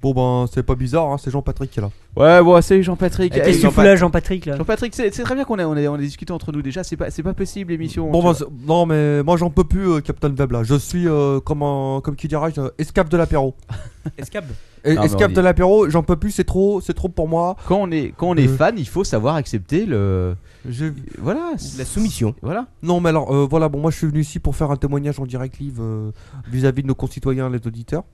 B: Bon ben, c'est pas bizarre, hein, c'est Jean-Patrick qui est là.
C: Ouais, bon, c'est Jean-Patrick.
E: Eh, qu'est-ce que tu fous là, Jean-Patrick là
C: Jean-Patrick, c'est c'est très bien qu'on a, on a, on a discuté entre nous déjà. C'est pas, c'est pas possible l'émission.
B: Bon
C: tu
B: ben,
C: vois.
B: c'est- non mais moi j'en peux plus, euh, Captain Web là. Je suis euh, comme un, comme qui dirais-je, euh, escape de l'apéro.
D: Escape
B: Et-
C: Non, mais on
B: escape
C: dit-
B: de l'apéro, j'en peux plus, c'est trop, c'est trop pour moi.
C: quand on est, quand on est
B: Euh.
C: fan, il faut savoir accepter le.
P: Voilà.
Q: La soumission.
P: Voilà. Non, mais alors, euh, voilà, bon, moi je suis venu ici pour faire un témoignage en direct live euh, vis-à-vis de nos concitoyens, les auditeurs.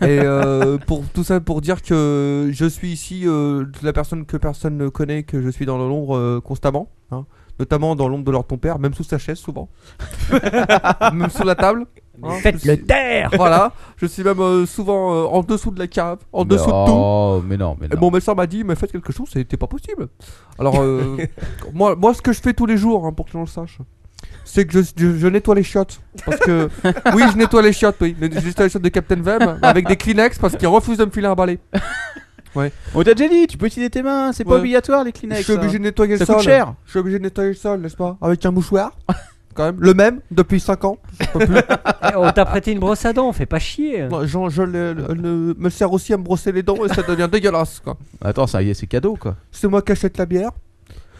P: Et euh, pour tout ça, pour dire que je suis ici euh, la personne que personne ne connaît, que je suis dans l'ombre euh, constamment. hein. Notamment dans l'ombre de leur ton père, même sous sa chaise souvent, même sous la table. hein.
O: Mais faites-le
P: Je suis-
O: taire
P: Voilà, je suis même euh, souvent euh, en dessous de la carafe, en
C: Mais
P: dessous de tout.
C: oh, mais non, mais
P: Et mon médecin m'a dit, mais faites quelque chose, c'était pas possible. Alors, euh, moi, moi, ce que je fais tous les jours, hein, pour que les gens le sachent, c'est que je, je- je nettoie les chiottes. Parce que, oui, je nettoie les chiottes, oui. Mais Je nettoie les chiottes de Captain Web avec des Kleenex parce qu'il refuse de me filer un balai. Ouais.
C: On t'a déjà dit, tu peux utiliser tes mains, c'est pas
P: Ouais.
C: obligatoire les Kleenex.
P: Je suis obligé
C: hein.
P: de nettoyer le
C: ça
P: sol.
C: coûte cher.
P: Je suis obligé de nettoyer le sol, n'est-ce pas Avec un mouchoir. Quand même, le même depuis 5 ans. J'en peux plus.
O: Eh, On t'a prêté une brosse à dents, fais pas chier.
P: Moi, j'en- je le- le- le- me sers aussi à me brosser les dents et ça devient dégueulasse. quoi.
C: Attends, ça y est, c'est cadeau quoi.
P: C'est moi qui achète la bière.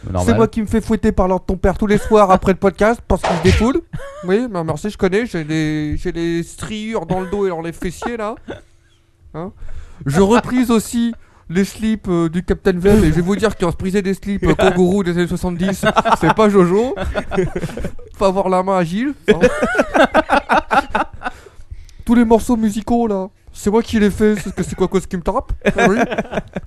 P: C'est
C: Normal.
P: moi qui me fais fouetter par l'ordre de ton père tous les soirs après le podcast parce qu'il se défoule. Oui, mais merci, je connais. J'ai des, j'ai des striures dans le dos et dans les fessiers là. Hein je reprise aussi les slips euh, du Captain Vem et je vais vous dire qu'en se priser des slips euh, kangourous des années 70, c'est pas Jojo. Faut avoir la main agile. hein. Tous les morceaux musicaux là, c'est moi qui les fais, c'est que c'est quoi cause qui me tape. Ah oui.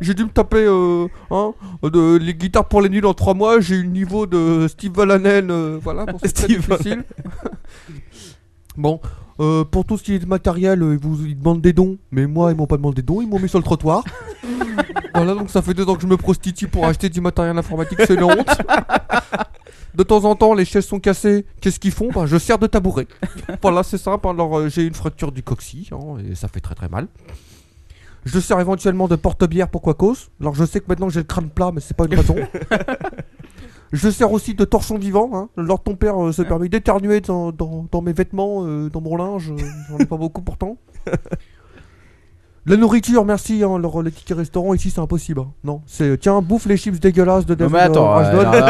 P: J'ai dû me taper euh, hein, de, les guitares pour les nuls en 3 mois, j'ai eu le niveau de Steve Valanen, euh, voilà, pour c'est très
Q: Steve
P: difficile. bon, euh, pour tout ce qui est de matériel, euh, ils vous ils demandent des dons, mais moi ils m'ont pas demandé de dons, ils m'ont mis sur le trottoir. voilà, donc ça fait deux ans que je me prostitue pour acheter du matériel informatique, c'est une honte. De temps en temps, les chaises sont cassées. Qu'est-ce qu'ils font Bah, Je sers de tabouret. voilà, c'est simple. Alors, euh, j'ai une fracture du coccyx hein, et ça fait très très mal. Je sers éventuellement de porte-bière pour quoi cause. Alors, je sais que maintenant j'ai le crâne plat, mais c'est pas une raison. je sers aussi de torchon vivant. Hein. Lors ton père euh, se permet d'éternuer dans, dans- dans mes vêtements, euh, dans mon linge. euh, J'en ai pas beaucoup pourtant. La nourriture, merci. Hein. Alors, les tickets restaurants ici, c'est impossible. hein. Non, c'est tiens, bouffe les chips dégueulasses de
C: Non
P: David,
C: mais attends,
P: euh, Ashdown.
C: euh,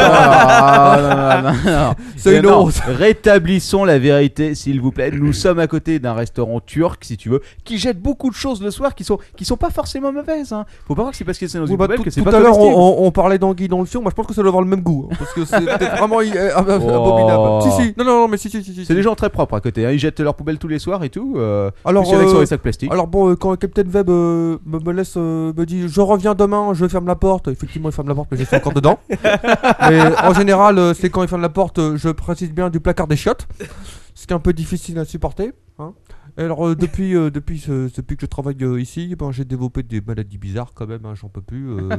C: non, non, non, non, non, non.
P: C'est une
C: Non,
P: honte.
C: Rétablissons la vérité, s'il vous plaît. Nous sommes à côté d'un restaurant turc, si tu veux, qui jette beaucoup de choses le soir, qui sont qui sont pas forcément mauvaises. Hein. Faut pas voir que c'est parce que c'est dans
P: Oui,
C: une
P: bah,
C: poubelle
P: tout,
C: que c'est
P: tout
C: pas
P: à l'heure,
C: comestible.
P: on, on- on parlait d'anguille dans le fion. Moi, je pense que ça doit avoir le même goût. hein, parce que c'est peut-être vraiment euh, ab- ab- abominable. Si, si. Non, non, non, mais si, si, si. si,
C: Oh. C'est
P: si.
C: des gens très propres à côté. hein. Ils jettent leurs poubelles tous les soirs et tout. Euh,
P: Alors,
C: plus il y en a qui sont
P: euh,
C: des sacs plastiques.
P: alors bon, euh, quand Captain Web euh, me, me laisse, euh, me dit je reviens demain, je ferme la porte. Effectivement, il ferme la porte, mais je suis encore dedans. mais en général, euh, c'est quand il ferme la porte, euh, je précise bien du placard des chiottes, ce qui est un peu difficile à supporter. hein. Et alors euh, depuis, euh, depuis, ce- depuis que je travaille euh, ici, ben, j'ai développé des maladies bizarres quand même, hein, j'en peux plus. euh,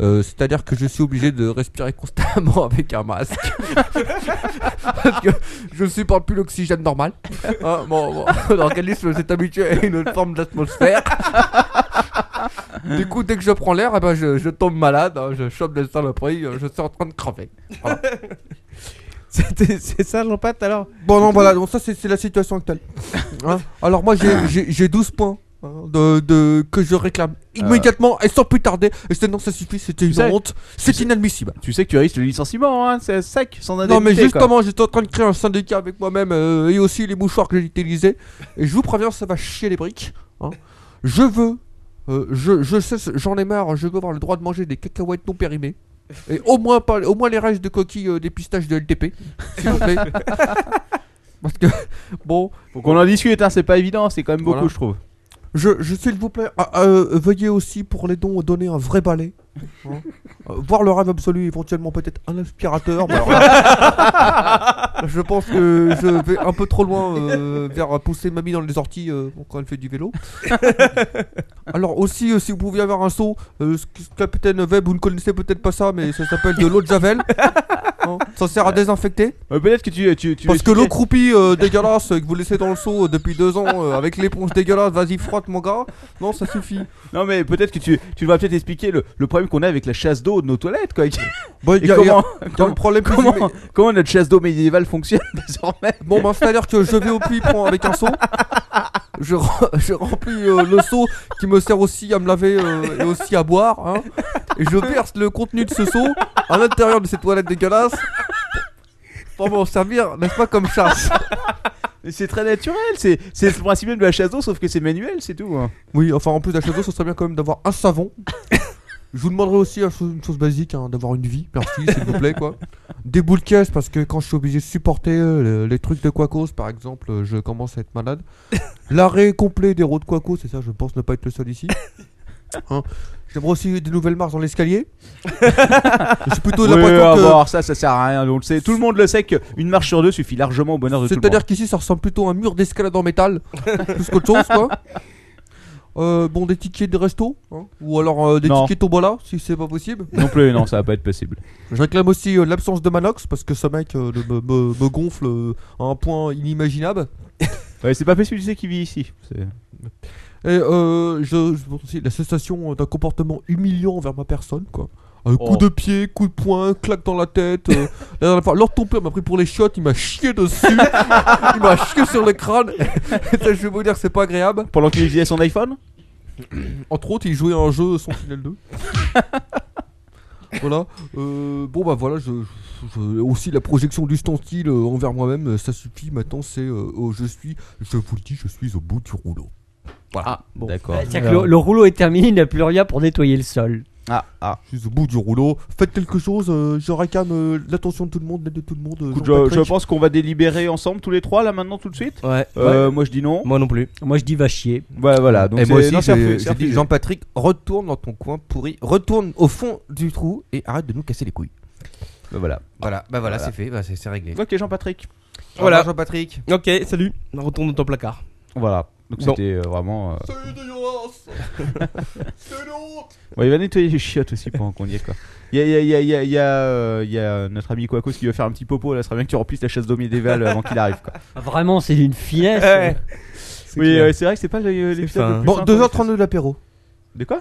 P: euh, C'est-à-dire que je suis obligé de respirer constamment avec un masque. Parce que je supporte plus l'oxygène normal. Hein, mon, mon organisme s'est habitué à une autre forme d'atmosphère. Du coup, dès que je prends l'air, eh ben, je, je tombe malade, hein, je chope des saloperies, euh, je suis en train de crever. Voilà.
Q: C'était- C'est ça, Jean-Pat, alors
P: Bon, non, voilà, donc ça, c'est c'est la situation actuelle. Hein Alors, moi, j'ai- j'ai j'ai 12 points hein, de, de- que je réclame immédiatement et sans plus tarder. Et c'est non, ça suffit, c'était une
C: sais-
P: honte, c'est inadmissible.
C: Tu sais que tu risques le licenciement, hein. C'est un sac sans
P: Non, mais
C: indemnité, quoi.
P: justement, j'étais en train de créer un syndicat avec moi-même euh, et aussi les mouchoirs que j'ai utilisés. Et je vous préviens, ça va chier les briques. hein. Je veux, euh, je, je sais, ce- j'en ai marre, je veux avoir le droit de manger des cacahuètes non périmées. Et au moins, pas, au moins les restes de coquilles euh, des pistaches de LTP, s'il vous plaît. Parce que, bon.
C: Faut qu'on en discute, hein. C'est pas évident, c'est quand même beaucoup,
P: Voilà.
C: je trouve.
P: Je, je- s'il vous plaît, ah, euh, veuillez aussi pour les dons donner un vrai balai. hein. Euh, voir le rêve absolu, éventuellement peut-être un aspirateur. mais alors là, je pense que je vais un peu trop loin euh, vers pousser mamie dans les orties euh, quand elle fait du vélo. Alors aussi, euh, si vous pouviez avoir un seau, euh, ce que- ce Capitaine Web, vous ne connaissez peut-être pas ça, mais ça s'appelle de l'eau de javel. Hein, ça sert à désinfecter.
C: Euh, Peut-être que tu, tu, tu
P: Parce que l'eau
C: l'expliquais.
P: croupie euh, dégueulasse euh, que vous laissez dans le seau euh, depuis deux ans euh, avec l'éponge dégueulasse, vas-y frotte mon gars. Non, ça suffit.
C: Non mais peut-être que tu, tu devrais peut-être expliquer le, le problème qu'on a avec la chasse d'eau de nos toilettes quoi.
P: il y a-
C: comment,
P: il y a-
C: comment-
P: le problème que
C: comment,
P: j'ai- mais-
C: comment notre chasse d'eau médiévale fonctionne désormais
P: Bon, ben, c'est-à-dire que je vais au puits prends avec un seau. Je, re- je remplis euh, le seau qui me sert aussi à me laver euh, et aussi à boire. hein. Et je verse le contenu de ce seau à l'intérieur de ces toilettes dégueulasses pour m'en servir, n'est-ce pas, comme chasse.
C: Mais C'est très naturel, c'est c'est le principe même de la chasse d'eau sauf que c'est manuel, c'est tout. hein.
P: Oui, enfin en plus de la chasse d'eau, ça serait bien quand même d'avoir un savon Je vous demanderai aussi une chose, une chose basique, hein, d'avoir une vie, merci, s'il vous plaît, quoi. Des boules de caisse, parce que quand je suis obligé de supporter euh, le- les trucs de Quacos, par exemple, euh, je commence à être malade. L'arrêt complet des routes Quacos, c'est ça, je pense ne pas être le seul ici. Hein. J'aimerais aussi des nouvelles marches dans l'escalier. J'ai plutôt
C: Oui,
P: l'impression
C: à
P: que.
C: voir, ça, ça sert à rien. On le sait. Tout le monde le sait qu'une marche sur deux suffit largement au bonheur de tout le monde.
P: C'est-à-dire qu'ici, ça ressemble plutôt à un mur d'escalade en métal, plus qu'autre chose, quoi. Euh, bon, des tickets de resto, hein, ou alors euh, des
C: Non.
P: tickets Tombola, si c'est pas possible.
C: Non plus, non, ça va pas être possible.
P: Je réclame aussi euh, l'absence de Manox, parce que ce mec euh, le- me, me- me gonfle euh, à un point inimaginable.
C: Ouais, c'est pas possible, tu sais qui vit ici. C'est-
P: Et euh, je, je pense aussi la cessation d'un comportement humiliant envers ma personne, quoi. Un coup
C: Oh.
P: de pied, coup de poing, claque dans la tête. euh, la dernière fois, lors de ton père m'a pris pour les chiottes, il m'a chié dessus. il m'a chié sur le crâne. Ça, je vais vous dire que c'est pas agréable.
C: Pendant qu'il utilisait son iPhone
P: Entre autres, il jouait à un jeu Sentinel 2. voilà. Euh, bon, bah voilà, je, je- aussi la projection du stencil euh, envers moi-même, euh, ça suffit. Maintenant, c'est euh, oh, je suis, je vous le dis, je suis au bout du rouleau. Voilà. Bon.
C: d'accord.
E: C'est-à-dire que le, le rouleau est terminé, il n'y a plus rien pour nettoyer le sol.
C: Ah, ah.
P: Je suis au bout du rouleau. Faites quelque chose, euh, je réclame euh, l'attention de tout le monde, l'aide de tout le monde. euh,
C: Écoute, je,
P: Jean-Patrick.
C: je pense qu'on va délibérer ensemble tous les trois là maintenant tout de suite.
D: Ouais.
C: Euh,
P: Ouais.
C: Moi je dis non.
D: Moi non plus.
E: Moi je dis va chier.
C: Ouais, voilà. Donc
B: et Eh, moi
C: c'est-
B: aussi,
C: non, c'est
B: j'ai
C: refusé,
B: j'ai
C: c'est
B: dit
C: refusé.
B: Jean-Patrick, retourne dans ton coin pourri, retourne au fond du trou et arrête de nous casser les couilles.
C: Bah voilà.
B: Voilà, bah voilà,
D: Voilà.
B: c'est fait, bah c'est c'est réglé.
C: Ok, Jean-Patrick.
B: Au revoir, Jean-Patrick.
D: Ok, salut. On retourne dans ton placard.
C: Voilà. Donc
D: Bon.
C: c'était euh, vraiment. euh,
P: C'est l'autre
C: Bon, il va nettoyer les chiottes aussi pendant qu'on y est quoi. Il y a, il y a- il y a- il y a- il y a, euh, il y a notre ami Quacos qui veut faire un petit popo là. Ce serait bien que tu remplisses la chasse d'eau médiévale euh, avant qu'il arrive quoi.
E: Vraiment, c'est d'une finesse.
C: Ouais.
E: C'est
C: Oui,
E: clair.
C: euh, c'est vrai que c'est pas le- l'épisode le plus
P: Bon,
C: sympa.
P: 2h32 d'apéro.
C: De quoi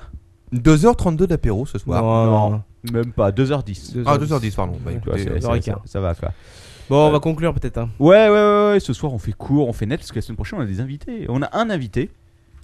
P: 2h32 d'apéro ce soir.
C: Non, même pas, 2h10.
P: Ah, 2h10, pardon. Bah,
C: Tu vois,
P: écoutez,
C: c'est-
P: euh,
C: c'est- ça, ça va quoi.
D: Bon, on va conclure peut-être. hein.
C: Ouais, ouais, ouais, ouais, ce soir on fait court, on fait net parce que la semaine prochaine on a des invités. On a un invité.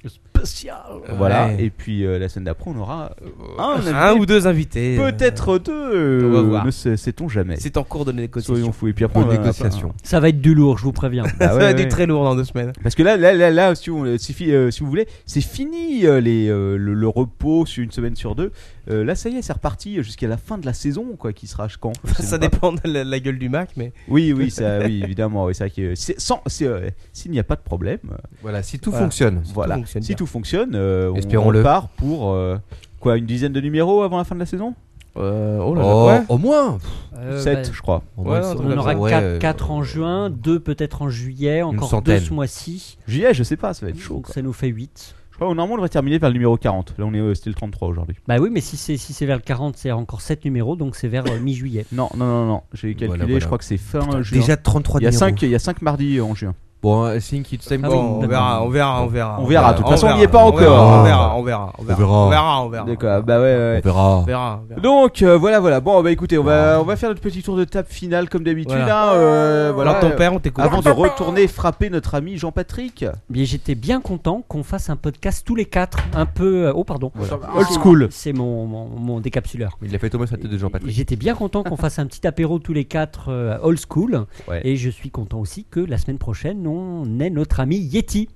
M: Spécial.
C: Voilà,
D: Ouais.
C: et puis euh, la semaine d'après on aura euh, un,
D: Un
C: invité.
D: ou deux invités.
C: Peut-être deux.
D: On va voir.
C: Ne sait- sait-on jamais.
D: C'est en cours de négociation.
C: Soyons fous. Et puis après,
D: De
C: on a-
D: négociation.
E: Ça va être du lourd, je vous préviens.
C: Bah
D: Ça
C: ouais,
D: va être
C: ouais.
D: du très lourd dans deux semaines.
C: Parce que là, là, là, là, si, on- si, fi- euh, si vous voulez, c'est fini euh, les, euh, le, le repos sur une semaine sur deux. Euh, là, ça y est, c'est reparti jusqu'à la fin de la saison, quoi, qui sera quand Je sais
D: Ça
C: même pas.
D: dépend de la, la gueule du Mac, mais.
C: Oui, oui, ça, oui, évidemment, oui, c'est vrai que c'est- sans, c'est, euh, s'il n'y a pas de problème. euh,
B: Voilà, si tout fonctionne. Si tout
C: Voilà.
B: fonctionne
C: si
B: bien.
C: tout fonctionne, euh, on-
B: Espérons-le.
C: on part pour euh, quoi, une dizaine de numéros avant la fin de la saison.
B: Euh,
D: oh là là, Oh, ouais.
B: Au moins.
E: Euh,
C: 7
E: bah,
C: je crois.
E: on en aura
P: euh,
E: 4, en juin, 2 peut-être en juillet, encore 2
C: centaine.
E: ce mois-ci.
C: Juillet, je sais pas, ça va être chaud.
E: Donc ça nous fait 8.
C: Je crois que normalement on devrait terminer par le numéro 40. Là, on est euh, c'était le 33 aujourd'hui.
E: Bah oui, mais si c'est si c'est vers le 40, c'est encore 7 numéros, donc c'est vers euh, mi-juillet.
C: Non, non, non, non, j'ai calculé,
B: voilà.
C: je crois que c'est fin
B: Putain,
C: juin.
B: déjà 33
C: il y a
B: numéros.
C: 5 Il y a 5 mardis euh, en juin.
B: Bon, I think it's time
D: Ah
B: to-
D: bon, on verra, on verra, on verra.
C: On verra, de toute façon, on n'y est pas
D: on
C: encore.
D: verra, on verra, on verra, on verra, on verra, on verra.
C: D'accord, bah ouais, ouais.
B: On verra. On
D: verra,
C: Donc euh, voilà, voilà. Bon, bah écoutez, on va, on va faire notre petit tour de table finale comme d'habitude.
D: Voilà.
C: hein, euh, voilà.
D: Alors, ton père, on t'écoute.
C: Avant de retourner frapper notre ami Jean-Patrick.
E: Bien, j'étais bien content qu'on fasse un podcast tous les quatre, un peu. euh, Oh, pardon.
C: Voilà.
E: C'est-
C: Old school.
E: C'est mon, mon, mon décapsuleur.
B: Il a fait tomber sa tête de Jean-Patrick.
E: J'étais bien content qu'on fasse un petit apéro tous les quatre euh, old school.
B: Ouais.
E: Et je suis content aussi que la semaine prochaine, on ait notre ami Yeti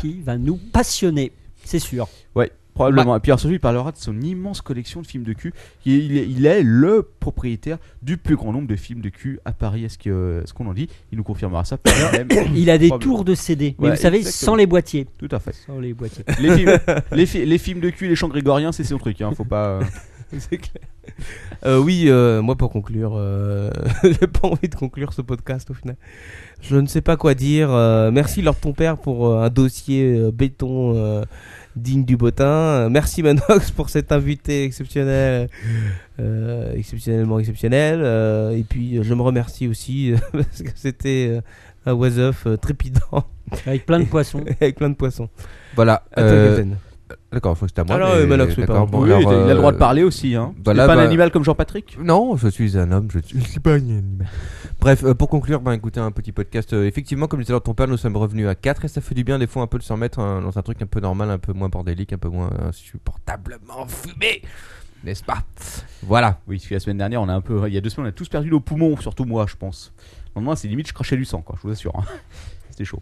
E: qui va nous passionner, c'est sûr.
C: Ouais, probablement.
E: Bah.
C: Et puis alors, surtout, il parlera de son immense collection de films de cul. Il est, il est- il est le propriétaire du plus grand nombre de films de cul à Paris. Est-ce que- euh, est-ce qu'on en dit Il nous confirmera ça. par lui-même.
E: Il a des
C: Probablement.
E: tours de CD, mais
C: Ouais,
E: vous savez,
C: exactement.
E: sans les boîtiers.
C: Tout à fait.
E: Sans les boîtiers.
C: Les films, les fi- les films de cul, les chants grégoriens, c'est son truc. Hein, faut pas. euh,
D: C'est clair. Euh, oui, euh, moi pour conclure, euh, j'ai pas envie de conclure ce podcast au final. Je ne sais pas quoi dire. euh, merci Lord ton père pour euh, un dossier euh, béton euh, digne du bottin. Euh, merci Manox pour cet invité exceptionnel, euh, exceptionnellement exceptionnel. Euh, et puis euh, je me remercie aussi euh, parce que c'était euh, un was off euh, trépidant.
E: Avec plein de poissons.
D: Avec plein de poissons.
B: Voilà.
D: À toi,
B: euh,
D: Captain.
B: D'accord, faut que c'était à moi.
D: Alors,
B: mais-
D: euh, Manox, oui,
B: d'accord,
D: pardon.
B: bon,
D: Oui,
B: alors,
C: il a le droit de
B: euh,
C: parler aussi. Hein.
B: voilà,
C: C'est pas un
B: bah-
C: animal comme Jean-Patrick.
B: Non, je suis un homme, je je suis pas un animal. Bref, euh, pour conclure, ben, écoutez un petit podcast. euh, effectivement, comme disait alors ton père, nous sommes revenus à 4 et ça fait du bien des fois un peu de s'en mettre hein, dans un truc un peu normal, un peu moins bordélique, un peu moins insupportablement fumé. N'est-ce pas Voilà.
C: Oui, parce que la semaine dernière, on a un peu. Il y a deux semaines, on a tous perdu nos poumons, surtout moi, je pense. Le lendemain, c'est limite, je crachais du sang, quoi, je vous assure. hein. C'était chaud.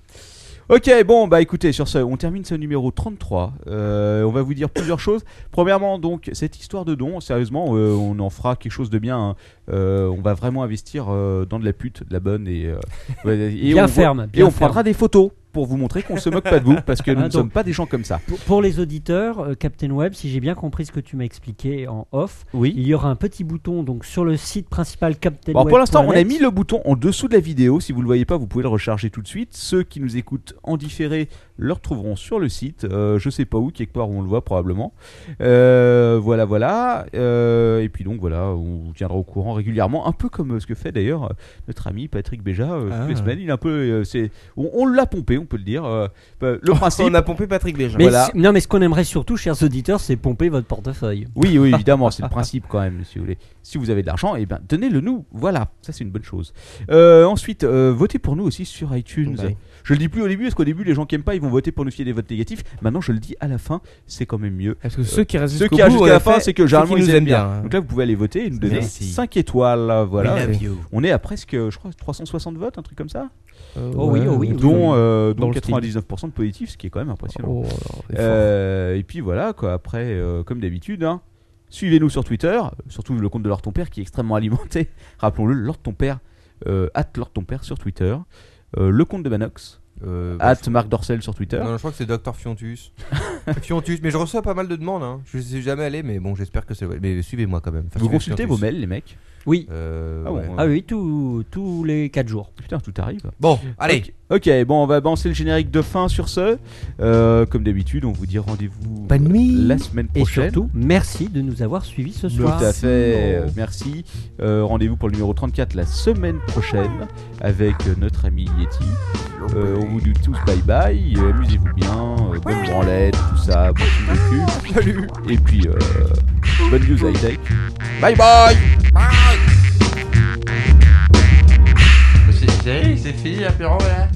C: Ok, bon, bah écoutez, sur ce, on termine ce numéro 33. Euh, on va vous dire plusieurs choses. Premièrement, donc, cette histoire de dons, sérieusement, euh, on en fera quelque chose de bien. hein. Euh, on va vraiment investir euh, dans de la pute, de la bonne et, euh, ouais, et
E: Bien
C: on
E: ferme,
C: voit- et
E: bien
C: on
E: ferme.
C: prendra des photos pour vous montrer qu'on se moque pas de vous parce que nous
E: Ah,
C: ne
E: donc,
C: sommes pas des gens comme ça.
E: Pour, pour les auditeurs, euh, Captain Web, si j'ai bien compris ce que tu m'as expliqué en off, il y aura un petit bouton donc sur le site principal Captain
C: Bon,
E: Web.
C: pour l'instant, on a mis le bouton en dessous de la vidéo. Si vous ne le voyez pas, vous pouvez le recharger tout de suite. Ceux qui nous écoutent en différé le retrouveront sur le site. Euh, je sais pas où, quelque part où on le voit probablement. Euh, voilà, voilà. Euh, et puis donc voilà, on vous tiendra au courant régulièrement, un peu comme euh, ce que fait d'ailleurs euh, notre ami Patrick Béja euh, toutes les
D: Ah.
C: semaines. Il est un peu, euh, c'est, on, on l'a pompé, on peut le dire. Euh, bah, le principe,
D: Oh, On a pompé Patrick Béja.
E: Mais
C: Voilà.
E: si- non, mais ce qu'on aimerait surtout, chers auditeurs, c'est pomper votre portefeuille.
C: Oui, oui, évidemment, c'est le principe quand même, si vous voulez. Si vous avez de l'argent, eh ben, donnez-le nous. Voilà, ça c'est une bonne chose. Euh, ensuite, euh, votez pour nous aussi sur iTunes.
D: Ouais.
C: Je le dis plus au début, parce qu'au début, les gens qui aiment pas, ils vont voter pour nous filer des votes négatifs. Maintenant, je le dis à la fin, c'est quand même mieux. Parce
D: que ceux qui restent jusqu'au
C: qui restent
D: bout,
C: jusqu'à
D: en
C: la fin,
D: effet,
C: c'est que
D: ceux qui
C: généralement
D: nous
C: ils aiment
D: aiment
C: bien.
D: bien, hein.
C: Donc là, vous pouvez aller voter et nous donner
D: Merci.
C: 5 étoiles. Voilà.
D: We love
C: Et
D: you.
C: On est à presque, je crois, 360 votes, un truc comme ça.
D: Euh, Oh oui, ouais, oh oui, oui,
C: Dont,
D: oui.
C: euh,
D: Dans
C: dont
D: le style.
C: 99% de positifs, ce qui est quand même impressionnant.
D: Oh, alors, les
C: Euh, et puis voilà, quoi. Après, euh, comme d'habitude, hein, suivez-nous sur Twitter, surtout le compte de Lord Ton Père qui est extrêmement alimenté. Rappelons-le, Lord Ton Père, euh, at Lord Ton Père sur Twitter, Euh, le compte de Manox, euh, at Marc Dorcel sur Twitter.
B: Non, je crois que c'est Docteur Fiontus. Fiontus, mais je reçois pas mal de demandes. hein. Je ne suis jamais allé, mais bon, j'espère que c'est. vrai. Mais suivez-moi quand même. Enfin,
C: Vous
B: suivez
C: consultez
B: Fiontus.
C: vos mails, les mecs
E: Oui.
B: Euh,
C: Ah bon,
B: ouais.
C: euh,
E: Ah oui, tout- tous les 4 jours.
C: Putain, tout arrive.
B: Bon, allez.
C: Ok, ok, bon, on va balancer le générique de fin sur ce. Euh, comme d'habitude, on vous dit rendez-vous
E: Bonne nuit.
C: la semaine
E: Et
C: prochaine.
E: surtout, merci de nous avoir suivis ce
C: Tout
E: soir.
C: à fait, euh, merci. Euh, Rendez-vous pour le numéro 34 la semaine prochaine avec euh, notre ami Yeti. Euh, on vous dit tous bye bye, euh, amusez-vous bien, euh, bonne branlette, tout ça, bon petit Salut Et puis, euh, bonne news high-tech. Bye bye
M: C'est c'est fini l'apéro hein. là